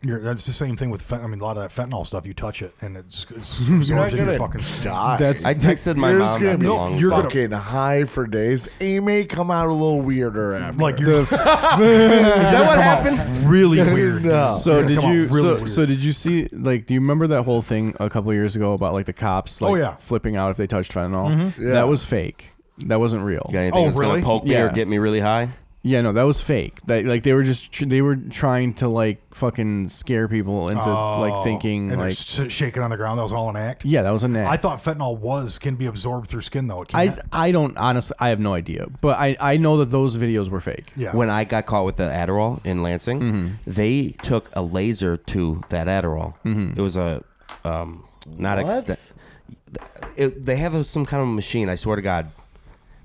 [SPEAKER 3] You're, that's the same thing with fent- I mean a lot of that fentanyl stuff. You touch it and it's, it's absorbs
[SPEAKER 2] You're not
[SPEAKER 3] in your
[SPEAKER 2] gonna
[SPEAKER 3] fucking
[SPEAKER 2] die.
[SPEAKER 5] That's- [laughs]
[SPEAKER 4] I texted my
[SPEAKER 2] you're just
[SPEAKER 4] mom.
[SPEAKER 2] gonna
[SPEAKER 4] not
[SPEAKER 2] be
[SPEAKER 4] too long
[SPEAKER 3] you're
[SPEAKER 4] ago.
[SPEAKER 3] gonna-
[SPEAKER 2] fucking high for days. A may come out a little weirder after.
[SPEAKER 3] like you're,
[SPEAKER 4] Is that what happened?
[SPEAKER 3] really weird.
[SPEAKER 2] No.
[SPEAKER 5] So
[SPEAKER 3] You're gonna
[SPEAKER 5] did
[SPEAKER 3] come out
[SPEAKER 5] you?
[SPEAKER 3] really
[SPEAKER 5] so,
[SPEAKER 3] weird.
[SPEAKER 5] so did you see? Like, do you remember that whole thing a couple of years ago about like the cops? Like,
[SPEAKER 3] Oh, yeah.
[SPEAKER 5] flipping out if they touched fentanyl.
[SPEAKER 2] Yeah.
[SPEAKER 5] That was fake. That wasn't real.
[SPEAKER 4] Got anything
[SPEAKER 3] Oh,
[SPEAKER 4] that's
[SPEAKER 3] really?
[SPEAKER 4] gonna poke me or
[SPEAKER 5] Yeah.
[SPEAKER 4] get me really high?
[SPEAKER 5] Yeah, no, that was fake. That like they were just tr- they were trying to like fucking scare people into like thinking
[SPEAKER 3] Oh. and they're
[SPEAKER 5] like
[SPEAKER 3] s- shaking on the ground. That was all an act.
[SPEAKER 5] yeah, that was a net.
[SPEAKER 3] I thought fentanyl was can be absorbed through skin though. It
[SPEAKER 5] I
[SPEAKER 3] can't.
[SPEAKER 5] I don't honestly I have no idea, but I I know that those videos were fake.
[SPEAKER 3] yeah. [laughs] Mm-hmm.
[SPEAKER 4] when I got caught with the Adderall in Lansing, they took a laser to that Adderall.
[SPEAKER 3] Mm-hmm.
[SPEAKER 4] It was a um, not
[SPEAKER 2] What?
[SPEAKER 4] extent. It, they have a, some kind of machine. I swear to God,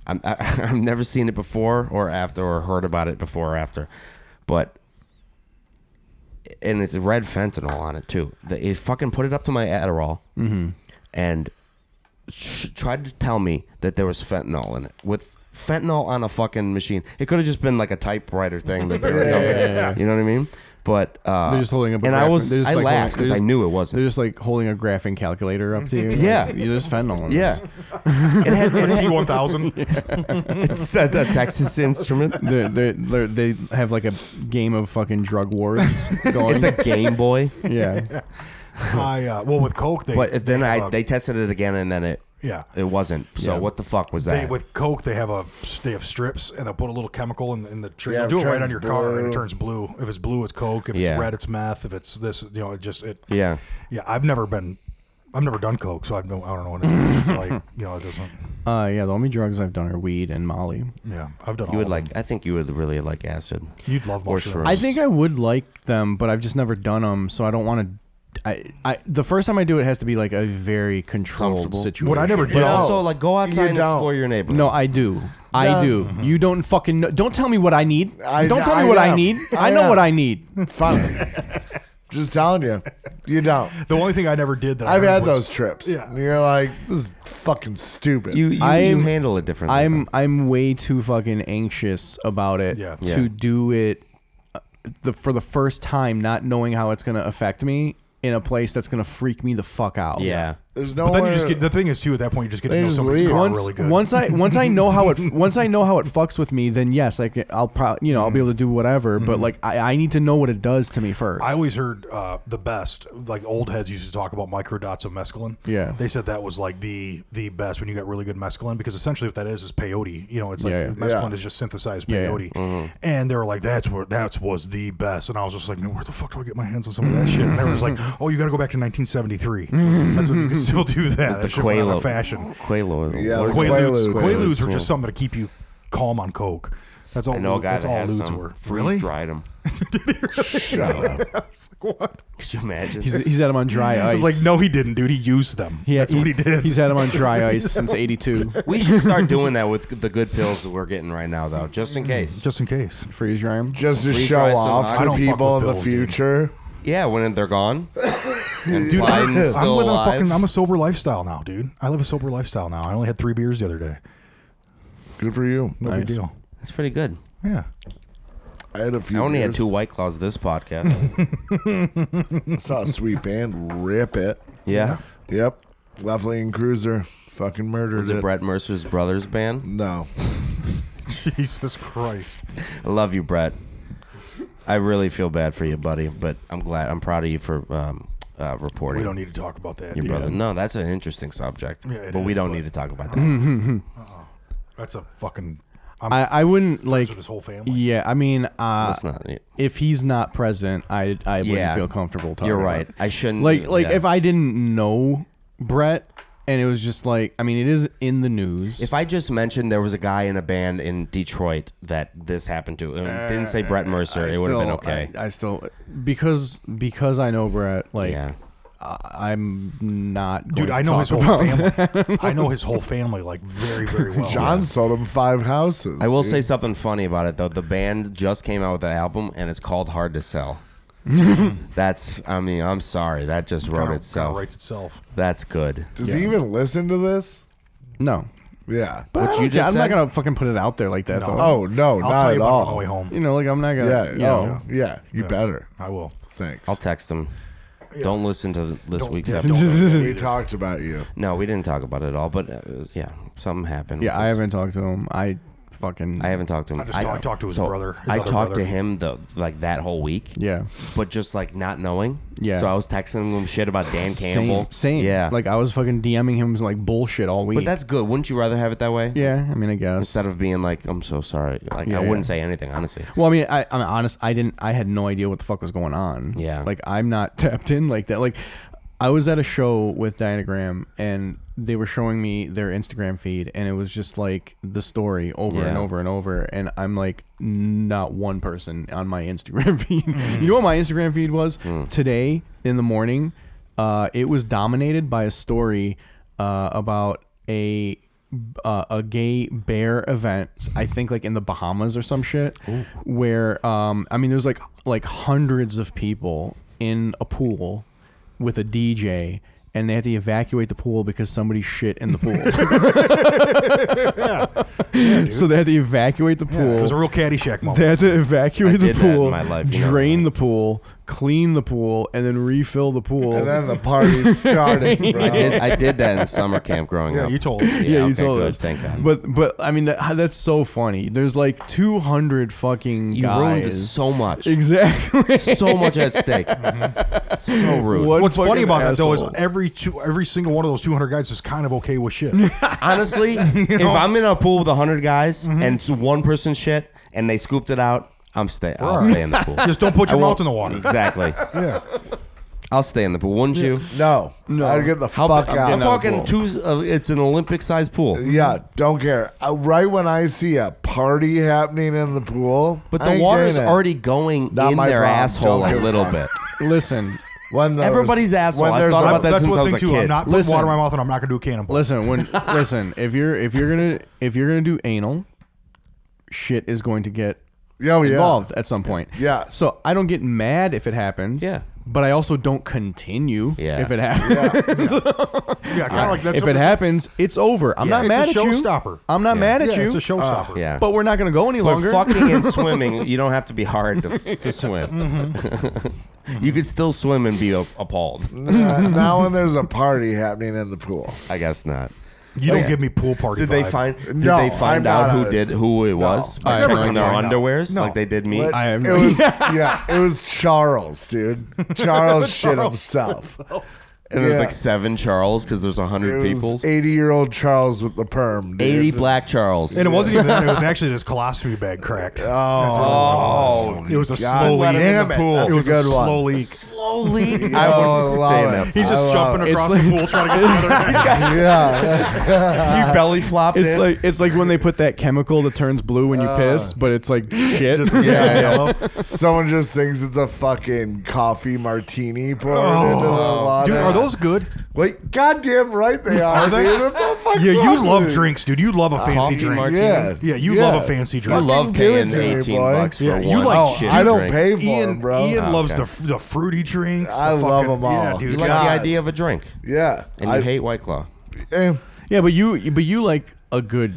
[SPEAKER 4] I'm, [laughs] I, I've never seen it before or after or heard about it before or after, but and it's red fentanyl on it too. They fucking put it up to my Adderall
[SPEAKER 5] Mm-hmm.
[SPEAKER 4] and sh- tried to tell me that there was fentanyl in it with fentanyl on a fucking machine. It could have just been like a typewriter thing that they were dumping. You know what I mean? But uh,
[SPEAKER 5] They're just holding up. a
[SPEAKER 4] and I
[SPEAKER 5] graph-
[SPEAKER 4] was
[SPEAKER 5] they're just,
[SPEAKER 4] I
[SPEAKER 5] like, holding-
[SPEAKER 4] laughed because
[SPEAKER 5] they're
[SPEAKER 4] I
[SPEAKER 5] just-
[SPEAKER 4] knew it
[SPEAKER 5] They're
[SPEAKER 4] wasn't.
[SPEAKER 5] just like holding a graphing calculator up to you. Like,
[SPEAKER 4] Yeah.
[SPEAKER 5] there's fentanyl. In
[SPEAKER 4] Yeah,
[SPEAKER 5] this. [laughs]
[SPEAKER 4] it had, it
[SPEAKER 3] T
[SPEAKER 4] had
[SPEAKER 3] E one thousand.
[SPEAKER 4] [laughs] it's that, that Texas instrument.
[SPEAKER 5] [laughs] They're, they're, they're, they have like a game of fucking drug
[SPEAKER 4] [laughs]
[SPEAKER 5] wars going.
[SPEAKER 4] It's a Game Boy.
[SPEAKER 5] yeah.
[SPEAKER 3] [laughs] I uh, well with coke they.
[SPEAKER 4] But then
[SPEAKER 3] they,
[SPEAKER 4] I
[SPEAKER 3] uh,
[SPEAKER 4] they tested it again and then it
[SPEAKER 3] Yeah.
[SPEAKER 4] It wasn't. So what the fuck was
[SPEAKER 3] They,
[SPEAKER 4] that?
[SPEAKER 3] with Coke, they have a they have strips, and they'll put a little chemical in, in the tree.
[SPEAKER 2] Yeah,
[SPEAKER 3] they'll do
[SPEAKER 2] it
[SPEAKER 3] it right
[SPEAKER 2] turns
[SPEAKER 3] on your car, and
[SPEAKER 2] blue.
[SPEAKER 3] it turns blue. If it's blue, it's Coke. If
[SPEAKER 4] Yeah.
[SPEAKER 3] it's red, it's meth. If it's this, you know, it just it.
[SPEAKER 4] yeah.
[SPEAKER 3] yeah. I've never been, I've never done Coke, so I've no, I don't know what it is.
[SPEAKER 4] [laughs]
[SPEAKER 3] It's like you know, it doesn't.
[SPEAKER 5] Uh, yeah, the only drugs I've done are weed and Molly.
[SPEAKER 3] Yeah, I've done. all
[SPEAKER 4] You would
[SPEAKER 3] of them.
[SPEAKER 4] like. I think you would really like acid.
[SPEAKER 3] Um, You'd love
[SPEAKER 4] or
[SPEAKER 3] mushrooms.
[SPEAKER 4] shrooms.
[SPEAKER 5] I think I would like them, but I've just never done them, so I don't want to. I, I the first time I do it has to be like a very controlled
[SPEAKER 4] Comfortable.
[SPEAKER 5] situation.
[SPEAKER 3] What I never
[SPEAKER 4] But
[SPEAKER 3] did.
[SPEAKER 2] No.
[SPEAKER 4] also, like, go outside
[SPEAKER 2] You
[SPEAKER 4] and
[SPEAKER 2] don't.
[SPEAKER 4] explore your neighborhood.
[SPEAKER 5] No, I do. I do. You don't fucking know. don't tell me what I need.
[SPEAKER 2] I-
[SPEAKER 5] don't tell
[SPEAKER 2] I
[SPEAKER 5] me what I
[SPEAKER 2] am.
[SPEAKER 5] need.
[SPEAKER 2] I
[SPEAKER 5] I know
[SPEAKER 2] am.
[SPEAKER 5] what I need.
[SPEAKER 3] [laughs]
[SPEAKER 2] Fun. Just telling you, you don't.
[SPEAKER 3] the only thing I never did that I
[SPEAKER 2] I've had
[SPEAKER 3] was-
[SPEAKER 2] those trips.
[SPEAKER 3] Yeah.
[SPEAKER 2] And you're like, this is fucking stupid.
[SPEAKER 4] you you, you
[SPEAKER 5] I'm-
[SPEAKER 4] handle it differently.
[SPEAKER 5] I'm I'm way too fucking anxious about it
[SPEAKER 3] Yeah.
[SPEAKER 5] to
[SPEAKER 4] Yeah.
[SPEAKER 5] do it uh, the for the first time not knowing how it's going to affect me in a place that's going to freak me the fuck out.
[SPEAKER 4] yeah.
[SPEAKER 2] there's no
[SPEAKER 3] But then you
[SPEAKER 2] way-
[SPEAKER 3] just get the thing is too at that point you just get to
[SPEAKER 2] They
[SPEAKER 3] know
[SPEAKER 2] just
[SPEAKER 3] somebody's
[SPEAKER 2] leave.
[SPEAKER 3] car
[SPEAKER 5] Once,
[SPEAKER 3] really good.
[SPEAKER 5] once I once I
[SPEAKER 3] [laughs]
[SPEAKER 5] know how it once I know how it fucks with me, then yes, I can, I'll probably you know I'll
[SPEAKER 3] Mm-hmm.
[SPEAKER 5] be able to do whatever. But like I, I need to know what it does to me first.
[SPEAKER 3] I always heard uh, the best, like old heads used to talk about microdots of mescaline.
[SPEAKER 5] Yeah.
[SPEAKER 3] they said that was like the the best when you got really good mescaline because essentially what that is is peyote. You know, it's like
[SPEAKER 5] Yeah, yeah.
[SPEAKER 3] mescaline
[SPEAKER 2] Yeah.
[SPEAKER 3] is just synthesized
[SPEAKER 5] Yeah, yeah.
[SPEAKER 3] peyote.
[SPEAKER 4] Mm-hmm.
[SPEAKER 3] And they were like, "That's where that was the best." And I was just like, "Man, where the fuck do I get my hands on some of that shit?" And they were just like, "Oh, you got to go back to 1973. That's when you can still do that.
[SPEAKER 4] [laughs] The
[SPEAKER 3] that shit went out
[SPEAKER 4] Quaalude.
[SPEAKER 3] of fashion.
[SPEAKER 4] Quaalude.
[SPEAKER 2] Yeah,
[SPEAKER 4] What
[SPEAKER 2] the
[SPEAKER 4] is it?
[SPEAKER 3] Quaaludes,
[SPEAKER 2] Quaaludes.
[SPEAKER 3] Quaaludes were
[SPEAKER 4] Yeah.
[SPEAKER 3] just something to keep you calm on coke. That's all.
[SPEAKER 4] I know a guy
[SPEAKER 3] that's
[SPEAKER 4] that
[SPEAKER 3] all
[SPEAKER 4] has
[SPEAKER 3] ludes
[SPEAKER 4] some.
[SPEAKER 3] were.
[SPEAKER 4] Freeze
[SPEAKER 3] [laughs]
[SPEAKER 4] dried them. Shut up. Could you imagine?
[SPEAKER 5] he's, he's had him
[SPEAKER 3] [laughs]
[SPEAKER 5] on dry
[SPEAKER 3] I
[SPEAKER 5] ice.
[SPEAKER 3] was like, no, he didn't, dude. He used them.
[SPEAKER 5] He-
[SPEAKER 3] That's what he did.
[SPEAKER 5] He's had him on dry ice since '82.
[SPEAKER 4] we should start doing that with the good pills that we're getting right now, though, just in
[SPEAKER 3] [laughs]
[SPEAKER 4] case.
[SPEAKER 3] just in case.
[SPEAKER 5] Freeze dry him.
[SPEAKER 2] just to
[SPEAKER 4] Free
[SPEAKER 2] show
[SPEAKER 4] fries and
[SPEAKER 2] off to
[SPEAKER 4] hot
[SPEAKER 3] dogs. I don't fuck
[SPEAKER 2] people
[SPEAKER 3] with
[SPEAKER 2] in the
[SPEAKER 3] those, dude.
[SPEAKER 2] future.
[SPEAKER 4] Yeah, when
[SPEAKER 3] [laughs]
[SPEAKER 4] they're gone. And
[SPEAKER 3] Dude, I'm,
[SPEAKER 4] Biden's
[SPEAKER 3] I'm
[SPEAKER 4] still
[SPEAKER 3] living a
[SPEAKER 4] alive.
[SPEAKER 3] fucking. I'm a sober lifestyle now, dude. I live a sober lifestyle now. I only had three beers the other day.
[SPEAKER 2] Good for you.
[SPEAKER 3] No big
[SPEAKER 5] Nice.
[SPEAKER 3] deal.
[SPEAKER 4] That's pretty good.
[SPEAKER 3] Yeah.
[SPEAKER 2] I had a few.
[SPEAKER 4] I only had
[SPEAKER 2] beers.
[SPEAKER 4] two White Claws
[SPEAKER 3] [laughs]
[SPEAKER 4] this podcast.
[SPEAKER 2] [laughs] Saw a sweet band rip it.
[SPEAKER 4] yeah.
[SPEAKER 2] Yep. Lovely and Cruiser fucking murdered
[SPEAKER 4] Was it Brett Mercer's brothers band? [laughs]
[SPEAKER 2] No.
[SPEAKER 3] Jesus Christ.
[SPEAKER 4] I love you, Brett. I really feel bad for you, buddy, but I'm glad. I'm proud of you for um, uh, reporting.
[SPEAKER 3] We don't need to talk about that.
[SPEAKER 4] your brother. No, that's an interesting subject,
[SPEAKER 3] Yeah, it
[SPEAKER 4] but we
[SPEAKER 3] is,
[SPEAKER 4] don't
[SPEAKER 3] but-
[SPEAKER 4] need to
[SPEAKER 3] [laughs]
[SPEAKER 4] talk about that.
[SPEAKER 3] That's a fucking. I'm
[SPEAKER 5] I, I wouldn't like.
[SPEAKER 3] with his whole family.
[SPEAKER 5] Yeah, I mean, uh,
[SPEAKER 4] That's not.
[SPEAKER 5] if he's not present, I I
[SPEAKER 4] Yeah.
[SPEAKER 5] wouldn't feel comfortable talking.
[SPEAKER 4] You're
[SPEAKER 5] about
[SPEAKER 4] right.
[SPEAKER 5] it.
[SPEAKER 4] I shouldn't.
[SPEAKER 5] Like like
[SPEAKER 4] yeah.
[SPEAKER 5] if I didn't know Brett, and it was just like I mean, it is in the news.
[SPEAKER 4] If I just mentioned there was a guy in a band in Detroit that this happened to, and didn't
[SPEAKER 3] Uh,
[SPEAKER 4] say Brett Mercer, it would have been
[SPEAKER 5] still-
[SPEAKER 4] okay.
[SPEAKER 5] I, I still because because I know Brett. Like
[SPEAKER 4] yeah.
[SPEAKER 5] I, I'm not. Going
[SPEAKER 3] Dude,
[SPEAKER 5] to
[SPEAKER 3] I know
[SPEAKER 5] talk
[SPEAKER 3] his whole
[SPEAKER 5] about
[SPEAKER 3] family. I know his whole family like very, very well.
[SPEAKER 2] John sold him five houses.
[SPEAKER 4] I will
[SPEAKER 2] dude.
[SPEAKER 4] say something funny about it though. The band just came out with an album, and it's called Hard to
[SPEAKER 3] [laughs]
[SPEAKER 4] Sell. That's. I mean, I'm sorry. That just wrote
[SPEAKER 3] Kinda- kinda
[SPEAKER 4] itself.
[SPEAKER 3] writes itself.
[SPEAKER 4] That's good.
[SPEAKER 2] Does he even listen to this?
[SPEAKER 5] No,
[SPEAKER 2] Yeah.
[SPEAKER 5] but I
[SPEAKER 4] you
[SPEAKER 5] don't-
[SPEAKER 4] just
[SPEAKER 5] I'm not
[SPEAKER 4] said-
[SPEAKER 5] gonna fucking put it out there like that.
[SPEAKER 3] No.
[SPEAKER 5] though.
[SPEAKER 2] Oh no,
[SPEAKER 3] I'll
[SPEAKER 2] not
[SPEAKER 3] tell you
[SPEAKER 2] at
[SPEAKER 3] about it on the
[SPEAKER 2] all.
[SPEAKER 3] way home.
[SPEAKER 5] you know, like I'm not gonna.
[SPEAKER 2] Yeah.
[SPEAKER 5] you
[SPEAKER 2] oh,
[SPEAKER 5] know.
[SPEAKER 2] yeah. You better.
[SPEAKER 3] I will.
[SPEAKER 2] Thanks.
[SPEAKER 4] I'll text him. Don't listen to th- this
[SPEAKER 3] Don't-
[SPEAKER 4] week's
[SPEAKER 3] yeah,
[SPEAKER 4] episode.
[SPEAKER 3] don't- [laughs]
[SPEAKER 2] we talked about you.
[SPEAKER 4] No, we didn't talk about it at all. But uh, yeah, something happened.
[SPEAKER 5] yeah.
[SPEAKER 4] with
[SPEAKER 5] I
[SPEAKER 4] this.
[SPEAKER 5] haven't talked to him. I fucking.
[SPEAKER 4] I haven't talked to him.
[SPEAKER 3] I just talked- talked to his brother, his
[SPEAKER 4] I
[SPEAKER 3] other
[SPEAKER 4] talked to
[SPEAKER 3] brother.
[SPEAKER 4] him the like that whole week.
[SPEAKER 5] yeah.
[SPEAKER 4] but just like not knowing.
[SPEAKER 5] Yeah.
[SPEAKER 4] So I was texting him shit about Dan
[SPEAKER 5] Same,
[SPEAKER 4] Campbell.
[SPEAKER 5] Same.
[SPEAKER 4] Yeah.
[SPEAKER 5] Like I was fucking DMing him like bullshit all week.
[SPEAKER 4] but that's good. Wouldn't you rather have it that way?
[SPEAKER 5] yeah. I mean, I guess.
[SPEAKER 4] Instead of being like, I'm so sorry. Like
[SPEAKER 5] Yeah,
[SPEAKER 4] I
[SPEAKER 5] yeah.
[SPEAKER 4] wouldn't say anything honestly.
[SPEAKER 5] well, I mean, I, I'm honest. I didn't. I had no idea what the fuck was going on.
[SPEAKER 4] Yeah.
[SPEAKER 5] Like I'm not [laughs] tapped in like that. Like I was at a show with Dianagram and they were showing me their Instagram feed and it was just like the story over and
[SPEAKER 4] Yeah.
[SPEAKER 5] over and over and I'm like not one person on my Instagram [laughs] feed. you know what my Instagram feed was today in the morning? Uh, it was dominated by a story uh, about a uh, a gay bear event, I think like in the Bahamas or some shit, where um, I mean there's like like hundreds of people in a pool with a DJ, and they had to evacuate the pool because somebody shit in the pool. [laughs] so they had to evacuate the pool.
[SPEAKER 3] It was a real Caddyshack moment.
[SPEAKER 5] They had to evacuate
[SPEAKER 4] I
[SPEAKER 5] the
[SPEAKER 4] did that in
[SPEAKER 5] pool,
[SPEAKER 4] my life, you know.
[SPEAKER 5] drain the pool, clean the pool, and then refill the pool.
[SPEAKER 2] And then the
[SPEAKER 4] [laughs]
[SPEAKER 2] party started, bro.
[SPEAKER 4] I did, I did that [laughs] in summer camp growing up.
[SPEAKER 3] You told us.
[SPEAKER 4] [laughs] Yeah,
[SPEAKER 5] yeah, you
[SPEAKER 4] okay,
[SPEAKER 5] told
[SPEAKER 4] good,
[SPEAKER 5] us.
[SPEAKER 4] Thank God.
[SPEAKER 5] But but I mean that, that's so funny. There's like 200 fucking
[SPEAKER 4] you
[SPEAKER 5] guys.
[SPEAKER 4] ruined so much.
[SPEAKER 5] Exactly.
[SPEAKER 4] so much at
[SPEAKER 3] [laughs]
[SPEAKER 4] stake. So rude.
[SPEAKER 5] What
[SPEAKER 3] What's funny
[SPEAKER 5] fucking
[SPEAKER 3] about that though is
[SPEAKER 5] asshole.
[SPEAKER 3] every two, every single one of those 200 guys is kind of okay with shit.
[SPEAKER 2] [laughs]
[SPEAKER 4] Honestly, if I'm in a pool with 100 guys
[SPEAKER 2] Mm-hmm.
[SPEAKER 4] and it's one person shit and they scooped it out, I'm stay. I'll
[SPEAKER 3] Bruh.
[SPEAKER 4] stay in the
[SPEAKER 2] [laughs]
[SPEAKER 4] pool.
[SPEAKER 3] Just don't put
[SPEAKER 4] I
[SPEAKER 3] your mouth
[SPEAKER 4] won't-
[SPEAKER 3] in the water.
[SPEAKER 4] Exactly.
[SPEAKER 3] Yeah,
[SPEAKER 4] I'll stay in the pool, wouldn't you?
[SPEAKER 2] No, no. I'd get the fuck
[SPEAKER 4] I'm,
[SPEAKER 2] out.
[SPEAKER 4] I'm talking two. Uh, it's an Olympic-sized pool.
[SPEAKER 2] Yeah, don't care. Uh, right when I see a party happening in the pool,
[SPEAKER 4] But
[SPEAKER 2] I
[SPEAKER 4] the
[SPEAKER 2] ain't
[SPEAKER 4] water's
[SPEAKER 2] getting it.
[SPEAKER 4] already going
[SPEAKER 2] Not
[SPEAKER 4] in
[SPEAKER 2] my
[SPEAKER 4] their
[SPEAKER 2] problem.
[SPEAKER 4] asshole
[SPEAKER 2] Don't
[SPEAKER 4] a
[SPEAKER 2] give a
[SPEAKER 4] little
[SPEAKER 2] fuck.
[SPEAKER 4] bit.
[SPEAKER 5] [laughs] Listen,
[SPEAKER 2] When there's-
[SPEAKER 4] Everybody's asshole.
[SPEAKER 2] when
[SPEAKER 4] I've
[SPEAKER 2] there's
[SPEAKER 4] thought
[SPEAKER 2] a-
[SPEAKER 4] about that
[SPEAKER 3] that's
[SPEAKER 4] since I
[SPEAKER 3] one
[SPEAKER 4] was
[SPEAKER 3] thing
[SPEAKER 4] a
[SPEAKER 3] too.
[SPEAKER 4] kid.
[SPEAKER 3] I'm not putting
[SPEAKER 5] Listen.
[SPEAKER 3] water in my mouth, and I'm not gonna do a cannonball.
[SPEAKER 5] listen. When listen, if you're if you're gonna if you're gonna do anal, shit is going to get
[SPEAKER 2] Yeah,
[SPEAKER 5] Oh,
[SPEAKER 2] yeah.
[SPEAKER 5] involved at some point.
[SPEAKER 2] Yeah.
[SPEAKER 5] So I don't get mad if it happens.
[SPEAKER 4] Yeah.
[SPEAKER 5] But I also don't continue
[SPEAKER 4] Yeah.
[SPEAKER 5] if it happens.
[SPEAKER 3] Yeah, kind of like that's
[SPEAKER 5] if it happens, it's over. I'm
[SPEAKER 4] Yeah.
[SPEAKER 5] not
[SPEAKER 4] It's
[SPEAKER 5] mad
[SPEAKER 3] a
[SPEAKER 5] at you.
[SPEAKER 3] showstopper.
[SPEAKER 5] I'm not mad at
[SPEAKER 3] yeah,
[SPEAKER 5] you. Uh,
[SPEAKER 3] it's a showstopper.
[SPEAKER 4] yeah.
[SPEAKER 5] But we're not going to go any
[SPEAKER 4] But
[SPEAKER 5] longer. [laughs]
[SPEAKER 4] fucking
[SPEAKER 2] [laughs]
[SPEAKER 4] and swimming, you don't have to be hard to, to swim.
[SPEAKER 2] Mm-hmm.
[SPEAKER 4] [laughs] you could still swim and be a- appalled.
[SPEAKER 2] [laughs] Nah, uh, now when there's a party happening in the pool,
[SPEAKER 4] I guess not.
[SPEAKER 3] You don't
[SPEAKER 4] Yeah.
[SPEAKER 3] give me pool party.
[SPEAKER 4] Did they
[SPEAKER 3] vibe.
[SPEAKER 4] find? Did
[SPEAKER 2] No,
[SPEAKER 4] they find
[SPEAKER 2] I'm
[SPEAKER 4] out
[SPEAKER 2] not
[SPEAKER 4] who
[SPEAKER 2] on it.
[SPEAKER 4] did who it was by
[SPEAKER 5] I never
[SPEAKER 4] showing
[SPEAKER 5] could
[SPEAKER 4] their
[SPEAKER 5] find out.
[SPEAKER 4] underweeres
[SPEAKER 3] No.
[SPEAKER 4] like they did me?
[SPEAKER 2] What-
[SPEAKER 5] I am-
[SPEAKER 2] it was [laughs] yeah, it was Charles,
[SPEAKER 4] [laughs]
[SPEAKER 2] dude. Charles shit himself.
[SPEAKER 4] And there's
[SPEAKER 2] Yeah.
[SPEAKER 4] like seven Charles because there's a hundred
[SPEAKER 2] It
[SPEAKER 4] people.
[SPEAKER 2] was eighty-year-old Charles with the perm. dude.
[SPEAKER 4] Eighty black Charles. [laughs]
[SPEAKER 3] And it wasn't even that. It was actually this colostomy bag cracked. Oh, it was a
[SPEAKER 2] God,
[SPEAKER 3] slow
[SPEAKER 2] let
[SPEAKER 3] leak.
[SPEAKER 2] him in the Damn it, pool. that's
[SPEAKER 3] It was
[SPEAKER 2] a good
[SPEAKER 3] a
[SPEAKER 2] one.
[SPEAKER 3] slow leak.
[SPEAKER 4] slow leak.
[SPEAKER 2] Oh,
[SPEAKER 4] I would
[SPEAKER 2] love
[SPEAKER 4] stay in
[SPEAKER 2] it.
[SPEAKER 4] that.
[SPEAKER 3] He's
[SPEAKER 2] I love
[SPEAKER 3] just jumping
[SPEAKER 5] it.
[SPEAKER 3] across
[SPEAKER 5] It's
[SPEAKER 3] the pool trying to
[SPEAKER 2] [laughs]
[SPEAKER 3] get to the other
[SPEAKER 2] [laughs]
[SPEAKER 3] end.
[SPEAKER 2] Yeah,
[SPEAKER 4] he belly flopped
[SPEAKER 5] It's
[SPEAKER 4] in.
[SPEAKER 5] like it's like when they put that chemical that turns blue when you
[SPEAKER 3] Uh,
[SPEAKER 5] piss, but it's like shit.
[SPEAKER 2] yeah, yeah. [laughs] Someone just thinks it's a fucking coffee martini poured into the
[SPEAKER 4] Oh.
[SPEAKER 2] water.
[SPEAKER 3] Oh. Dude, are those good?
[SPEAKER 2] Wait, goddamn right they are.
[SPEAKER 3] Are they?
[SPEAKER 2] dude. What the fuck's
[SPEAKER 3] Yeah,
[SPEAKER 2] wrong
[SPEAKER 3] you love
[SPEAKER 2] with
[SPEAKER 3] drinks, dude. You love a fancy
[SPEAKER 4] coffee
[SPEAKER 3] drink.
[SPEAKER 4] martini.
[SPEAKER 2] Yeah,
[SPEAKER 3] Yeah, you love a fancy
[SPEAKER 4] I
[SPEAKER 3] drink.
[SPEAKER 4] love
[SPEAKER 2] Give it
[SPEAKER 4] paying
[SPEAKER 2] to me,
[SPEAKER 4] eighteen
[SPEAKER 2] boy.
[SPEAKER 4] bucks for
[SPEAKER 3] Yeah, you
[SPEAKER 4] one.
[SPEAKER 3] like
[SPEAKER 4] shitty
[SPEAKER 3] shit.
[SPEAKER 2] I don't
[SPEAKER 4] drink.
[SPEAKER 2] pay for
[SPEAKER 3] Ian,
[SPEAKER 2] them, bro.
[SPEAKER 3] Ian
[SPEAKER 4] Oh,
[SPEAKER 3] loves
[SPEAKER 4] okay.
[SPEAKER 3] the the fruity drinks.
[SPEAKER 2] I
[SPEAKER 3] the
[SPEAKER 2] love
[SPEAKER 3] fucking-
[SPEAKER 2] 'em all.
[SPEAKER 3] Yeah, dude.
[SPEAKER 4] You like
[SPEAKER 2] God.
[SPEAKER 4] the idea of a drink,
[SPEAKER 2] yeah,
[SPEAKER 4] and you
[SPEAKER 2] I-
[SPEAKER 4] hate White Claw.
[SPEAKER 2] eh,
[SPEAKER 5] Yeah, but you but you like a good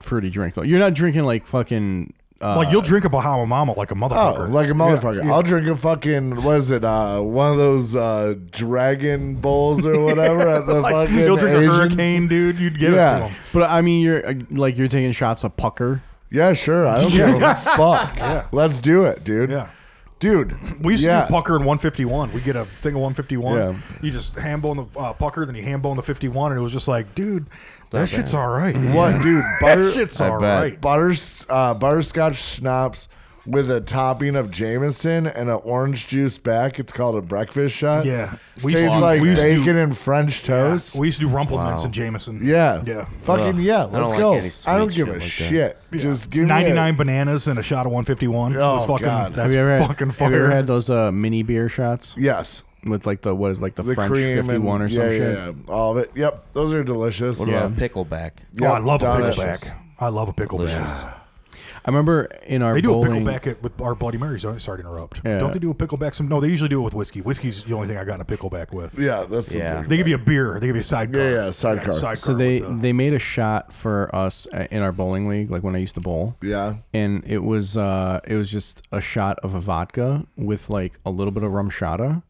[SPEAKER 5] fruity drink though. You're not drinking like fucking. Uh,
[SPEAKER 3] like you'll drink a Bahama Mama like a
[SPEAKER 2] Oh,
[SPEAKER 3] motherfucker.
[SPEAKER 2] like a motherfucker. I'll drink a fucking what is it? Uh, one of those uh, dragon bowls or whatever at the
[SPEAKER 3] [laughs] Like,
[SPEAKER 2] fucking.
[SPEAKER 3] you'll drink
[SPEAKER 2] Asians.
[SPEAKER 3] a hurricane, dude. You'd give it
[SPEAKER 2] Yeah.
[SPEAKER 3] to him.
[SPEAKER 5] but I mean, you're uh, like you're taking shots of pucker.
[SPEAKER 2] Yeah, sure. I
[SPEAKER 3] [laughs]
[SPEAKER 2] don't give a fuck. Let's do it, dude.
[SPEAKER 3] Yeah.
[SPEAKER 2] Dude,
[SPEAKER 3] We used
[SPEAKER 2] yeah.
[SPEAKER 3] to do pucker in 151. We get a thing of 151.
[SPEAKER 5] Yeah.
[SPEAKER 3] You just hand bone the uh, pucker, then you hand bone the 51, and it was just like, dude, that shit's all
[SPEAKER 2] [laughs]
[SPEAKER 3] right. [laughs]
[SPEAKER 2] What, dude?
[SPEAKER 3] That
[SPEAKER 2] Butter,
[SPEAKER 3] shit's
[SPEAKER 4] I
[SPEAKER 3] all
[SPEAKER 4] bet.
[SPEAKER 3] right.
[SPEAKER 2] butter, uh, butterscotch schnapps with a topping of Jameson and an orange juice back. It's called a breakfast shot.
[SPEAKER 3] Yeah.
[SPEAKER 2] we
[SPEAKER 3] We used
[SPEAKER 2] tastes
[SPEAKER 3] to-
[SPEAKER 2] like
[SPEAKER 3] we used to do-
[SPEAKER 2] bacon and French toast.
[SPEAKER 3] We used to do Rumplemans and Jameson.
[SPEAKER 2] Yeah.
[SPEAKER 3] Yeah.
[SPEAKER 2] Fucking
[SPEAKER 4] Ugh.
[SPEAKER 2] yeah.
[SPEAKER 4] I don't
[SPEAKER 2] Let's
[SPEAKER 4] like
[SPEAKER 2] go.
[SPEAKER 4] any sweet
[SPEAKER 2] I don't give
[SPEAKER 4] shit
[SPEAKER 2] a
[SPEAKER 4] like that.
[SPEAKER 2] shit. Just give me a-
[SPEAKER 3] 99 bananas and a shot of 151. it
[SPEAKER 2] Oh,
[SPEAKER 3] was fucking,
[SPEAKER 2] God.
[SPEAKER 3] That's
[SPEAKER 5] had,
[SPEAKER 3] fucking
[SPEAKER 5] Have you ever
[SPEAKER 3] fire.
[SPEAKER 5] had those uh, mini beer shots
[SPEAKER 2] Yes.
[SPEAKER 5] with like the what is like the,
[SPEAKER 2] The
[SPEAKER 5] French
[SPEAKER 2] cream
[SPEAKER 5] fifty one
[SPEAKER 2] and,
[SPEAKER 5] or some
[SPEAKER 2] yeah,
[SPEAKER 5] shit?
[SPEAKER 2] Yeah, yeah. All of it. Yep. Those are delicious.
[SPEAKER 4] What
[SPEAKER 5] Yeah.
[SPEAKER 4] about a pickleback?
[SPEAKER 3] oh, I
[SPEAKER 2] Yep,
[SPEAKER 3] love a
[SPEAKER 2] delicious.
[SPEAKER 3] pickleback. I love a
[SPEAKER 4] Delicious.
[SPEAKER 3] pickleback.
[SPEAKER 5] I remember in our
[SPEAKER 3] They do a
[SPEAKER 5] bowling,
[SPEAKER 3] pickleback at, with our Bloody Marys. Don't sorry to interrupt.
[SPEAKER 5] Yeah.
[SPEAKER 3] Don't they do a pickleback? Some no, they usually do it with whiskey. Whiskey's the only thing I got in a pickleback with.
[SPEAKER 2] Yeah, that's the
[SPEAKER 4] Yeah.
[SPEAKER 2] big-
[SPEAKER 3] They give you a beer. They give you a sidecar.
[SPEAKER 2] Yeah, yeah, sidecar.
[SPEAKER 5] So they
[SPEAKER 3] uh,
[SPEAKER 5] they made a shot for us uh, in our bowling league, like when I used to bowl.
[SPEAKER 2] Yeah.
[SPEAKER 5] and it was uh it was just a shot of a vodka with like a little bit of rum shada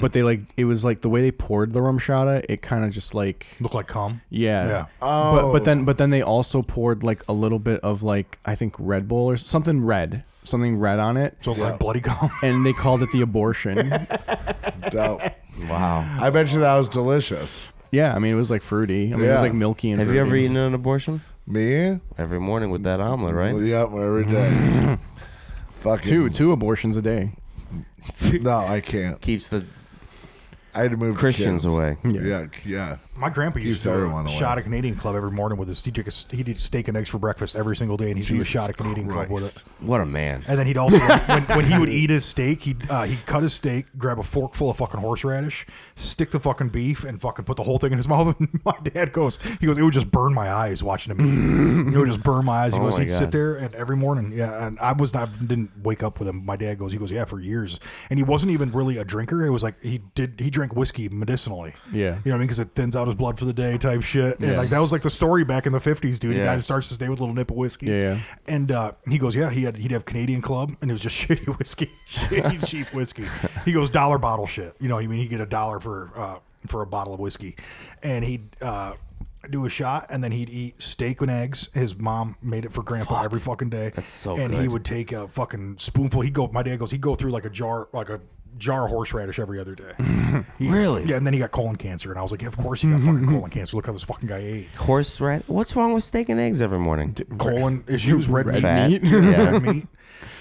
[SPEAKER 5] but they like it was like the way they poured the rum shada it kind of just like
[SPEAKER 3] look like cum.
[SPEAKER 5] yeah,
[SPEAKER 3] Yeah.
[SPEAKER 5] but but then but then they also poured like a little bit of like I think Red Bull or something red something red on it
[SPEAKER 3] So like bloody cum. [laughs]
[SPEAKER 5] and they called it the abortion
[SPEAKER 2] Dope.
[SPEAKER 4] [laughs] Wow.
[SPEAKER 2] I bet you that was delicious.
[SPEAKER 5] yeah I mean it was like fruity I mean it was
[SPEAKER 2] Yeah.
[SPEAKER 5] like milky and
[SPEAKER 4] Have you ever
[SPEAKER 5] fruity.
[SPEAKER 4] eaten an abortion?
[SPEAKER 2] Me?
[SPEAKER 4] Every morning with that omelet, right?
[SPEAKER 2] Yep, every
[SPEAKER 4] [laughs]
[SPEAKER 2] day. Fucking
[SPEAKER 5] two two abortions a day
[SPEAKER 2] [laughs] No, I can't.
[SPEAKER 4] Keeps the
[SPEAKER 2] I had to move
[SPEAKER 4] Christians
[SPEAKER 2] kids.
[SPEAKER 4] away.
[SPEAKER 2] Yeah, yeah.
[SPEAKER 3] My grandpa used
[SPEAKER 2] Keeps
[SPEAKER 3] to do
[SPEAKER 2] everyone
[SPEAKER 3] a
[SPEAKER 2] away.
[SPEAKER 3] shot at Canadian Club every morning with his he took his- he'd eat steak and eggs for breakfast every single day, and he'd do a
[SPEAKER 2] Jesus
[SPEAKER 3] shot at Canadian Club with it.
[SPEAKER 2] Christ.
[SPEAKER 4] What a man.
[SPEAKER 3] And then he'd also
[SPEAKER 4] [laughs]
[SPEAKER 3] when, when he would eat his steak, he'd uh, he'd cut his steak, grab a fork full of fucking horseradish, stick the fucking beef, and fucking put the whole thing in his [laughs] mouth. And my dad goes, he goes, it would just burn my eyes watching him.
[SPEAKER 4] [laughs]
[SPEAKER 3] eat. it would just burn my eyes. He
[SPEAKER 4] Oh
[SPEAKER 3] goes,
[SPEAKER 4] my
[SPEAKER 3] he'd
[SPEAKER 4] God.
[SPEAKER 3] sit there and every morning, yeah. And I was not didn't wake up with him. My dad goes, he goes, yeah, for years. And he wasn't even really a drinker. It was like he did he drank drink whiskey medicinally.
[SPEAKER 5] Yeah.
[SPEAKER 3] You know what I mean? Because it thins out his blood for the day type shit. And, like that was like the story back in the fifties, dude. The
[SPEAKER 4] Yeah.
[SPEAKER 3] guy that starts his day with a little nip of whiskey.
[SPEAKER 5] Yeah, yeah.
[SPEAKER 3] And uh, he goes, yeah, he had he'd have Canadian Club, and it was just [laughs] shitty whiskey,
[SPEAKER 4] [laughs]
[SPEAKER 3] shitty cheap whiskey. He goes dollar bottle shit. You know what I mean? He would get a dollar for uh, for a bottle of whiskey, and he'd. Uh, do a shot and then he'd eat steak and eggs. His mom made it for grandpa every fucking day.
[SPEAKER 4] That's so
[SPEAKER 3] And he
[SPEAKER 4] good.
[SPEAKER 3] would take a fucking spoonful. He go. My dad goes. He would go through like a jar, like a jar of horseradish every other day.
[SPEAKER 4] [laughs]
[SPEAKER 3] He-
[SPEAKER 4] Really?
[SPEAKER 3] Yeah. And then he got colon cancer, and I was like, yeah, of course he got
[SPEAKER 4] [laughs]
[SPEAKER 3] fucking colon cancer. Look how this fucking guy ate.
[SPEAKER 4] Horse rat. What's wrong with steak and eggs every morning?
[SPEAKER 3] Colon
[SPEAKER 5] [laughs]
[SPEAKER 3] issues, red, meat,
[SPEAKER 4] Fat.
[SPEAKER 5] meat.
[SPEAKER 4] Yeah.
[SPEAKER 3] red meat.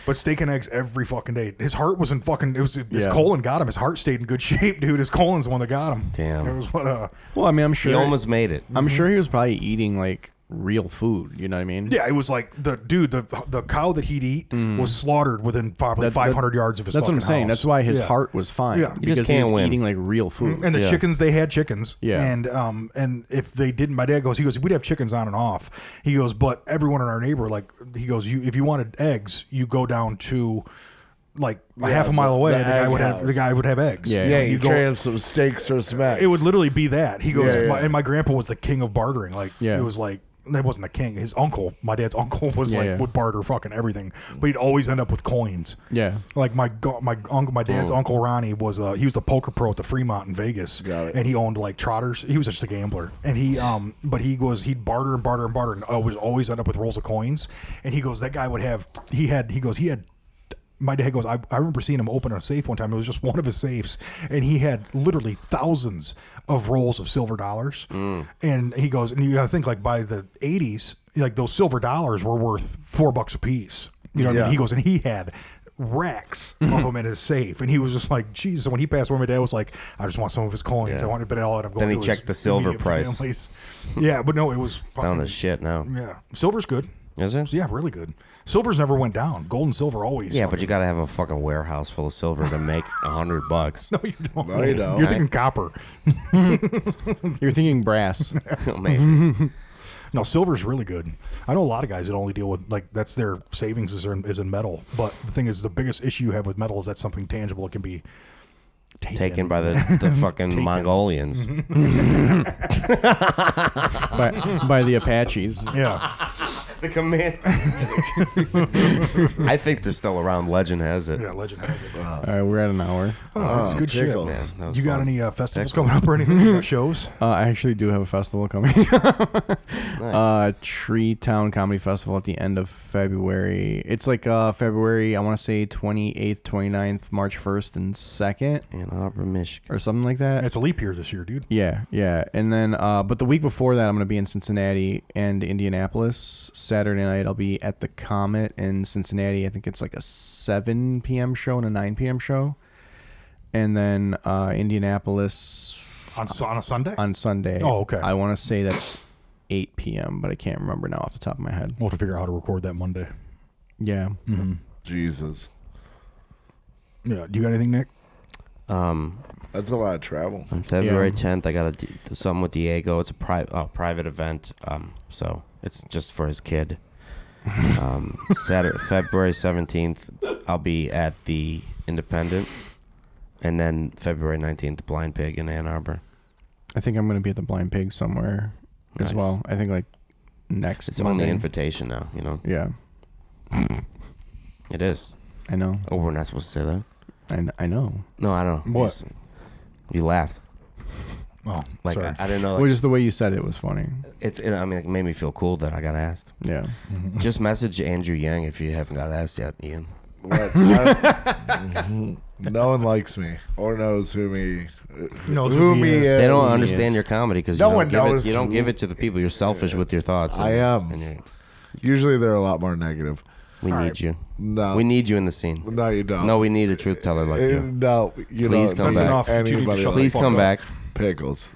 [SPEAKER 3] But steak and eggs every fucking day. His heart wasn't fucking. It was his
[SPEAKER 5] Yeah.
[SPEAKER 3] colon got him. His heart stayed in good [laughs] shape, dude. His colon's the one that got him.
[SPEAKER 4] Damn.
[SPEAKER 3] It was what uh.
[SPEAKER 5] Well, I mean, I'm
[SPEAKER 4] He
[SPEAKER 5] sure.
[SPEAKER 4] almost made it.
[SPEAKER 5] I'm
[SPEAKER 3] Mm-hmm.
[SPEAKER 5] sure he was probably eating like real food. You know what I mean?
[SPEAKER 3] Yeah, it was like the dude, the the cow that he'd eat was slaughtered within probably
[SPEAKER 5] Mm. That- that-
[SPEAKER 3] 500 yards of his.
[SPEAKER 5] That's what I'm
[SPEAKER 3] fucking
[SPEAKER 5] saying.
[SPEAKER 3] house.
[SPEAKER 5] That's why his
[SPEAKER 3] Yeah.
[SPEAKER 5] heart was fine.
[SPEAKER 3] Yeah. You just
[SPEAKER 5] because he
[SPEAKER 4] can't
[SPEAKER 5] was
[SPEAKER 4] win.
[SPEAKER 5] eating like real food.
[SPEAKER 3] And the
[SPEAKER 4] Yeah.
[SPEAKER 3] chickens, they had chickens.
[SPEAKER 5] Yeah.
[SPEAKER 3] And um and if they didn't, my dad goes, he goes, we'd have chickens on and off. He goes, but everyone in our neighbor, like he goes, you if you wanted eggs, you go down to like a half a mile away,
[SPEAKER 2] the
[SPEAKER 3] and the guy
[SPEAKER 2] egg
[SPEAKER 3] would have
[SPEAKER 2] house.
[SPEAKER 3] the guy would have eggs.
[SPEAKER 5] Yeah.
[SPEAKER 2] Yeah,
[SPEAKER 5] And
[SPEAKER 2] you
[SPEAKER 3] go-
[SPEAKER 2] trade up some steaks or some eggs.
[SPEAKER 3] It would literally be that. He goes,
[SPEAKER 2] Yeah, yeah.
[SPEAKER 3] My, and my grandpa was the king of bartering. Like
[SPEAKER 5] Yeah.
[SPEAKER 3] it was like that wasn't the king. His uncle, my dad's uncle, [laughs] was
[SPEAKER 5] Yeah,
[SPEAKER 3] like
[SPEAKER 5] yeah.
[SPEAKER 3] would barter fucking everything, but he'd always end up with coins.
[SPEAKER 5] Yeah.
[SPEAKER 3] Like my go- my uncle, my dad's
[SPEAKER 2] Oh.
[SPEAKER 3] uncle Ronnie was uh, he was the poker pro at the Fremont in Vegas,
[SPEAKER 2] Got it.
[SPEAKER 3] and he owned like trotters. He was just a gambler, and he um, but he was he'd barter and barter and barter, and always always end up with rolls of coins. And he goes, that guy would have he had he goes he had. My dad goes. I, I remember seeing him open a safe one time. It was just one of his safes, and he had literally thousands of rolls of silver dollars.
[SPEAKER 4] Mm.
[SPEAKER 3] And he goes, and you gotta think like by the '80s, like those silver dollars were worth four bucks a piece. You know, what I mean?
[SPEAKER 2] Yeah.
[SPEAKER 3] he goes and he had
[SPEAKER 4] [laughs]
[SPEAKER 3] racks of them in his safe, and he was just like, "Jesus!" When he passed away, my dad was like, "I just want some of his coins.
[SPEAKER 4] Yeah.
[SPEAKER 3] I want it, but all that I'm going."
[SPEAKER 4] Then he
[SPEAKER 3] to his
[SPEAKER 4] checked the silver
[SPEAKER 3] immediate
[SPEAKER 4] price. [laughs]
[SPEAKER 3] families." Yeah, but no, it was
[SPEAKER 4] Down to
[SPEAKER 3] fucking,
[SPEAKER 4] shit now.
[SPEAKER 3] yeah. Silver's good.
[SPEAKER 4] Is it?
[SPEAKER 3] Yeah, really good. Silver's never went down. Gold and silver always.
[SPEAKER 4] Yeah, but you gotta have a fucking warehouse full of silver to make a hundred [laughs] bucks.
[SPEAKER 3] no, you don't.
[SPEAKER 2] No, you don't.
[SPEAKER 3] You're thinking copper.
[SPEAKER 5] You're thinking brass.
[SPEAKER 4] Oh, man.
[SPEAKER 3] No, silver's really good. I know a lot of guys that only deal with like that's their savings is in, is in metal. But the thing is, the biggest issue you have with metal is that's something tangible. It can be taken.
[SPEAKER 4] Taken by the, [laughs] the fucking Mongolians.
[SPEAKER 5] by, by
[SPEAKER 3] [laughs]
[SPEAKER 5] the Apaches.
[SPEAKER 3] Yeah,
[SPEAKER 4] [laughs] the command. [laughs] I think they're still around. Legend has it.
[SPEAKER 3] yeah. Legend has it.
[SPEAKER 5] All right, Uh, we're at an hour.
[SPEAKER 3] Oh, that's good
[SPEAKER 2] pickles.
[SPEAKER 3] shit.
[SPEAKER 2] Man,
[SPEAKER 4] that was
[SPEAKER 3] Uh-huh. you got
[SPEAKER 4] fun.
[SPEAKER 3] any uh, festivals coming up or anything? You
[SPEAKER 4] [laughs]
[SPEAKER 3] got shows?
[SPEAKER 5] Uh, I actually do have a festival coming. [laughs] uh, Tree Town Comedy Festival at the end of February. It's like uh, February, I want to say 28th, 29th, March 1st, and 2nd,
[SPEAKER 4] Ann Arbor, Michigan.
[SPEAKER 5] or something like that.
[SPEAKER 3] It's a leap year this year, dude.
[SPEAKER 5] Yeah, yeah. And then, uh, but the week before that, I'm going to be in Cincinnati and Indianapolis. Saturday night, I'll be at the Comet in Cincinnati. I think it's like a 7 p.m. show and a 9 p.m. show. And then uh, Indianapolis
[SPEAKER 3] On, on a Sunday?
[SPEAKER 5] on Sunday.
[SPEAKER 3] Oh, okay.
[SPEAKER 5] I want to say that's 8 p.m., but I can't remember now off the top of my head.
[SPEAKER 3] we'll have to figure out how to record that Monday.
[SPEAKER 5] Yeah.
[SPEAKER 3] Mm-hmm.
[SPEAKER 2] Jesus.
[SPEAKER 3] Yeah. Do you got anything, Nick?
[SPEAKER 4] Um,
[SPEAKER 2] That's a lot of
[SPEAKER 4] [laughs]
[SPEAKER 2] travel.
[SPEAKER 4] on February
[SPEAKER 5] Yeah.
[SPEAKER 4] 10th, I got a d- something with Diego. It's a pri- oh, private event. Um, so it's just for
[SPEAKER 5] [laughs]
[SPEAKER 4] his kid. Um, Saturday, February 17th, I'll be at the Independent. And then February 19th, Blind Pig in Ann Arbor.
[SPEAKER 5] I think I'm going to be at the Blind Pig somewhere as
[SPEAKER 4] Nice.
[SPEAKER 5] well. I think like next
[SPEAKER 4] It's
[SPEAKER 5] Monday.
[SPEAKER 4] only invitation now, you know?
[SPEAKER 5] yeah,
[SPEAKER 4] It is.
[SPEAKER 5] I know.
[SPEAKER 4] Oh, we're not supposed to say that?
[SPEAKER 5] I, kn- I know.
[SPEAKER 4] No, I don't.
[SPEAKER 3] What?
[SPEAKER 4] It's- You laughed.
[SPEAKER 3] Oh,
[SPEAKER 4] Like,
[SPEAKER 3] sorry.
[SPEAKER 4] I, I didn't know.
[SPEAKER 5] well,
[SPEAKER 4] Like,
[SPEAKER 5] just the way you said it was funny.
[SPEAKER 4] it's, it, I mean, it made me feel cool that I
[SPEAKER 5] [laughs]
[SPEAKER 4] got asked.
[SPEAKER 5] Yeah.
[SPEAKER 4] Just message Andrew Yang if you haven't got asked yet, Ian.
[SPEAKER 2] What? I- [laughs] no one likes me or knows who me.
[SPEAKER 3] Knows
[SPEAKER 2] who me
[SPEAKER 3] uh,
[SPEAKER 2] is.
[SPEAKER 4] They don't
[SPEAKER 2] Yes.
[SPEAKER 4] understand your comedy because
[SPEAKER 2] No
[SPEAKER 4] you
[SPEAKER 2] one
[SPEAKER 4] don't, give
[SPEAKER 2] knows
[SPEAKER 4] it, you don't
[SPEAKER 2] who-
[SPEAKER 4] give it to the people. You're selfish with your thoughts.
[SPEAKER 2] I am.
[SPEAKER 4] you're-
[SPEAKER 2] Usually they're a lot more negative.
[SPEAKER 4] we need you.
[SPEAKER 2] No.
[SPEAKER 4] We need you in the scene.
[SPEAKER 2] No, you don't.
[SPEAKER 4] No, we need a truth teller like
[SPEAKER 2] Eh,
[SPEAKER 4] you.
[SPEAKER 2] no, you
[SPEAKER 4] Please
[SPEAKER 2] don't
[SPEAKER 4] come
[SPEAKER 2] need
[SPEAKER 4] back.
[SPEAKER 3] That's enough. You need to
[SPEAKER 2] Anybody
[SPEAKER 3] shut
[SPEAKER 2] like
[SPEAKER 3] the
[SPEAKER 4] Please
[SPEAKER 3] fuck
[SPEAKER 4] come
[SPEAKER 3] up.
[SPEAKER 4] back.
[SPEAKER 2] pickles.